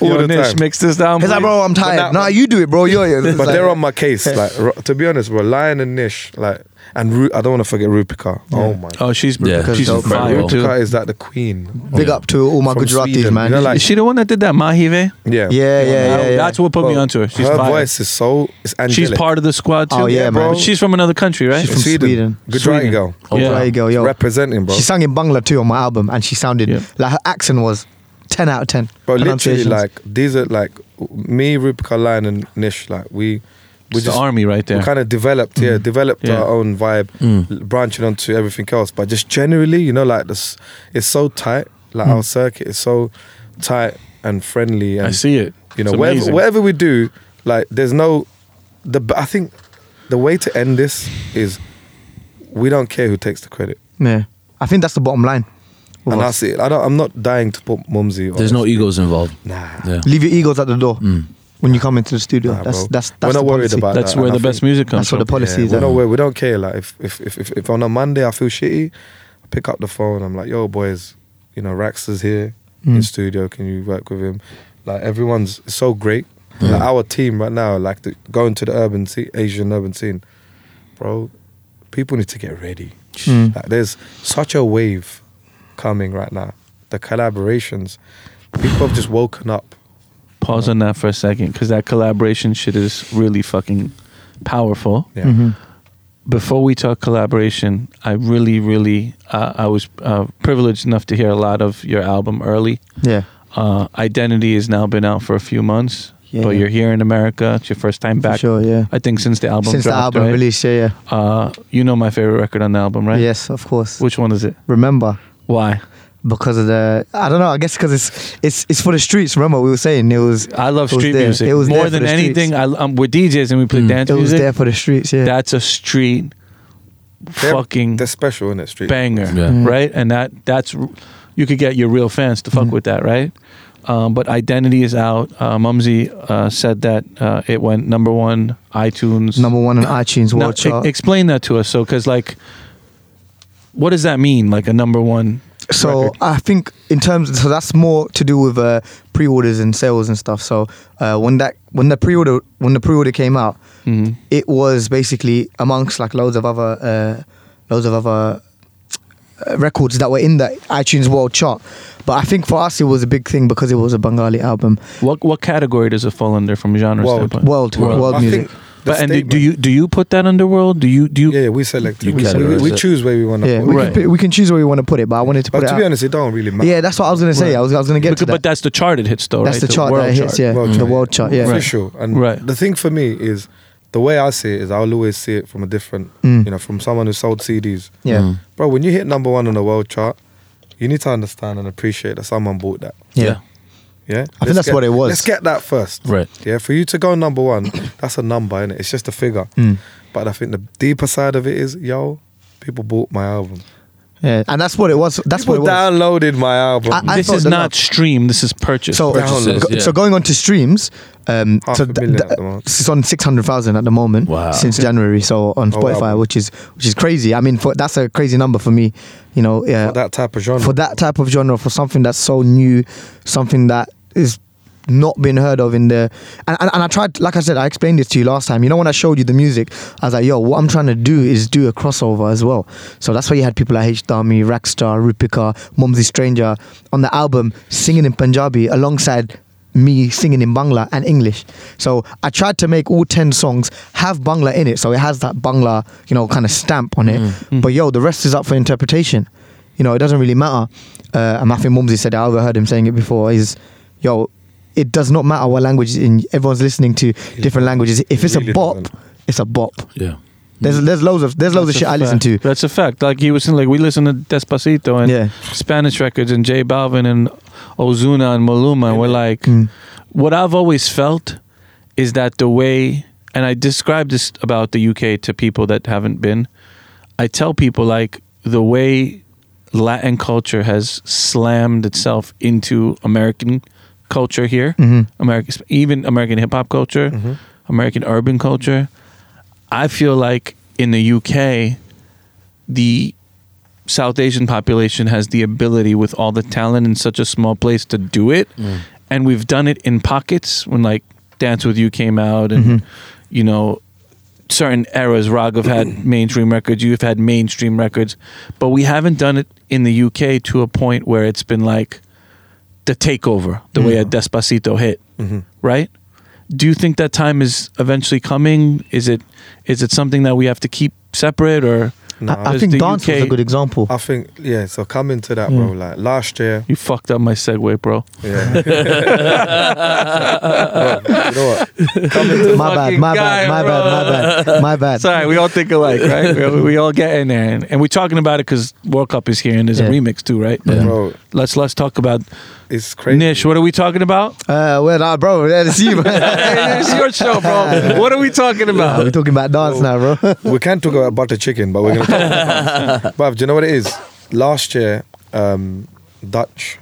[SPEAKER 5] All
[SPEAKER 3] Yo,
[SPEAKER 5] the
[SPEAKER 3] Nish,
[SPEAKER 5] time.
[SPEAKER 3] mix this down.
[SPEAKER 4] like,
[SPEAKER 3] please.
[SPEAKER 4] bro, I'm tired.
[SPEAKER 5] that-
[SPEAKER 4] Nah, you do it, bro. You're. It's
[SPEAKER 5] but
[SPEAKER 4] like-
[SPEAKER 5] they're on my case. Like ro- to be honest, bro, Lion and Nish, like and Ru- I don't want to forget Rupika. Oh my god.
[SPEAKER 3] Oh, she's
[SPEAKER 2] Yeah.
[SPEAKER 3] she's
[SPEAKER 4] Dope,
[SPEAKER 3] fire
[SPEAKER 2] bro.
[SPEAKER 5] Rupika
[SPEAKER 3] too.
[SPEAKER 5] is like the queen.
[SPEAKER 4] Big up to all my
[SPEAKER 5] From
[SPEAKER 4] Gujaratis,
[SPEAKER 5] Sweden,
[SPEAKER 4] man.
[SPEAKER 5] you know, like-
[SPEAKER 3] Is she the one that did that Mahive?
[SPEAKER 5] Yeah.
[SPEAKER 4] yeah, yeah, yeah, yeah.
[SPEAKER 3] That's what put me
[SPEAKER 5] Bro,
[SPEAKER 3] onto her. She's
[SPEAKER 5] her
[SPEAKER 3] fire.
[SPEAKER 5] voice is so it's angelic.
[SPEAKER 3] She's part of the squad too.
[SPEAKER 4] Oh, yeah, man.
[SPEAKER 3] But she's from another country, right?
[SPEAKER 5] She's
[SPEAKER 4] from Sweden.
[SPEAKER 5] Good
[SPEAKER 3] Sweden.
[SPEAKER 5] Sweden. girl.
[SPEAKER 2] Oh,
[SPEAKER 3] Yeah.
[SPEAKER 4] There you go, yo.
[SPEAKER 5] Representing, bro.
[SPEAKER 4] She sang in Bangla too on my album, and she sounded
[SPEAKER 3] Yeah.
[SPEAKER 4] like her accent was ten out of ten.
[SPEAKER 5] But literally,
[SPEAKER 4] Pronunciations.
[SPEAKER 5] like these are like me, Rupika, Lion, and Nish. Like we, we
[SPEAKER 3] It's the
[SPEAKER 5] just
[SPEAKER 3] army right there.
[SPEAKER 5] we kind of developed, yeah,
[SPEAKER 4] Mm.
[SPEAKER 5] developed
[SPEAKER 3] Yeah. Mm.
[SPEAKER 5] our own vibe, l- branching onto everything else. But just generally, you know, like this, it's so tight. Like our circuit is so tight and friendly, and
[SPEAKER 3] Mm. I see it.
[SPEAKER 5] you know,
[SPEAKER 3] It's
[SPEAKER 5] whatever,
[SPEAKER 3] amazing.
[SPEAKER 5] whatever we do, like there's no the. b- I think the way to end this is we don't care who takes the credit,
[SPEAKER 4] yeah, I think that's the bottom line. with
[SPEAKER 5] and
[SPEAKER 4] us.
[SPEAKER 5] that's it. I don't. I'm not dying to put Mumsy. on
[SPEAKER 2] There's no e-
[SPEAKER 5] this.
[SPEAKER 2] egos involved.
[SPEAKER 5] nah.
[SPEAKER 2] Yeah.
[SPEAKER 4] Leave your egos at the door
[SPEAKER 3] Mm.
[SPEAKER 4] when you come into the studio.
[SPEAKER 5] Nah,
[SPEAKER 4] that's
[SPEAKER 5] bro.
[SPEAKER 4] that's that's
[SPEAKER 5] We're
[SPEAKER 4] the
[SPEAKER 5] not worried
[SPEAKER 4] policy.
[SPEAKER 5] about
[SPEAKER 3] That's
[SPEAKER 5] that,
[SPEAKER 3] where
[SPEAKER 5] and
[SPEAKER 3] the
[SPEAKER 5] I
[SPEAKER 3] best
[SPEAKER 5] think-
[SPEAKER 3] music comes
[SPEAKER 4] That's what
[SPEAKER 3] from.
[SPEAKER 4] the policy
[SPEAKER 5] Yeah,
[SPEAKER 4] is.
[SPEAKER 5] we
[SPEAKER 4] then.
[SPEAKER 5] don't, worry- we don't care. Like if, if if if if on a Monday I feel shitty, I pick up the phone. I'm like, yo, boys, you know, Rax is here in
[SPEAKER 4] Mm.
[SPEAKER 5] studio. Can you work with him? Like everyone's so great. Like, our team right now, like the, going to the urban scene, Asian urban scene, bro. People need to get ready.
[SPEAKER 4] Mm.
[SPEAKER 5] Like, there's such a wave coming right now. The collaborations, people have just woken up.
[SPEAKER 3] Pause on that for a second, because that collaboration shit is really fucking powerful.
[SPEAKER 5] Yeah.
[SPEAKER 4] Mhm.
[SPEAKER 3] before we talk collaboration, I really, really, uh, I was uh, privileged enough to hear a lot of your album early.
[SPEAKER 4] Yeah,
[SPEAKER 3] Uh, Identity has now been out for a few months,
[SPEAKER 4] Yeah.
[SPEAKER 3] but you're here in America. It's your first time
[SPEAKER 4] for
[SPEAKER 3] back.
[SPEAKER 4] sure. Yeah,
[SPEAKER 3] I think since the album
[SPEAKER 4] since the
[SPEAKER 3] dropped,
[SPEAKER 4] album
[SPEAKER 3] right?
[SPEAKER 4] release, yeah, yeah.
[SPEAKER 3] Uh, you know my favorite record on the album, eh? right?
[SPEAKER 4] Yes, of course.
[SPEAKER 3] Which one is it?
[SPEAKER 4] Remember,
[SPEAKER 3] Why?
[SPEAKER 4] because of the I don't know. I guess because it's it's it's for the streets. Remember, we were saying it was.
[SPEAKER 3] I love
[SPEAKER 4] it was
[SPEAKER 3] street
[SPEAKER 4] there.
[SPEAKER 3] music
[SPEAKER 4] It was
[SPEAKER 3] more
[SPEAKER 4] there for
[SPEAKER 3] than
[SPEAKER 4] the streets.
[SPEAKER 3] anything. I, um, we're DJs and we play
[SPEAKER 2] Mm.
[SPEAKER 3] dance
[SPEAKER 4] It was
[SPEAKER 3] music.
[SPEAKER 4] there for the streets. Yeah,
[SPEAKER 3] That's a street
[SPEAKER 5] They're-
[SPEAKER 3] fucking
[SPEAKER 5] They're special in it, street.
[SPEAKER 3] banger,
[SPEAKER 2] Yeah.
[SPEAKER 4] Mm.
[SPEAKER 3] right? And that that's you could get your real fans to
[SPEAKER 4] Mm-hmm.
[SPEAKER 3] fuck with that, right? Um, but identity is out. Uh, Mumsy uh, said that uh, it went number one iTunes.
[SPEAKER 4] number one on iTunes
[SPEAKER 3] Now,
[SPEAKER 4] world
[SPEAKER 3] e-
[SPEAKER 4] chart.
[SPEAKER 3] explain that to us, so because like, what does that mean? Like a number one?
[SPEAKER 4] So
[SPEAKER 3] record?
[SPEAKER 4] I think in terms, so that's more to do with uh, pre-orders and sales and stuff. So uh, when that when the pre-order when the pre-order came out,
[SPEAKER 3] Mhm.
[SPEAKER 4] it was basically amongst like loads of other uh, loads of other uh, records that were in the iTunes World Chart. But I think for us, it was a big thing because it was a Bengali album.
[SPEAKER 3] What what category does it fall under from genre
[SPEAKER 5] World.
[SPEAKER 3] standpoint?
[SPEAKER 4] World, world,
[SPEAKER 5] I
[SPEAKER 4] music.
[SPEAKER 5] think the
[SPEAKER 3] But and do, do
[SPEAKER 5] statement-
[SPEAKER 3] you do you put that under world? Do you do you?
[SPEAKER 5] Yeah, yeah, we select.
[SPEAKER 2] You
[SPEAKER 5] it. We,
[SPEAKER 2] categorize
[SPEAKER 5] we
[SPEAKER 2] it.
[SPEAKER 5] choose where we want to.
[SPEAKER 4] Yeah,
[SPEAKER 5] put
[SPEAKER 4] we,
[SPEAKER 5] it.
[SPEAKER 3] Right.
[SPEAKER 4] can, pick- we can choose where we want to put it, but I wanted to
[SPEAKER 5] But
[SPEAKER 4] put
[SPEAKER 5] to
[SPEAKER 4] it.
[SPEAKER 5] be
[SPEAKER 4] out.
[SPEAKER 5] honest, it don't really matter.
[SPEAKER 4] yeah, that's what I was gonna say. I was, I was gonna get
[SPEAKER 3] Because-
[SPEAKER 4] to that.
[SPEAKER 3] but that's the chart it hits though.
[SPEAKER 4] that's
[SPEAKER 3] right?
[SPEAKER 4] the chart
[SPEAKER 3] world
[SPEAKER 4] that hits.
[SPEAKER 3] chart.
[SPEAKER 4] Yeah,
[SPEAKER 5] World
[SPEAKER 4] the
[SPEAKER 5] chart.
[SPEAKER 4] world chart. Yeah,
[SPEAKER 5] official. And
[SPEAKER 3] Right.
[SPEAKER 5] the thing for me is the way I see it is I'll always see it from a different,
[SPEAKER 4] Mm.
[SPEAKER 5] you know, from someone who sold CDs.
[SPEAKER 4] yeah,
[SPEAKER 2] Mm.
[SPEAKER 5] Bro, when you hit number one on the world chart, you need to understand and appreciate that someone bought that.
[SPEAKER 4] yeah.
[SPEAKER 5] Yeah,
[SPEAKER 4] I think that's
[SPEAKER 5] get-
[SPEAKER 4] what it was.
[SPEAKER 5] Let's get that first.
[SPEAKER 2] Right.
[SPEAKER 5] Yeah, for you to go number one, that's a number, innit? It's just a figure.
[SPEAKER 4] Mm.
[SPEAKER 5] But I think the deeper side of it is, yo, people bought my album.
[SPEAKER 4] Yeah, and that's what it was. That's
[SPEAKER 5] people
[SPEAKER 4] what it was.
[SPEAKER 5] downloaded my album.
[SPEAKER 4] I- I
[SPEAKER 3] This
[SPEAKER 4] thought
[SPEAKER 3] is
[SPEAKER 4] the
[SPEAKER 3] not
[SPEAKER 4] lot-
[SPEAKER 3] stream. This is purchase.
[SPEAKER 4] So,
[SPEAKER 2] Purchases,
[SPEAKER 4] go-
[SPEAKER 2] yeah.
[SPEAKER 4] so going on to streams, um,
[SPEAKER 5] Half
[SPEAKER 4] so
[SPEAKER 5] a
[SPEAKER 4] th-
[SPEAKER 5] million
[SPEAKER 4] th-
[SPEAKER 5] at the moment.
[SPEAKER 4] it's on six hundred thousand at the moment
[SPEAKER 2] Wow.
[SPEAKER 4] since January. So on
[SPEAKER 5] Oh,
[SPEAKER 4] Spotify,
[SPEAKER 5] wow.
[SPEAKER 4] which is which is crazy. I mean, for, that's a crazy number for me. You know, yeah,
[SPEAKER 5] for that type of genre.
[SPEAKER 4] for that type of genre, for something that's so new, something that is not been heard of in the and, and, and I tried like I said I explained this to you last time you know when I showed you the music I was like yo what I'm trying to do is do a crossover as well so that's why you had people like H Dami Rackstar Rupika Mumsy Stranger on the album singing in Punjabi alongside me singing in Bangla and English so I tried to make all 10 songs have Bangla in it so it has that Bangla you know kind of stamp on it but yo the rest is up for interpretation you know, it doesn't really matter. Uh, and I think Mumsy said it, I overheard him saying it before. Is yo, it does not matter what language is in. Everyone's listening to different languages. If it's
[SPEAKER 5] really
[SPEAKER 4] a bop,
[SPEAKER 5] doesn't.
[SPEAKER 4] it's a bop.
[SPEAKER 2] Yeah.
[SPEAKER 4] There's there's loads of there's loads of
[SPEAKER 3] That's
[SPEAKER 4] shit
[SPEAKER 3] a
[SPEAKER 4] I listen to.
[SPEAKER 3] fact. That's a fact. Like he was saying, like we listen to Despacito and
[SPEAKER 4] Yeah.
[SPEAKER 3] Spanish records and J Balvin and Ozuna and Maluma, and we're like,
[SPEAKER 4] Mm.
[SPEAKER 3] what I've always felt is that the way, and I describe this about the UK to people that haven't been, I tell people like the way Latin culture has slammed itself into American culture here,
[SPEAKER 4] Mhm.
[SPEAKER 3] American, even American hip hop culture,
[SPEAKER 4] Mm-hmm.
[SPEAKER 3] American urban culture. I feel like in the UK, the South Asian population has the ability with all the talent in such a small place to do it. And we've done it in pockets when like Dance With You came out and you know certain eras Raghav had mainstream records, you've had mainstream records, but we haven't done it in the UK to a point where it's been like the takeover, the way a Despacito hit, right? Do you think that time is eventually coming? Is it is it something that we have to keep separate or
[SPEAKER 5] No,
[SPEAKER 4] I, I
[SPEAKER 3] There's
[SPEAKER 4] think
[SPEAKER 3] the
[SPEAKER 4] dance was
[SPEAKER 3] UK
[SPEAKER 4] a good e- example.
[SPEAKER 5] I think yeah. So coming to that, bro. Like last year,
[SPEAKER 3] you fucked up my segue, bro?
[SPEAKER 5] yeah. Bro, you know what? Coming to
[SPEAKER 4] My bad,
[SPEAKER 3] fucking
[SPEAKER 4] my
[SPEAKER 3] guy,
[SPEAKER 4] bad, my bad, my bad, my bad.
[SPEAKER 3] Sorry, we all think alike, right? we, we all get in there, and, and we're talking about it because World Cup is here and there's
[SPEAKER 4] Yeah.
[SPEAKER 3] a remix too, right?
[SPEAKER 5] bro,
[SPEAKER 3] Let's let's talk about
[SPEAKER 5] it's crazy.
[SPEAKER 3] Nish. What are we talking about?
[SPEAKER 4] Uh, well, nah, bro, yeah, it's you, man.
[SPEAKER 3] hey, it's your show, bro. What are we talking
[SPEAKER 4] We're
[SPEAKER 3] about?
[SPEAKER 4] talking about dance now, bro.
[SPEAKER 5] we can talk about butter chicken, but we're gonna talk about dance. But do you know what it is? Last year, um, Dutch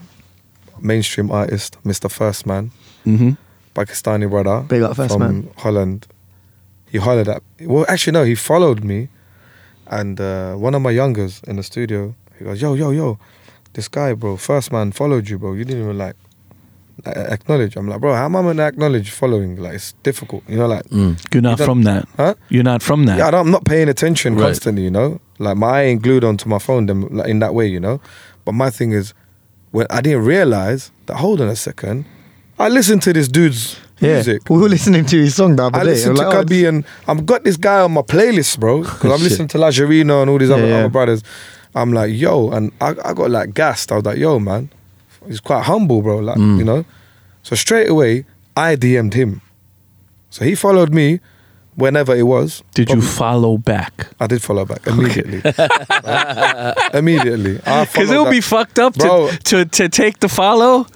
[SPEAKER 5] mainstream artist, Mr. First Man,
[SPEAKER 3] Mm-hmm.
[SPEAKER 5] Pakistani brother
[SPEAKER 4] Big up First
[SPEAKER 5] from
[SPEAKER 4] Man.
[SPEAKER 5] Holland. He hollered at well actually no, he followed me and uh, one of my youngers in the studio, he goes, Yo, yo, yo, this guy, bro, first man followed you, bro. You didn't even like a- a- acknowledge. I'm like, bro, how am I gonna acknowledge following? Like it's difficult. You know, like
[SPEAKER 4] Mm.
[SPEAKER 3] You're
[SPEAKER 5] You
[SPEAKER 3] not
[SPEAKER 5] don't-
[SPEAKER 3] from that.
[SPEAKER 5] huh?
[SPEAKER 3] You're not from that.
[SPEAKER 5] Yeah, I don't, I'm not paying attention
[SPEAKER 2] Right.
[SPEAKER 5] constantly, you know. Like my eye ain't glued onto my phone them like, in that way, you know. But my thing is, when I didn't realize that. Hold on a second, I listened to this dude's
[SPEAKER 4] Yeah,
[SPEAKER 5] music.
[SPEAKER 4] we were listening to his song the other
[SPEAKER 5] I
[SPEAKER 4] day.
[SPEAKER 5] listened
[SPEAKER 4] I'm
[SPEAKER 5] to
[SPEAKER 4] like, oh,
[SPEAKER 5] Cubby and I've got this guy on my playlist, bro. Because I'm
[SPEAKER 2] Shit.
[SPEAKER 5] listening to Lajerino and all these other,
[SPEAKER 4] Yeah, yeah.
[SPEAKER 5] other brothers. I'm like, yo, and I, I got like gassed. I was like, yo, man, he's quite humble, bro. Like,
[SPEAKER 4] Mm.
[SPEAKER 5] you know. So straight away, I DM'd him. So he followed me whenever it was.
[SPEAKER 3] Did you
[SPEAKER 5] Probably-
[SPEAKER 3] follow back?
[SPEAKER 5] I did follow back immediately. Right? Immediately. Because
[SPEAKER 3] Because it would be fucked up
[SPEAKER 5] Bro.
[SPEAKER 3] to, to to take the follow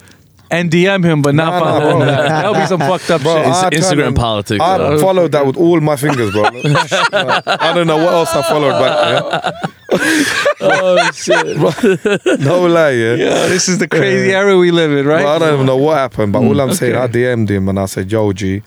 [SPEAKER 3] and DM him, but not
[SPEAKER 5] Nah, nah,
[SPEAKER 3] follow.
[SPEAKER 5] bro.
[SPEAKER 3] him. that would be some fucked up shit.
[SPEAKER 2] Insta- Instagram politics,
[SPEAKER 5] I
[SPEAKER 2] bro.
[SPEAKER 5] followed that with all my fingers, bro. I don't know what else I followed back.
[SPEAKER 2] Oh shit.
[SPEAKER 5] Yeah? No lie, yeah.
[SPEAKER 3] Yo, this is the crazy era we live in,
[SPEAKER 5] Bro, I
[SPEAKER 3] right?
[SPEAKER 5] don't even know what happened, but
[SPEAKER 4] Hmm.
[SPEAKER 5] all I'm saying, I DM'd him and I said, "Yo, G,"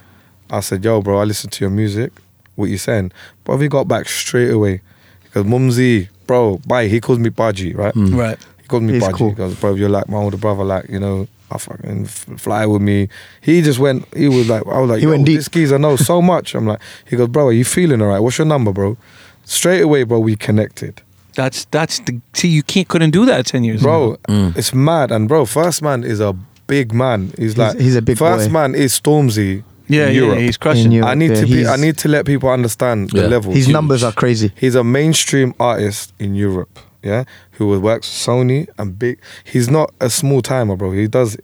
[SPEAKER 5] I said, "Yo, bro, I listened to your music. What you saying?" But we got back straight away because Mumsy, bro, bye. He called me Budgie, right?
[SPEAKER 3] Right.
[SPEAKER 5] He called me
[SPEAKER 4] Hmm. He's
[SPEAKER 5] Budgie.
[SPEAKER 4] cool.
[SPEAKER 5] He goes, bro, you're like my older brother, like, you know, I fucking f- fly with me. He just went, he was like, I was like,
[SPEAKER 4] He
[SPEAKER 5] yo,
[SPEAKER 4] went deep.
[SPEAKER 5] this geezer knows so much. I'm like, he goes, bro, are you feeling all right? What's your number, bro? Straight away, bro, we connected.
[SPEAKER 3] That's that's the see you can't couldn't do that ten years ago.
[SPEAKER 5] bro. It's mad, and bro, First Man is a big man. He's, like
[SPEAKER 4] Mm. he's a big
[SPEAKER 5] First
[SPEAKER 4] boy.
[SPEAKER 5] Man is Stormzy.
[SPEAKER 3] Yeah,
[SPEAKER 5] in
[SPEAKER 3] yeah,
[SPEAKER 5] Europe.
[SPEAKER 3] yeah, he's crushing.
[SPEAKER 4] In Europe.
[SPEAKER 5] I need
[SPEAKER 4] Yeah,
[SPEAKER 5] to be.
[SPEAKER 4] he's-
[SPEAKER 5] I need to let people understand
[SPEAKER 2] Yeah.
[SPEAKER 5] the level.
[SPEAKER 4] His numbers are crazy.
[SPEAKER 5] He's a mainstream artist in Europe, yeah, who works for Sony and big. He's not a small timer, bro. He does.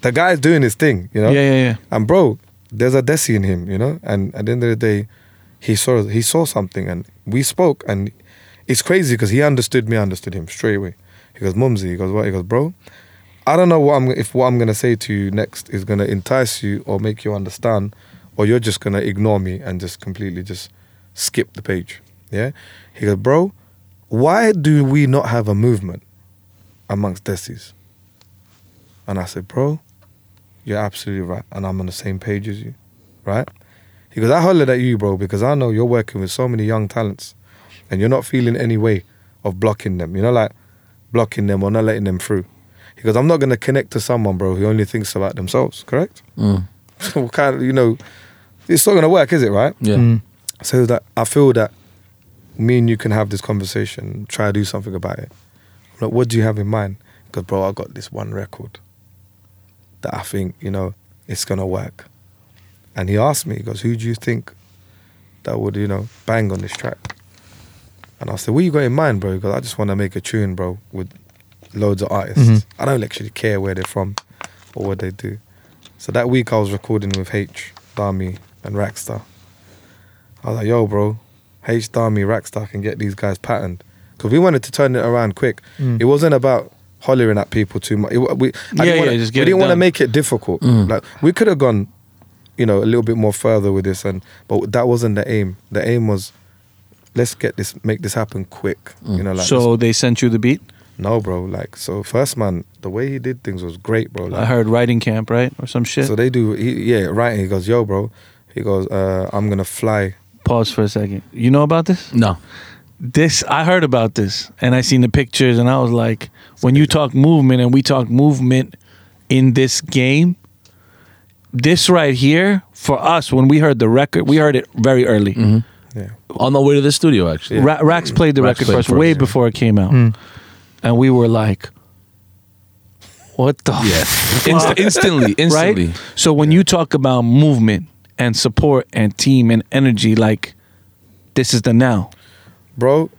[SPEAKER 5] The guy's doing his thing, you know.
[SPEAKER 3] Yeah, yeah, yeah.
[SPEAKER 5] And bro, there's a Desi in him, you know. And at the end of the day, he saw he saw something, and we spoke, and it's crazy because he understood me, I understood him straight away. He goes, Mumsy. He goes, what? He goes, bro. I don't know what I'm if what I'm gonna say to you next is gonna entice you or make you understand, or you're just gonna ignore me and just completely just skip the page. Yeah, he goes, bro. Why do we not have a movement amongst Desis? And I said, bro, you're absolutely right, and I'm on the same page as you, right? He goes, I hollered at you, bro, because I know you're working with so many young talents, and you're not feeling any way of blocking them. You know, like blocking them or not letting them through. He goes, I'm not gonna connect to someone, bro, who only thinks about themselves. Correct? So what kind of, you know, it's not gonna work, is it? Right?
[SPEAKER 2] Yeah.
[SPEAKER 5] So that I feel that me and you can have this conversation, try to do something about it. I'm like, what do you have in mind? Because, bro, I got this one record that I think, you know, it's going to work. And he asked me, he goes, who do you think that would, you know, bang on this track? And I said, what you got in mind, bro? He goes, I just want to make a tune, bro, with loads of artists.
[SPEAKER 4] Mhm.
[SPEAKER 3] Mm-hmm.
[SPEAKER 5] I don't actually care where they're from or what they do. So that week I was recording with H, Dami, and Rackstar. I was like, yo, bro, H Dami, Rackstar can get these guys patterned. Because we wanted to turn it around quick. It wasn't about hollering at people too much. It, wa- we, I
[SPEAKER 3] Mm. Yeah,
[SPEAKER 5] didn't wanna,
[SPEAKER 3] yeah, just get
[SPEAKER 5] we
[SPEAKER 3] it
[SPEAKER 5] didn't want to
[SPEAKER 3] done. Mm.
[SPEAKER 5] make it difficult. Like we could have gone, you know, a little bit more further with this, and but that wasn't the aim. The aim was, let's get this, make this happen quick. You know, like
[SPEAKER 3] Mm. so they sent you the beat.
[SPEAKER 5] no, bro. Like so, first man, the way he did things was great, bro. Like,
[SPEAKER 3] I heard writing camp, right, or some shit.
[SPEAKER 5] So they do, he, yeah, right. He goes, yo, bro. He goes, uh, I'm gonna fly.
[SPEAKER 3] Pause for a second. You know about this?
[SPEAKER 2] No.
[SPEAKER 3] this I heard about this and I seen the pictures and I was like, when you talk movement and we talk movement in this game, this right here for us when we heard the record, we heard it very early.
[SPEAKER 2] Mm-hmm.
[SPEAKER 5] Yeah,
[SPEAKER 2] On the way to the studio, actually.
[SPEAKER 3] Ra- Rax played the
[SPEAKER 2] Rax
[SPEAKER 3] record
[SPEAKER 2] played
[SPEAKER 3] first
[SPEAKER 2] first,
[SPEAKER 3] way
[SPEAKER 2] yeah.
[SPEAKER 3] before it came out,
[SPEAKER 5] Mm.
[SPEAKER 3] and we were like, what the
[SPEAKER 2] Yes. Inst- instantly. Instantly.
[SPEAKER 3] right? So when you talk about movement and support and team and energy, like this is the now.
[SPEAKER 5] bro.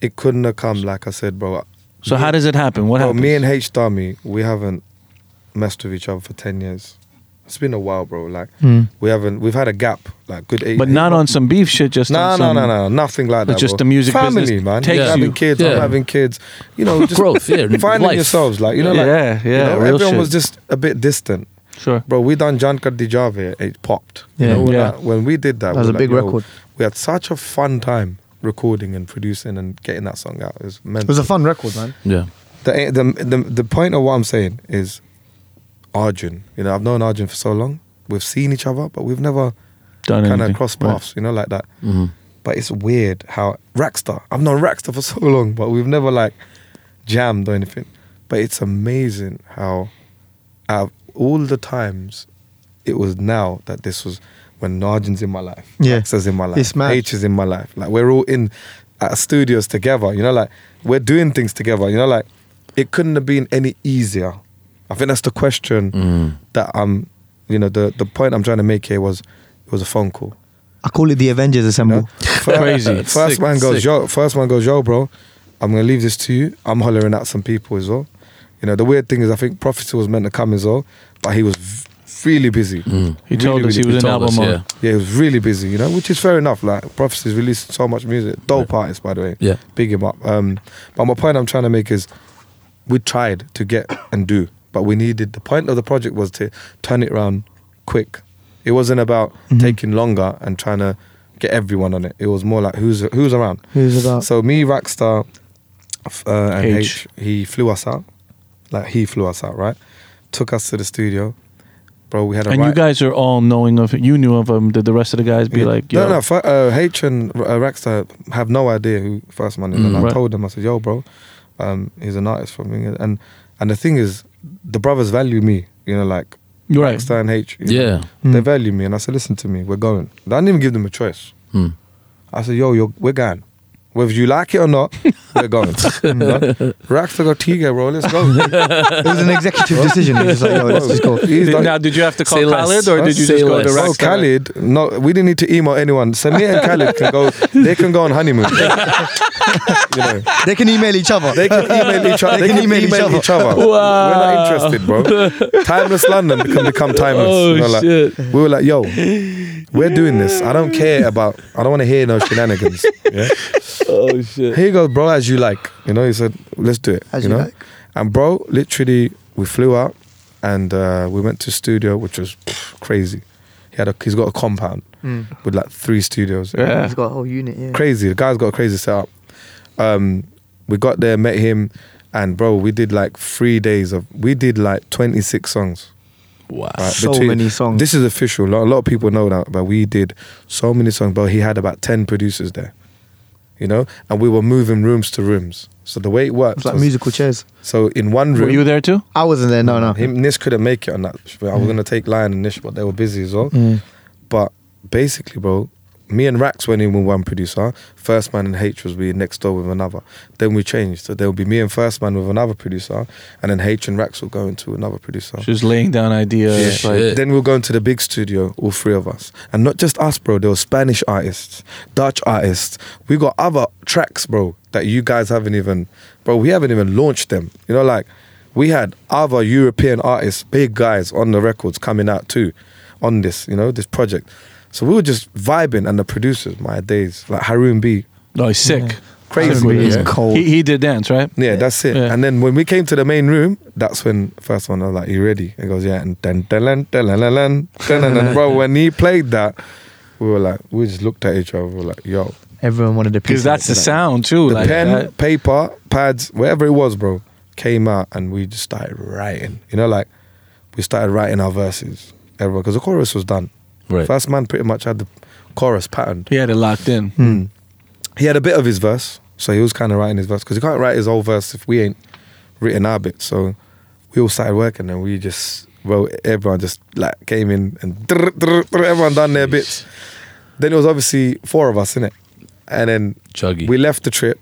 [SPEAKER 5] It couldn't have come, like I said, bro.
[SPEAKER 3] So how does it happen? What
[SPEAKER 5] Bro,
[SPEAKER 3] happens?
[SPEAKER 5] me and H Dummy, we haven't messed with each other for ten years. It's been a while, bro. Like we haven't. We've had a gap, like good eight.
[SPEAKER 3] Hmm. but
[SPEAKER 5] eight
[SPEAKER 3] not
[SPEAKER 5] months.
[SPEAKER 3] on some beef shit. Just
[SPEAKER 5] No,
[SPEAKER 3] on
[SPEAKER 5] no,
[SPEAKER 3] some-
[SPEAKER 5] no, no, nothing like
[SPEAKER 3] But
[SPEAKER 5] that.
[SPEAKER 3] just
[SPEAKER 5] bro.
[SPEAKER 3] the music
[SPEAKER 5] family,
[SPEAKER 3] business
[SPEAKER 5] man.
[SPEAKER 3] takes
[SPEAKER 5] You're having
[SPEAKER 3] you.
[SPEAKER 5] kids,
[SPEAKER 2] Yeah.
[SPEAKER 5] I'm having kids. You know, just
[SPEAKER 2] Growth, yeah,
[SPEAKER 5] finding
[SPEAKER 2] life.
[SPEAKER 5] yourselves, like you know, like
[SPEAKER 3] Yeah,
[SPEAKER 5] you
[SPEAKER 3] yeah,
[SPEAKER 5] know,
[SPEAKER 3] real
[SPEAKER 5] everyone
[SPEAKER 3] shit.
[SPEAKER 5] was just a bit distant,
[SPEAKER 3] Sure.
[SPEAKER 5] bro. We done Jan Dijave, it popped. You
[SPEAKER 4] Yeah.
[SPEAKER 5] know, when,
[SPEAKER 3] Yeah.
[SPEAKER 5] I- when we did that,
[SPEAKER 4] That was
[SPEAKER 5] we
[SPEAKER 4] a
[SPEAKER 5] were
[SPEAKER 4] big
[SPEAKER 5] like, yo,
[SPEAKER 4] record.
[SPEAKER 5] We had such a fun time recording and producing and getting that song out. It was mental
[SPEAKER 4] It was a fun record, man.
[SPEAKER 2] Yeah.
[SPEAKER 5] the, the the the point of what I'm saying is Arjun. You know, I've known Arjun for so long. We've seen each other, but we've never
[SPEAKER 3] Done
[SPEAKER 5] kind of
[SPEAKER 3] anything.
[SPEAKER 5] crossed
[SPEAKER 3] Right.
[SPEAKER 5] paths. You know, like that.
[SPEAKER 4] Mm-hmm.
[SPEAKER 5] But it's weird how Rackstar. I've known Rackstar for so long, but we've never like jammed or anything. But it's amazing how out of all the times it was now that this was when Arjun's in my life,
[SPEAKER 4] Yeah.
[SPEAKER 5] Rackstar's in my life,
[SPEAKER 4] It's mad.
[SPEAKER 5] H is in my life. Like we're all in at studios together. You know, like we're doing things together. You know, like it couldn't have been any easier. I think that's the question
[SPEAKER 4] Mm.
[SPEAKER 5] that I'm. You know, the the point I'm trying to make here was it was a phone call.
[SPEAKER 4] I call it the Avengers Assemble.
[SPEAKER 5] No. Fir-
[SPEAKER 3] Crazy.
[SPEAKER 5] First
[SPEAKER 2] Sick,
[SPEAKER 5] man goes,
[SPEAKER 2] sick.
[SPEAKER 5] yo. First man goes, yo, bro. I'm gonna leave this to you. I'm hollering at some people as well. You know, the weird thing is, I think Prophecy was meant to come as well, but he was v- really busy.
[SPEAKER 2] Mm.
[SPEAKER 3] He told
[SPEAKER 5] Really,
[SPEAKER 3] us he
[SPEAKER 5] really
[SPEAKER 3] was in
[SPEAKER 2] told
[SPEAKER 3] album
[SPEAKER 2] us,
[SPEAKER 3] mode.
[SPEAKER 5] Yeah, he was really busy. You know, which is fair enough. Like Prophecy's released so much music. Dope artist, by the way.
[SPEAKER 2] Yeah.
[SPEAKER 5] big him up. Um, but my point I'm trying to make is, we tried to get and do, but we needed the point of the project was to turn it around quick. It wasn't about taking longer and trying to get everyone on it. It was more like who's who's around.
[SPEAKER 4] Who's about?
[SPEAKER 5] So me, Rackstar, f- uh, and
[SPEAKER 3] H.
[SPEAKER 5] H. he flew us out. Like he flew us out, right? Took us to the studio, bro. We had a
[SPEAKER 3] And
[SPEAKER 5] right.
[SPEAKER 3] you guys are all knowing of You knew of him. Did the rest of the guys be
[SPEAKER 5] Yeah.
[SPEAKER 3] like,
[SPEAKER 5] no,
[SPEAKER 3] yo,
[SPEAKER 5] no. F- uh, H and uh, Rackstar have no idea who First Man is, and I
[SPEAKER 3] Mm. Right.
[SPEAKER 5] told them, I said, "Yo, bro, um, he's an artist from England." And and the thing is, the brothers value me. You know, like
[SPEAKER 3] you're right.
[SPEAKER 5] Rackstar and H. you know,
[SPEAKER 2] Yeah.
[SPEAKER 5] they value
[SPEAKER 3] Mm.
[SPEAKER 5] me, and I said, "Listen to me, we're going." I didn't even give them a choice.
[SPEAKER 2] Hmm.
[SPEAKER 5] I said, "Yo, yo, we're going." Whether you like it or not, we're going. you know? Rax to go Tiga, bro. Let's go.
[SPEAKER 4] It was an executive decision. It was just like, yo, let's just go.
[SPEAKER 5] He's
[SPEAKER 3] Did-
[SPEAKER 5] like-
[SPEAKER 3] now, did you have to call
[SPEAKER 2] Say less.
[SPEAKER 3] Khaled or did you
[SPEAKER 2] Say
[SPEAKER 3] just go
[SPEAKER 2] less.
[SPEAKER 3] to
[SPEAKER 5] Oh,
[SPEAKER 3] Rax?
[SPEAKER 5] Khalid! No, we didn't need to email anyone. Samir and Khalid can go. They can go on honeymoon. You know,
[SPEAKER 4] They can email each other.
[SPEAKER 5] they can email each other. They, can email, each other. We're not interested, bro. Timeless London can become timeless.
[SPEAKER 2] Oh,
[SPEAKER 5] You know, like,
[SPEAKER 2] shit.
[SPEAKER 5] We were like, yo, we're doing this. I don't care about. I don't want to hear no shenanigans. Yeah?
[SPEAKER 2] Oh shit.
[SPEAKER 5] Here you go, bro. As you like. You know, he said, let's do it.
[SPEAKER 4] As
[SPEAKER 5] you
[SPEAKER 4] you
[SPEAKER 5] know,
[SPEAKER 4] like.
[SPEAKER 5] and bro, literally, we flew out and uh, we went to studio, which was pff, crazy. He had a, he's got a compound
[SPEAKER 4] Mm.
[SPEAKER 5] with like three studios.
[SPEAKER 3] Yeah.
[SPEAKER 4] He's got a whole unit, yeah.
[SPEAKER 5] Crazy. The guy's got a crazy setup. Um, we got there, met him, and bro, we did like three days of. We did like twenty six songs.
[SPEAKER 2] Wow.
[SPEAKER 5] right,
[SPEAKER 4] So many songs.
[SPEAKER 5] This is official. A lot, a lot of people know that, but we did so many songs. Bro, he had about ten producers there, you know, and we were moving rooms to rooms. So the way it worked,
[SPEAKER 4] It's like
[SPEAKER 5] was-
[SPEAKER 4] musical chairs.
[SPEAKER 5] So in one room,
[SPEAKER 3] Were you there too?
[SPEAKER 4] I wasn't there, no, no.
[SPEAKER 5] him Nish couldn't make it on that. I was gonna take Lion and Nish, but they were busy as well.
[SPEAKER 4] Mm.
[SPEAKER 5] But basically, bro, me and Rax went in with one producer. First Man and H was we next door with another. Then we changed. So there would be me and First Man with another producer, and then H and Rax will go into another producer.
[SPEAKER 3] Just laying down ideas.
[SPEAKER 2] Yeah.
[SPEAKER 3] like,
[SPEAKER 2] Shit.
[SPEAKER 5] Then we'll go into the big studio, all three of us. And not just us, bro. There were Spanish artists, Dutch artists. We got other tracks, bro, that you guys haven't even, bro, we haven't even launched them. You know, like we had other European artists, big guys on the records coming out too on this, you know, this project. So we were just vibing and the producers, my days, like Haroon B.
[SPEAKER 3] no, he's sick.
[SPEAKER 5] Crazy.
[SPEAKER 3] Haroon B
[SPEAKER 4] It's
[SPEAKER 3] is
[SPEAKER 5] yeah.
[SPEAKER 4] cold.
[SPEAKER 3] He, he did dance, right?
[SPEAKER 5] Yeah, that's it.
[SPEAKER 3] Yeah.
[SPEAKER 5] And then when we came to the main room, that's when first one I was like, "You ready?" He goes, "Yeah." And dun, dun, dun, dun, dun, dun, dun, dun, dun, dun. bro, when he played that, we were like, we just looked at each other. We were like, "Yo,
[SPEAKER 4] Everyone wanted a piece.
[SPEAKER 3] Because
[SPEAKER 4] of
[SPEAKER 3] that's
[SPEAKER 4] it,
[SPEAKER 3] the
[SPEAKER 4] like-
[SPEAKER 3] sound too.
[SPEAKER 5] the
[SPEAKER 3] like
[SPEAKER 5] pen,
[SPEAKER 3] that.
[SPEAKER 5] paper, pads, whatever it was, bro, came out, and we just started writing. You know, like we started writing our verses, everyone, because the chorus was done.
[SPEAKER 2] Right.
[SPEAKER 5] First man pretty much had the chorus patterned.
[SPEAKER 3] He had it locked in.
[SPEAKER 5] Hmm. he had a bit of his verse, so he was kind of writing his verse because he can't write his whole verse if we ain't written our bit. So we all started working and we just wrote. Everyone just like came in and drr, drr, drr, everyone done their bits. Then it was obviously four of us in it, and then
[SPEAKER 2] Chuggy.
[SPEAKER 5] we left the trip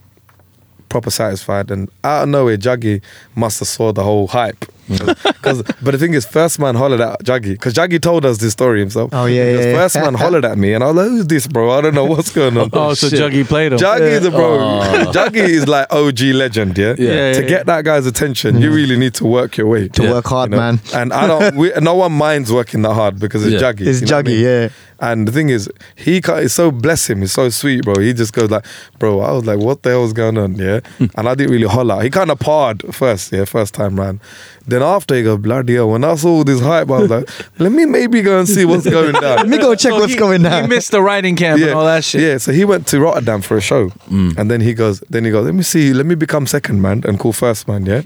[SPEAKER 5] proper satisfied. And out of nowhere, Juggy must have saw the whole hype. 'Cause- but the thing is, first man hollered at Juggy because Juggy told us this story himself.
[SPEAKER 4] Oh, yeah,
[SPEAKER 5] Because
[SPEAKER 4] yeah, yeah.
[SPEAKER 5] First man hollered at me, and I was like, "Who's this, bro? I don't know what's going on."
[SPEAKER 3] Oh, so
[SPEAKER 2] shit.
[SPEAKER 3] Juggy played him.
[SPEAKER 5] Jaggy is a bro.
[SPEAKER 2] Aw.
[SPEAKER 5] Jaggy is like OG legend, yeah.
[SPEAKER 2] Yeah. Yeah,
[SPEAKER 5] to
[SPEAKER 3] yeah,
[SPEAKER 5] get that guy's attention, you really need to work your way.
[SPEAKER 4] To work hard,
[SPEAKER 5] You know?
[SPEAKER 4] man.
[SPEAKER 5] And I don't. We, no one minds working that hard because it's
[SPEAKER 2] Yeah.
[SPEAKER 5] Jaggy.
[SPEAKER 4] It's
[SPEAKER 5] you know what I
[SPEAKER 4] juggy,
[SPEAKER 5] mean?
[SPEAKER 4] yeah.
[SPEAKER 5] And the thing is, he can't, it's so bless him. He's so sweet, bro. He just goes like, bro. I was like, what the hell's going on, yeah? and I didn't really holler. He kind of parred first, yeah, first time round. Then after he goes, bloody hell. When I saw all this hype, I was like, let me maybe go and see what's going
[SPEAKER 4] Let
[SPEAKER 5] down.
[SPEAKER 4] me go check
[SPEAKER 3] So
[SPEAKER 4] what's
[SPEAKER 3] he-
[SPEAKER 4] going on.
[SPEAKER 3] He missed the writing camp and all that shit. Mm.
[SPEAKER 5] Yeah, so he went to Rotterdam for a show, and then he goes, then he goes, let me see, let me become second man and call first man, yeah.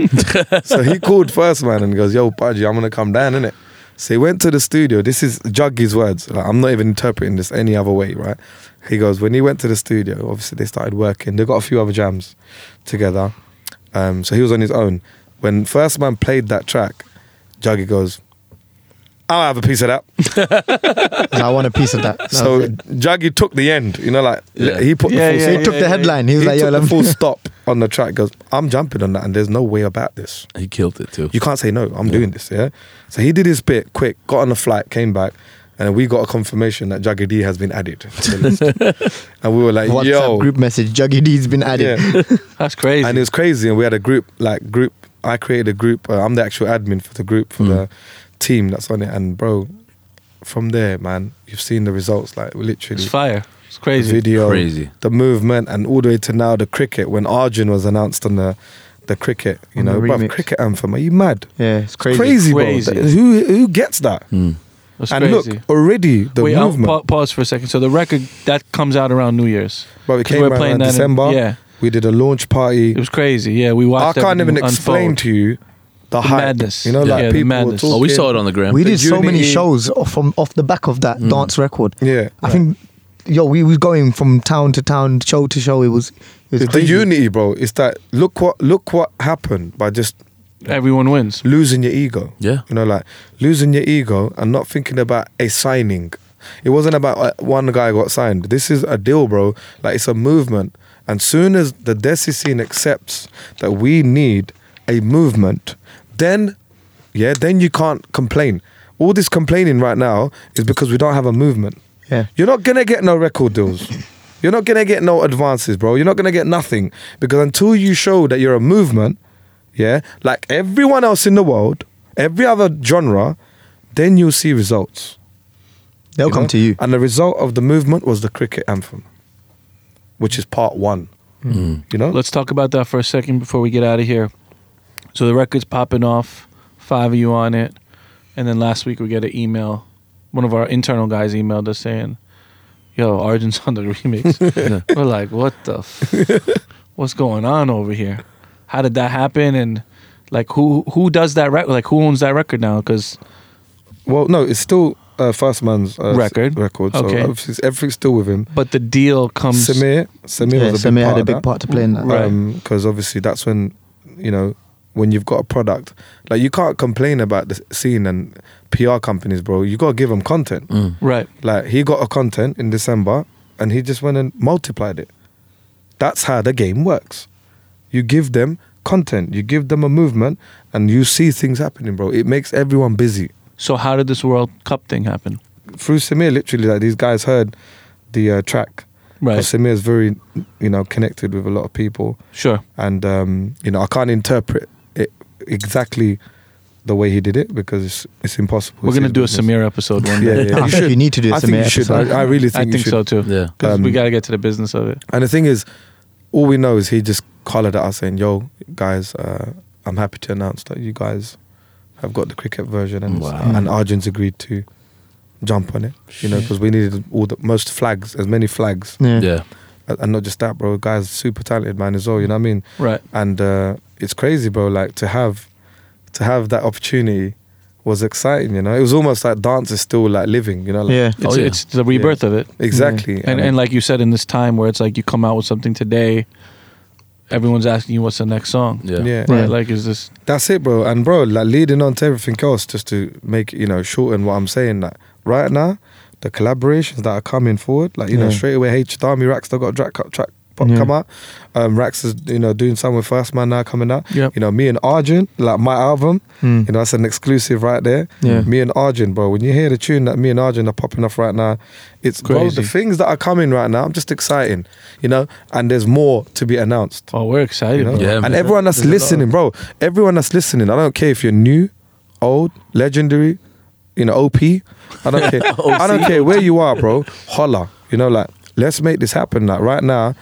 [SPEAKER 5] so he called first man and goes, yo, Paji, I'm gonna come down, innit? So he went to the studio. This is Juggy's words. Like, I'm not even interpreting this any other way, right? He goes, when he went to the studio, obviously they started working. They got a few other jams together. Um, so he was on his own. When first man played that track, Juggy goes, I'll have a piece of that.
[SPEAKER 4] I want a piece of that. That
[SPEAKER 5] So
[SPEAKER 4] was it.
[SPEAKER 5] Jaggy took the end, you know, like
[SPEAKER 2] Yeah.
[SPEAKER 5] he put
[SPEAKER 3] Yeah,
[SPEAKER 5] the full
[SPEAKER 3] yeah,
[SPEAKER 5] stop.
[SPEAKER 4] he took
[SPEAKER 3] yeah,
[SPEAKER 4] the
[SPEAKER 3] yeah.
[SPEAKER 4] headline. He
[SPEAKER 5] He
[SPEAKER 4] was like, yo,
[SPEAKER 5] took
[SPEAKER 4] let
[SPEAKER 5] the
[SPEAKER 4] me-
[SPEAKER 5] full stop on the track. Goes, I'm jumping on that, and there's no way about this.
[SPEAKER 2] He killed it too.
[SPEAKER 5] You can't say no. I'm
[SPEAKER 2] Yeah.
[SPEAKER 5] doing this. Yeah. So he did his bit quick, got on the flight, came back, and we got a confirmation that Jaggy D has been added. to the list. and we were like,
[SPEAKER 4] WhatsApp
[SPEAKER 5] yo,
[SPEAKER 4] group message. Juggy D's been added.
[SPEAKER 5] yeah.
[SPEAKER 3] That's crazy.
[SPEAKER 5] and it was crazy. And we had a group, like group. I created a group. Uh, I'm the actual admin for the group for the team that's on it. And bro, from there, man, you've seen the results. Like literally,
[SPEAKER 3] it's fire. It's
[SPEAKER 5] the
[SPEAKER 3] crazy.
[SPEAKER 5] video,
[SPEAKER 2] Crazy.
[SPEAKER 5] the movement, and all the way to now the cricket. When Arjun was announced on the the cricket, you
[SPEAKER 4] On the
[SPEAKER 5] know, bruv,
[SPEAKER 4] remix.
[SPEAKER 5] cricket anthem. Are you mad?
[SPEAKER 4] Yeah, it's
[SPEAKER 5] Crazy,
[SPEAKER 4] crazy.
[SPEAKER 5] bro.
[SPEAKER 3] Crazy.
[SPEAKER 5] Th- Who who gets that?
[SPEAKER 2] Hmm.
[SPEAKER 3] It's
[SPEAKER 5] and
[SPEAKER 3] crazy.
[SPEAKER 5] look, already the
[SPEAKER 3] Wait, I'll
[SPEAKER 5] movement.
[SPEAKER 3] pa- pause for a second. So the record that comes out around New Year's.
[SPEAKER 5] but we
[SPEAKER 3] 'Cause
[SPEAKER 5] came
[SPEAKER 3] we're
[SPEAKER 5] around
[SPEAKER 3] playing
[SPEAKER 5] in
[SPEAKER 3] that in-
[SPEAKER 5] December.
[SPEAKER 3] yeah.
[SPEAKER 5] we did a launch
[SPEAKER 3] It
[SPEAKER 5] party.
[SPEAKER 3] was crazy. Yeah, we
[SPEAKER 5] I
[SPEAKER 3] watched.
[SPEAKER 5] can't even
[SPEAKER 3] everything
[SPEAKER 5] explain
[SPEAKER 3] unfold.
[SPEAKER 5] to you the, hype.
[SPEAKER 3] madness.
[SPEAKER 5] You know,
[SPEAKER 3] Yeah.
[SPEAKER 5] like
[SPEAKER 3] Yeah, the
[SPEAKER 5] people were
[SPEAKER 3] madness.
[SPEAKER 5] talking.
[SPEAKER 2] Oh, we saw it on the gram.
[SPEAKER 4] We did so many
[SPEAKER 5] Unity.
[SPEAKER 4] shows off- from off the back of that dance record.
[SPEAKER 5] Yeah.
[SPEAKER 4] I think, yo, we was going from town to town, show to show. It was, it was
[SPEAKER 5] It's the
[SPEAKER 4] crazy.
[SPEAKER 5] unity, bro. It's that look what look what happened by just
[SPEAKER 3] Everyone wins.
[SPEAKER 5] losing your ego.
[SPEAKER 2] Yeah.
[SPEAKER 5] You know, like losing your ego and not thinking about a signing. It wasn't about uh, one guy got signed. This is a deal, bro. Like it's a movement. And And soon as the Desi scene accepts that we need a movement, then, yeah, then you can't complain. All this complaining right now is because we don't have a movement.
[SPEAKER 4] Yeah.
[SPEAKER 5] You're not gonna get no record deals. You're not gonna get no advances, bro. You're not gonna get nothing because until you show that you're a movement, yeah, like everyone else in the world, every other genre, then you'll see results.
[SPEAKER 4] They'll
[SPEAKER 5] you
[SPEAKER 4] come
[SPEAKER 5] know?
[SPEAKER 4] to you.
[SPEAKER 5] And the result of the movement was the cricket anthem, which is part one.
[SPEAKER 3] Hmm.
[SPEAKER 4] Hmm.
[SPEAKER 5] You know,
[SPEAKER 3] Let's talk about that for a second before we get out of here. So the record's popping off, five of you on it, and then last week we get an email. One of our internal guys emailed us saying, "Yo, Arjun's on the remix." We're like, "What the? F- what's going on over here? How did that happen?" And like, who who does that record? Like, who owns that record now? Because
[SPEAKER 5] well, no, it's still uh, First Man's uh, s-
[SPEAKER 3] Record.
[SPEAKER 5] Record. So
[SPEAKER 3] Okay.
[SPEAKER 5] obviously it's- everything's still with him.
[SPEAKER 3] but the deal comes.
[SPEAKER 5] Samir, Samir
[SPEAKER 4] Yeah,
[SPEAKER 5] was a
[SPEAKER 4] Samir
[SPEAKER 5] big part
[SPEAKER 4] had a
[SPEAKER 5] of
[SPEAKER 4] big
[SPEAKER 5] that.
[SPEAKER 4] part to play in that.
[SPEAKER 3] Right.
[SPEAKER 5] because obviously that's when you know when you've got a product like you can't complain about the scene and PR companies, bro. You gotta give them content.
[SPEAKER 4] Hmm.
[SPEAKER 3] Right.
[SPEAKER 5] Like he got a content in December and he just went and multiplied it. That's how the game works. You give them content, you give them a movement, and you see things happening, bro. It makes everyone busy.
[SPEAKER 3] So how did this World Cup thing happen?
[SPEAKER 5] Through Samir, literally, like these guys heard the uh, track.
[SPEAKER 3] Right.
[SPEAKER 5] Samir's very, you know, connected with a lot of people
[SPEAKER 3] Sure.
[SPEAKER 5] and um, you know I can't interpret it exactly the way he did it because it's it's impossible.
[SPEAKER 3] We're
[SPEAKER 5] It's
[SPEAKER 3] gonna
[SPEAKER 5] his
[SPEAKER 3] do a
[SPEAKER 5] business.
[SPEAKER 3] Samir episode one
[SPEAKER 5] Yeah,
[SPEAKER 3] day.
[SPEAKER 5] yeah, yeah.
[SPEAKER 4] I think you need to do a
[SPEAKER 5] I think
[SPEAKER 4] Samir
[SPEAKER 5] you should.
[SPEAKER 4] episode.
[SPEAKER 5] I, I really
[SPEAKER 3] I
[SPEAKER 5] think,
[SPEAKER 3] think,
[SPEAKER 5] you should.
[SPEAKER 3] so too.
[SPEAKER 2] Yeah.
[SPEAKER 3] 'Cause we
[SPEAKER 5] Um,
[SPEAKER 3] got to get to the business of it.
[SPEAKER 5] And the thing is, all we know is he just hollered at us saying, "Yo, guys, uh, I'm happy to announce that you guys have got the cricket version, and
[SPEAKER 2] Wow.
[SPEAKER 5] and Arjun's agreed to jump on it. You know, because we needed all the most flags, as many flags,
[SPEAKER 4] Yeah.
[SPEAKER 2] Yeah.
[SPEAKER 5] and and not just that, bro. Guys, super talented man as well. You know what I mean?
[SPEAKER 3] Right.
[SPEAKER 5] and uh, it's crazy, bro. Like to have to have that opportunity was exciting. You know, it was almost like dance is still like living. You know, like,
[SPEAKER 4] Yeah.
[SPEAKER 3] It's,
[SPEAKER 2] Oh, yeah.
[SPEAKER 3] it's the rebirth of it.
[SPEAKER 5] exactly.
[SPEAKER 3] And, and like you said, in this time where it's like you come out with something today, everyone's asking you what's the next song.
[SPEAKER 2] Yeah.
[SPEAKER 5] yeah,
[SPEAKER 3] Right.
[SPEAKER 4] Yeah.
[SPEAKER 3] Like, is this.
[SPEAKER 5] that's it, bro. And bro, like leading on to everything else, just to make you know shorten what I'm saying. Like right now, the collaborations that are coming forward, like you know
[SPEAKER 4] Yeah.
[SPEAKER 5] straight away, H Dami Rax, they got a track track pop
[SPEAKER 4] Yeah.
[SPEAKER 5] come out. Um, Rax is you know doing something with First Man now coming out.
[SPEAKER 3] Yep.
[SPEAKER 5] You know, me and Arjun, like my album,
[SPEAKER 4] Mm.
[SPEAKER 5] You know, that's an exclusive right there.
[SPEAKER 4] Yeah.
[SPEAKER 5] Me and Arjun, bro. When you hear the tune that me and Arjun are popping off right now, it's bro,
[SPEAKER 3] Crazy.
[SPEAKER 5] the things that are coming right now, I'm just exciting, you know, and there's more to be announced.
[SPEAKER 3] Oh, we're
[SPEAKER 5] You
[SPEAKER 3] excited.
[SPEAKER 5] know?
[SPEAKER 3] bro.
[SPEAKER 2] Yeah, man.
[SPEAKER 5] and everyone that's listening, bro, everyone that's listening, I don't care if you're new, old, legendary, you know, OP. I don't care. I don't care where you are, bro. Holla. You know, like, let's make this happen. Like right now,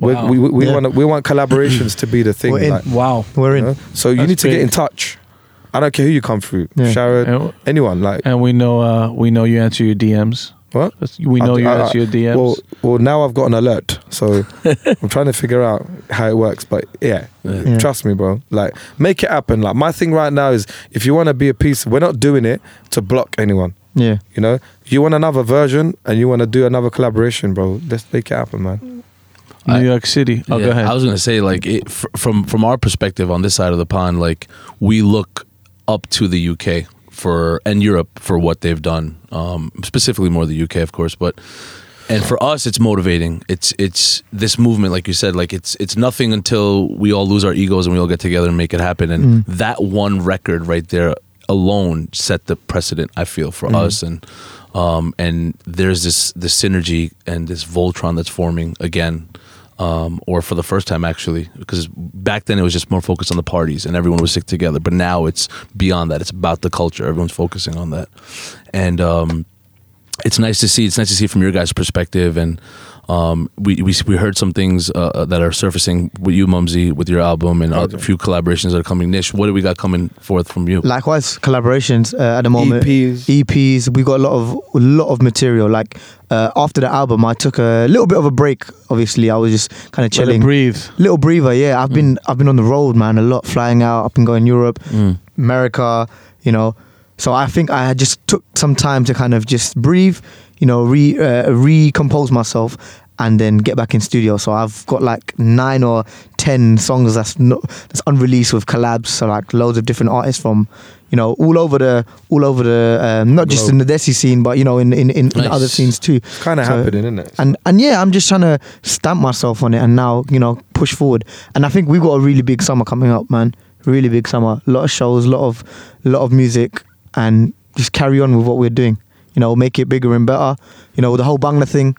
[SPEAKER 5] we
[SPEAKER 3] Wow.
[SPEAKER 5] we, we, we
[SPEAKER 4] Yeah.
[SPEAKER 5] want we want collaborations to be the thing.
[SPEAKER 4] We're in.
[SPEAKER 5] like,
[SPEAKER 3] Wow.
[SPEAKER 4] We're
[SPEAKER 5] you
[SPEAKER 4] in.
[SPEAKER 5] know? So you
[SPEAKER 3] That's
[SPEAKER 5] need to get
[SPEAKER 3] big.
[SPEAKER 5] in touch. I don't care who you come through,
[SPEAKER 4] Yeah.
[SPEAKER 5] Sharon,
[SPEAKER 3] And-
[SPEAKER 5] anyone. Like
[SPEAKER 3] And we know uh, we know you answer your DMs.
[SPEAKER 5] what?
[SPEAKER 3] That's- We know
[SPEAKER 5] I-
[SPEAKER 3] you
[SPEAKER 5] I-
[SPEAKER 3] answer your DMs.
[SPEAKER 5] Well, well, now I've got an alert, so I'm trying to figure out how it works. But yeah,
[SPEAKER 4] Yeah.
[SPEAKER 5] trust me, bro. Like, make it happen. Like my thing right now is, if you want to be a piece, we're not doing it to block anyone.
[SPEAKER 4] Yeah.
[SPEAKER 5] You know, you want another version and you want to do another collaboration, bro. Let's make it happen, man.
[SPEAKER 3] New
[SPEAKER 2] I-
[SPEAKER 3] York City. Oh,
[SPEAKER 2] Yeah,
[SPEAKER 3] go ahead.
[SPEAKER 2] I was gonna say like it, fr- from from our perspective on this side of the pond, like we look up to the UK for and Europe for what they've done, um, specifically more the UK, of course, but. And for us, it's motivating. It's it's this movement, like you said, like it's it's nothing until we all lose our egos and we all get together and make it happen. And that one record right there alone set the precedent. I feel for us, and um, and there's this this synergy and this Voltron that's forming again um, or for the first time actually, because back then it was just more focused on the parties and everyone was sick together. But now it's beyond that; it's about the culture. Everyone's focusing on that, and um, it's nice to see. It's nice to see from your guys' perspective, and um, we, we we heard some things uh, that are surfacing with you, Mumsy, with your album, and a few collaborations that are coming. Nish, what do we got coming forth from you?
[SPEAKER 4] Likewise, collaborations uh, at the moment.
[SPEAKER 5] EPs.
[SPEAKER 4] EPs. We got a lot of a lot of material. Like uh, after the album, I took a little bit of a break. Obviously, I was just kind of
[SPEAKER 3] Let it
[SPEAKER 4] chilling.
[SPEAKER 3] breathe.
[SPEAKER 4] little breather. Yeah, I've been I've been on the road, man, a lot, flying out. I've been going Europe,
[SPEAKER 3] Mm.
[SPEAKER 4] America, you know. So I think I had just took some time to kind of just breathe, you know, re uh, recompose myself, and then get back in studio. So I've got like nine or ten songs that's not that's unreleased with collabs. So like loads of different artists from, you know, all over the all over the um, not just in the Desi scene, but you know, in in, in, in
[SPEAKER 2] Nice.
[SPEAKER 4] other scenes too.
[SPEAKER 5] It's kind of
[SPEAKER 4] So-
[SPEAKER 5] happening, isn't it?
[SPEAKER 4] and and yeah, I'm just trying to stamp myself on it and now you know push forward. And I think we've got a really big summer coming up, man. Really big summer. A lot of shows, lot of lot of music, and just carry on with what we're doing. You know, make it bigger and better. You know, the whole Bangla thing.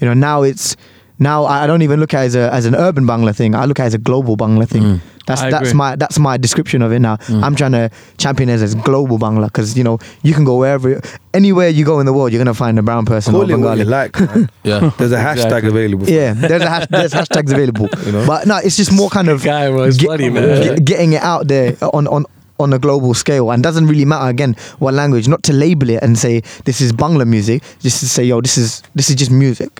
[SPEAKER 4] You know, now it's now I I don't even look at it as a as an urban Bangla thing. I look at it as a global Bangla thing.
[SPEAKER 5] Mm.
[SPEAKER 4] That's
[SPEAKER 3] I
[SPEAKER 4] that's
[SPEAKER 3] agree.
[SPEAKER 4] my that's my description of it now. I'm trying to champion it as global Bangla because you know you can go wherever, anywhere you go in the world, you're gonna find a brown person
[SPEAKER 5] Call
[SPEAKER 4] or a
[SPEAKER 5] it what
[SPEAKER 4] Bengali.
[SPEAKER 5] you like. man.
[SPEAKER 2] Yeah.
[SPEAKER 5] There's a hashtag
[SPEAKER 3] Exactly.
[SPEAKER 5] available.
[SPEAKER 4] Yeah, there's a hash, there's hashtags available.
[SPEAKER 5] You know?
[SPEAKER 4] But no, it's just more kind of
[SPEAKER 3] Guy was
[SPEAKER 4] get-
[SPEAKER 3] bloody, man.
[SPEAKER 4] get- getting it out there on on on a global scale and doesn't really matter again what language. Not to label it and say this is Bangla music, just to say yo, this is this is just music.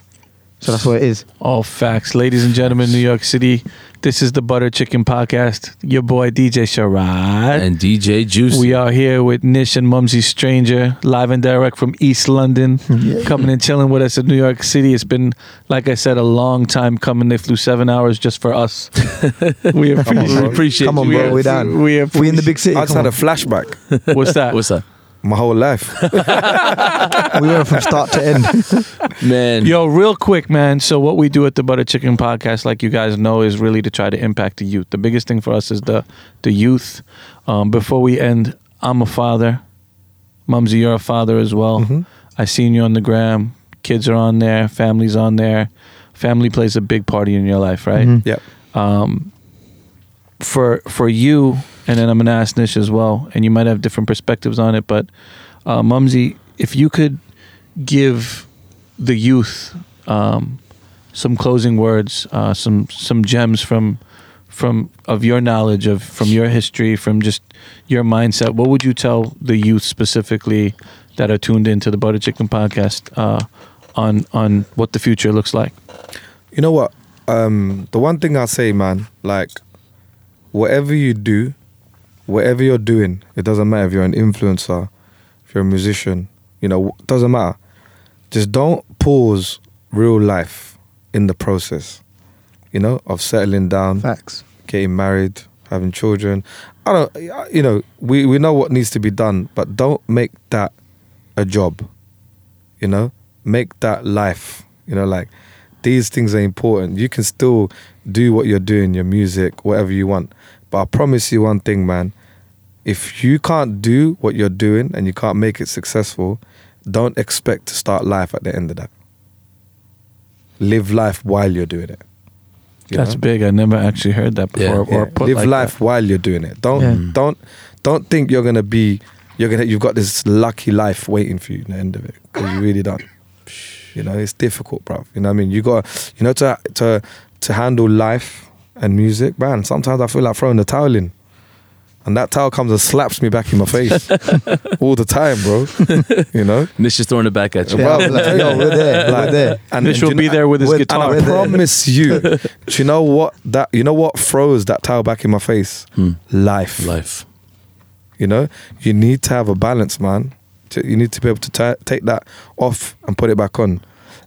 [SPEAKER 4] So that's what it is.
[SPEAKER 3] All facts, ladies and gentlemen, New York City. This is the Butter Chicken Podcast. Your boy DJ Sharad.
[SPEAKER 2] And DJ Juice.
[SPEAKER 3] We are here with Nish and Mumsy Stranger, live and direct from East London, coming and chilling with us in New York City. It's been, like I said, a long time coming. They flew seven hours just for us. we appreciate.
[SPEAKER 5] bro.
[SPEAKER 3] we appreciate
[SPEAKER 4] Come on,
[SPEAKER 3] you.
[SPEAKER 4] bro,
[SPEAKER 3] we
[SPEAKER 4] we're down.
[SPEAKER 3] We
[SPEAKER 4] We
[SPEAKER 3] appreciate.
[SPEAKER 4] in the big city.
[SPEAKER 5] I just
[SPEAKER 4] come
[SPEAKER 5] had a
[SPEAKER 4] on.
[SPEAKER 5] flashback
[SPEAKER 3] What's that?
[SPEAKER 2] What's that?
[SPEAKER 5] my whole life.
[SPEAKER 4] we went from start to end.
[SPEAKER 2] Man.
[SPEAKER 3] Yo, real quick, man. So what we do at the Butter Chicken Podcast, like you guys know, is really to try to impact the youth. The biggest thing for us is the the youth. Um, before we end, I'm a father. Mumsy, you're a father as well. I seen you on the gram. Kids are on there. Families on there. Family plays a big party in your life, right?
[SPEAKER 4] Mhm.
[SPEAKER 5] Yep.
[SPEAKER 3] for for you, and then I'm gonna ask Nish as well, and you might have different perspectives on it. But uh, Mumsy, if you could give the youth um, some closing words, uh, some some gems from from of your knowledge of from your history, from just your mindset, what would you tell the youth specifically that are tuned into the Butter Chicken podcast uh, on on what the future looks like?
[SPEAKER 5] You know what? Um, the one thing I say, man, like, whatever you do, whatever you're doing, it doesn't matter if you're an influencer, if you're a musician, you know, it doesn't matter. Just don't pause real life in the process, you know, of settling down,
[SPEAKER 4] Facts.
[SPEAKER 5] getting married, having children. I don't, you know, we, we know what needs to be done, but don't make that a job, you know, make that life, you know, like these things are important. You can still do what you're doing, your music, whatever you want. But I promise you one thing, man. If you can't do what you're doing and you can't make it successful, don't expect to start life at the end of that. Live life while you're doing it. you
[SPEAKER 3] That's
[SPEAKER 5] know?
[SPEAKER 3] big. I never actually heard that
[SPEAKER 2] Yeah.
[SPEAKER 3] before. Or
[SPEAKER 5] Yeah,
[SPEAKER 3] put
[SPEAKER 5] live
[SPEAKER 3] like
[SPEAKER 5] life while you're doing it. Don't
[SPEAKER 4] Yeah.
[SPEAKER 5] don't don't think you're gonna be you're gonna you've got this lucky life waiting for you in the end of it because you really don't. You know it's difficult, bruv. You know what I mean. You got to you know to to to handle life and music, man. Sometimes I feel like throwing the towel in. And that towel comes and slaps me back in my face all the time, bro. You know,
[SPEAKER 2] Nish is throwing it back at you.
[SPEAKER 4] Yeah, I'm like, yo, we're there, we're there.
[SPEAKER 5] And,
[SPEAKER 3] that. Nish
[SPEAKER 5] and
[SPEAKER 3] will
[SPEAKER 5] you
[SPEAKER 3] be
[SPEAKER 5] know-
[SPEAKER 3] there with his
[SPEAKER 4] with-
[SPEAKER 3] guitar.
[SPEAKER 5] and I promise you, do you know what that you know what froze that towel back in my face? Life.
[SPEAKER 2] Mm. Life.
[SPEAKER 5] You know, you need to have a balance, man. To- You need to be able to ta take that off and put it back on,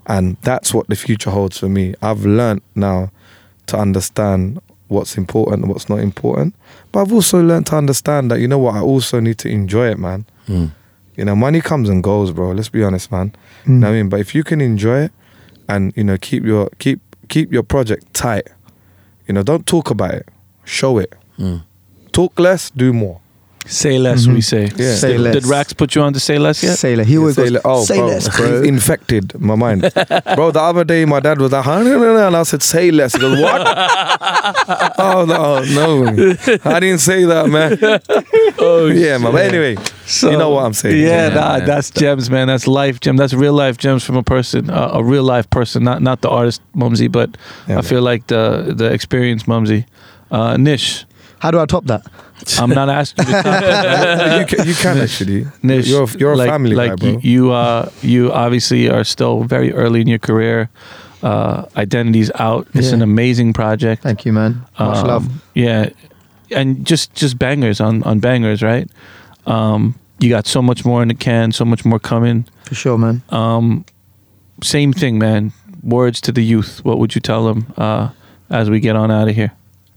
[SPEAKER 5] and that's what the future holds for me. I've learnt now to understand what's important and what's not important, but I've also learnt to understand that you know what I also need to enjoy it, man.
[SPEAKER 2] Mm.
[SPEAKER 5] You know, money comes and goes, bro. Let's be honest, man. You know what I mean? But if you can enjoy it and, you know, keep your keep keep your project tight, you know, don't talk about it. Show it.
[SPEAKER 2] Mm.
[SPEAKER 5] Talk less, do more.
[SPEAKER 3] Say less, we say.
[SPEAKER 5] Yeah.
[SPEAKER 4] Say
[SPEAKER 3] Did,
[SPEAKER 4] less.
[SPEAKER 3] did Rax put you on to say less yet?
[SPEAKER 4] Sailor, he always
[SPEAKER 5] Say
[SPEAKER 4] goes,
[SPEAKER 5] le- oh,
[SPEAKER 4] say
[SPEAKER 5] bro,
[SPEAKER 4] less,
[SPEAKER 5] bro,
[SPEAKER 4] bro.
[SPEAKER 5] infected my mind. bro, the other day my dad was like, huh, no, no, no, and I said, say less. He goes, what? oh, no, no. I didn't say that, man.
[SPEAKER 3] Oh,
[SPEAKER 5] yeah, man. But anyway, you know what I'm saying.
[SPEAKER 3] Yeah,
[SPEAKER 2] Yeah,
[SPEAKER 3] nah,
[SPEAKER 2] man.
[SPEAKER 3] that's gems, man. That's life gem. That's real life gems from a person, uh, a real life person, not not the artist Mumsy, but I
[SPEAKER 5] Yeah,
[SPEAKER 3] feel like the the experience Mumsy. Uh, Nish,
[SPEAKER 4] How do I top that?
[SPEAKER 3] I'm not asking you to top it,
[SPEAKER 5] Uh, you, can, you can actually.
[SPEAKER 3] Nish,
[SPEAKER 5] you're a, you're a
[SPEAKER 3] like,
[SPEAKER 5] family
[SPEAKER 3] like
[SPEAKER 5] guy, bro.
[SPEAKER 3] you- You, uh, you obviously are still very early in your career. Uh, identity's out. It's
[SPEAKER 4] Yeah.
[SPEAKER 3] an amazing project.
[SPEAKER 4] Thank you, man. Much
[SPEAKER 3] Um,
[SPEAKER 4] love.
[SPEAKER 3] Yeah, and just just bangers on on bangers, right? Um, you got so much more in the can, so much more coming.
[SPEAKER 4] For sure, man.
[SPEAKER 3] Um, same thing, man. Words to the youth. What would you tell them uh, as we get on out of here?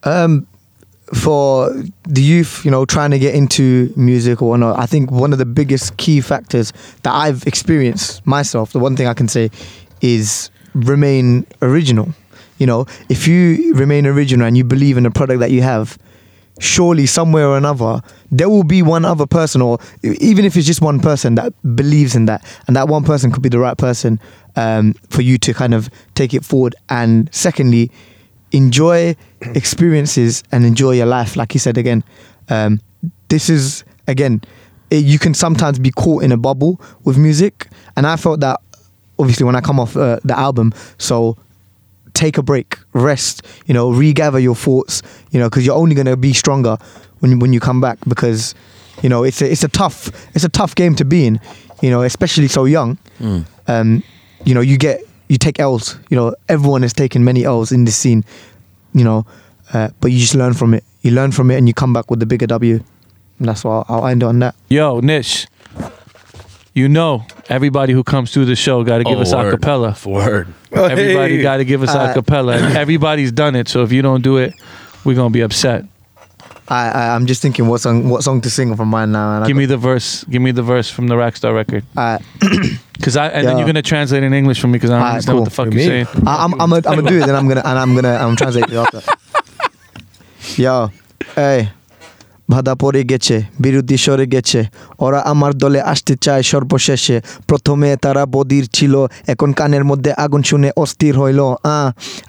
[SPEAKER 4] Um, for the youth, you know, trying to get into music or whatnot, I think one of the biggest key factors that I've experienced myself, the one thing I can say is remain original. You know, if you remain original and you believe in the product that you have, surely somewhere or another there will be one other person or e- even if it's just one person that believes in that and that one person could be the right person um, for you to kind of take it forward and secondly enjoy experiences and enjoy your life like he said again um, this is again it, you can sometimes be caught in a bubble with music and i felt that obviously when i come off uh, the album so take a break, rest, you know, regather your thoughts, you know, because you're only going to be stronger when when you come back because you know it's a, it's a tough it's a tough game to be in, you know, especially so young.
[SPEAKER 3] Mm.
[SPEAKER 4] Um, you know, you get you take L's. You know, everyone has taken many L's in this scene, you know, uh, but you just learn from it. You learn from it and you come back with a bigger W. And that's why I'll, I'll end on that.
[SPEAKER 3] Yo, Nish. You know, everybody who comes through the show got to give
[SPEAKER 2] Oh,
[SPEAKER 3] us
[SPEAKER 2] word.
[SPEAKER 3] acapella.
[SPEAKER 2] Word.
[SPEAKER 3] Everybody
[SPEAKER 5] Hey.
[SPEAKER 3] got to give us
[SPEAKER 4] Uh,
[SPEAKER 3] a acapella. And everybody's done it. So if you don't do it, we're gonna be upset.
[SPEAKER 4] I, I I'm just thinking what song what song to sing from mine now. And I
[SPEAKER 3] Give me the verse. Give me the verse from the Rockstar record.
[SPEAKER 4] Uh,
[SPEAKER 3] Cause I and
[SPEAKER 4] Yeah.
[SPEAKER 3] then you're gonna translate in English for me because I don't
[SPEAKER 4] Alright,
[SPEAKER 3] understand
[SPEAKER 4] cool.
[SPEAKER 3] what the fuck
[SPEAKER 5] You
[SPEAKER 3] you're
[SPEAKER 5] mean?
[SPEAKER 3] saying.
[SPEAKER 4] I, I'm, I'm gonna I'm gonna do it, then I'm gonna and I'm gonna I'm translating after. Yo, hey. বাধা পড়ে গেছে বিরোধী সরে গেছে ওরা আমার দলে আসতে চায় সর্বশেষে প্রথমে তারা বদির ছিল এখন কানের মধ্যে আগুন শুনে অস্থির হইল আ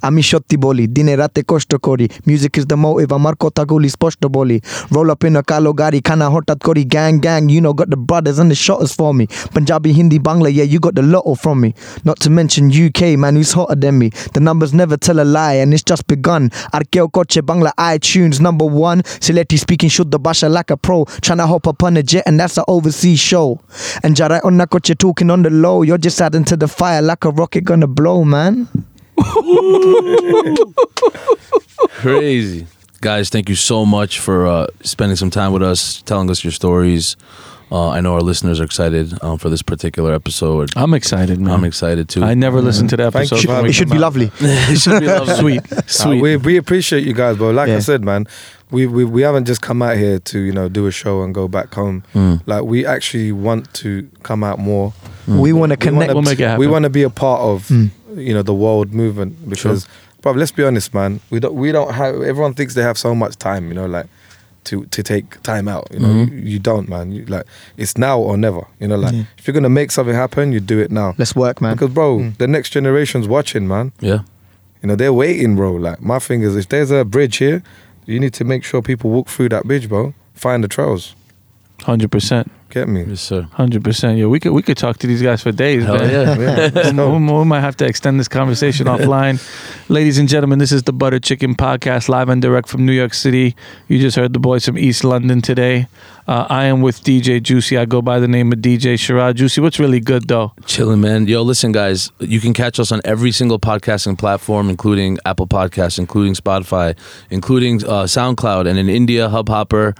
[SPEAKER 4] আমি সত্যি বলি দিনে রাতে কষ্ট করি মিউজিক ইজ দ্য মৌ এব আমার কথাগুলি স্পষ্ট বলি রোল আপ ইন কালো গাড়ি খানা হঠাৎ করি gang gang you know got the brothers and the shorts for me Punjabi Hindi Bangla yeah you got the lotto from me not to mention UK man is hotter than me the numbers never tell a lie and it's just begun আর কেউ করছে Bangla iTunes number one Sileti speaking শুদ্ধ ভাষা like a pro tryna hop up on a jet and that's an overseas show and যারা অন্য করছে talking on the low you're just adding to the fire like a rocket gonna blow man
[SPEAKER 2] Crazy. Guys, thank you so much for uh, spending some time with us, telling us your stories. Uh, I know our listeners are excited um, for this particular episode.
[SPEAKER 3] I'm excited, man.
[SPEAKER 2] I'm excited too.
[SPEAKER 3] I never listened to the
[SPEAKER 5] Thank
[SPEAKER 3] episode.
[SPEAKER 5] you.
[SPEAKER 3] when we
[SPEAKER 4] it should
[SPEAKER 3] come
[SPEAKER 4] be
[SPEAKER 3] out.
[SPEAKER 4] lovely
[SPEAKER 2] it should be lovely.
[SPEAKER 3] Sweet,
[SPEAKER 5] Uh,
[SPEAKER 3] sweet.
[SPEAKER 5] we we appreciate you guys, but like I
[SPEAKER 4] Yeah.
[SPEAKER 5] said, man, we, we we haven't just come out here to you know do a show and go back home.
[SPEAKER 3] Hmm.
[SPEAKER 5] Like we actually want to come out more.
[SPEAKER 4] we want to connect
[SPEAKER 3] We'll Mm. make it happen.
[SPEAKER 5] We want to be a part of you know the world movement because, bro, let's be honest, man. We don't we don't have. Everyone thinks they have so much time, you know, like to to take time out. You know, you, you don't, man. You, like it's now or never. You know, like
[SPEAKER 4] Yeah.
[SPEAKER 5] if you're gonna make something happen, you do it now.
[SPEAKER 4] let's work man
[SPEAKER 5] Because, bro, the next generation's watching, man.
[SPEAKER 2] Yeah.
[SPEAKER 5] You know, they're waiting, bro. Like, my thing is, if there's a bridge here, you need to make sure people walk through that bridge, bro. Find the trails.
[SPEAKER 3] Hundred percent,
[SPEAKER 5] Get me?
[SPEAKER 2] Yes, sir.
[SPEAKER 3] hundred percent. Yeah, we could we could talk to these guys for days,
[SPEAKER 2] Hell
[SPEAKER 3] man.
[SPEAKER 2] yeah.
[SPEAKER 5] Yeah.
[SPEAKER 3] we, we might have to extend this conversation offline. Ladies and gentlemen, this is the Butter Chicken Podcast, live and direct from New York City. You just heard the boys from East London today. Uh, I am with DJ Juicy. I go by the name of DJ Sharad. Juicy, what's really good though?
[SPEAKER 2] Chilling, man. Yo, listen, guys. You can catch us on every single podcasting platform, including Apple Podcasts, including Spotify, including uh, SoundCloud, and in India, Hub Hopper.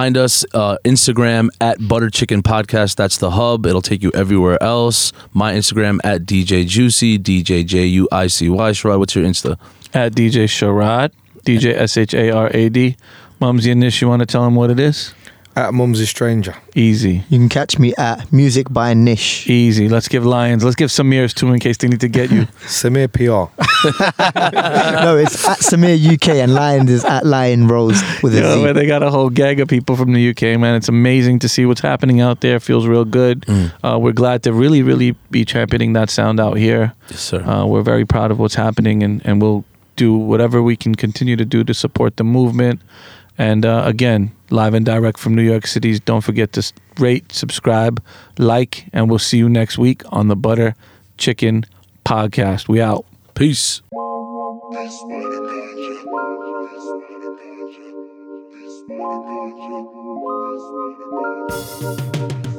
[SPEAKER 2] Find us uh, Instagram at Butter Chicken Podcast. That's the hub. It'll take you everywhere else. My Instagram at DJ Juicy, DJ J U I C Y. Sherrod, what's your Insta?
[SPEAKER 3] At DJ Sharad, DJ S H A R A D. Mumsy and Nish, you want to tell them what it is?
[SPEAKER 5] At Mum's a Stranger.
[SPEAKER 3] Easy.
[SPEAKER 4] you can catch me at music by nish
[SPEAKER 3] Easy. Let's give Lions, let's give Samirs too in case they need to get you.
[SPEAKER 5] Samir PR.
[SPEAKER 4] no, it's at Samir UK and Lions is at Lion Rose with a Z.
[SPEAKER 3] Yeah, where they got a whole gag of people from the UK, man. It's amazing to see what's happening out there. Feels real good.
[SPEAKER 2] Mm.
[SPEAKER 3] Uh, we're glad to really, really be championing that sound out here.
[SPEAKER 2] Yes, sir.
[SPEAKER 3] Uh, we're very proud of what's happening, and, and we'll do whatever we can continue to do to support the movement. And uh, again, live and direct from New York City's. Don't forget to s- rate, subscribe, like, and we'll see you next week on the Butter Chicken Podcast. We out.
[SPEAKER 2] Peace.
[SPEAKER 6] Peace, mighty ganja. Peace, mighty ganja. Peace, mighty ganja. Peace, mighty ganja.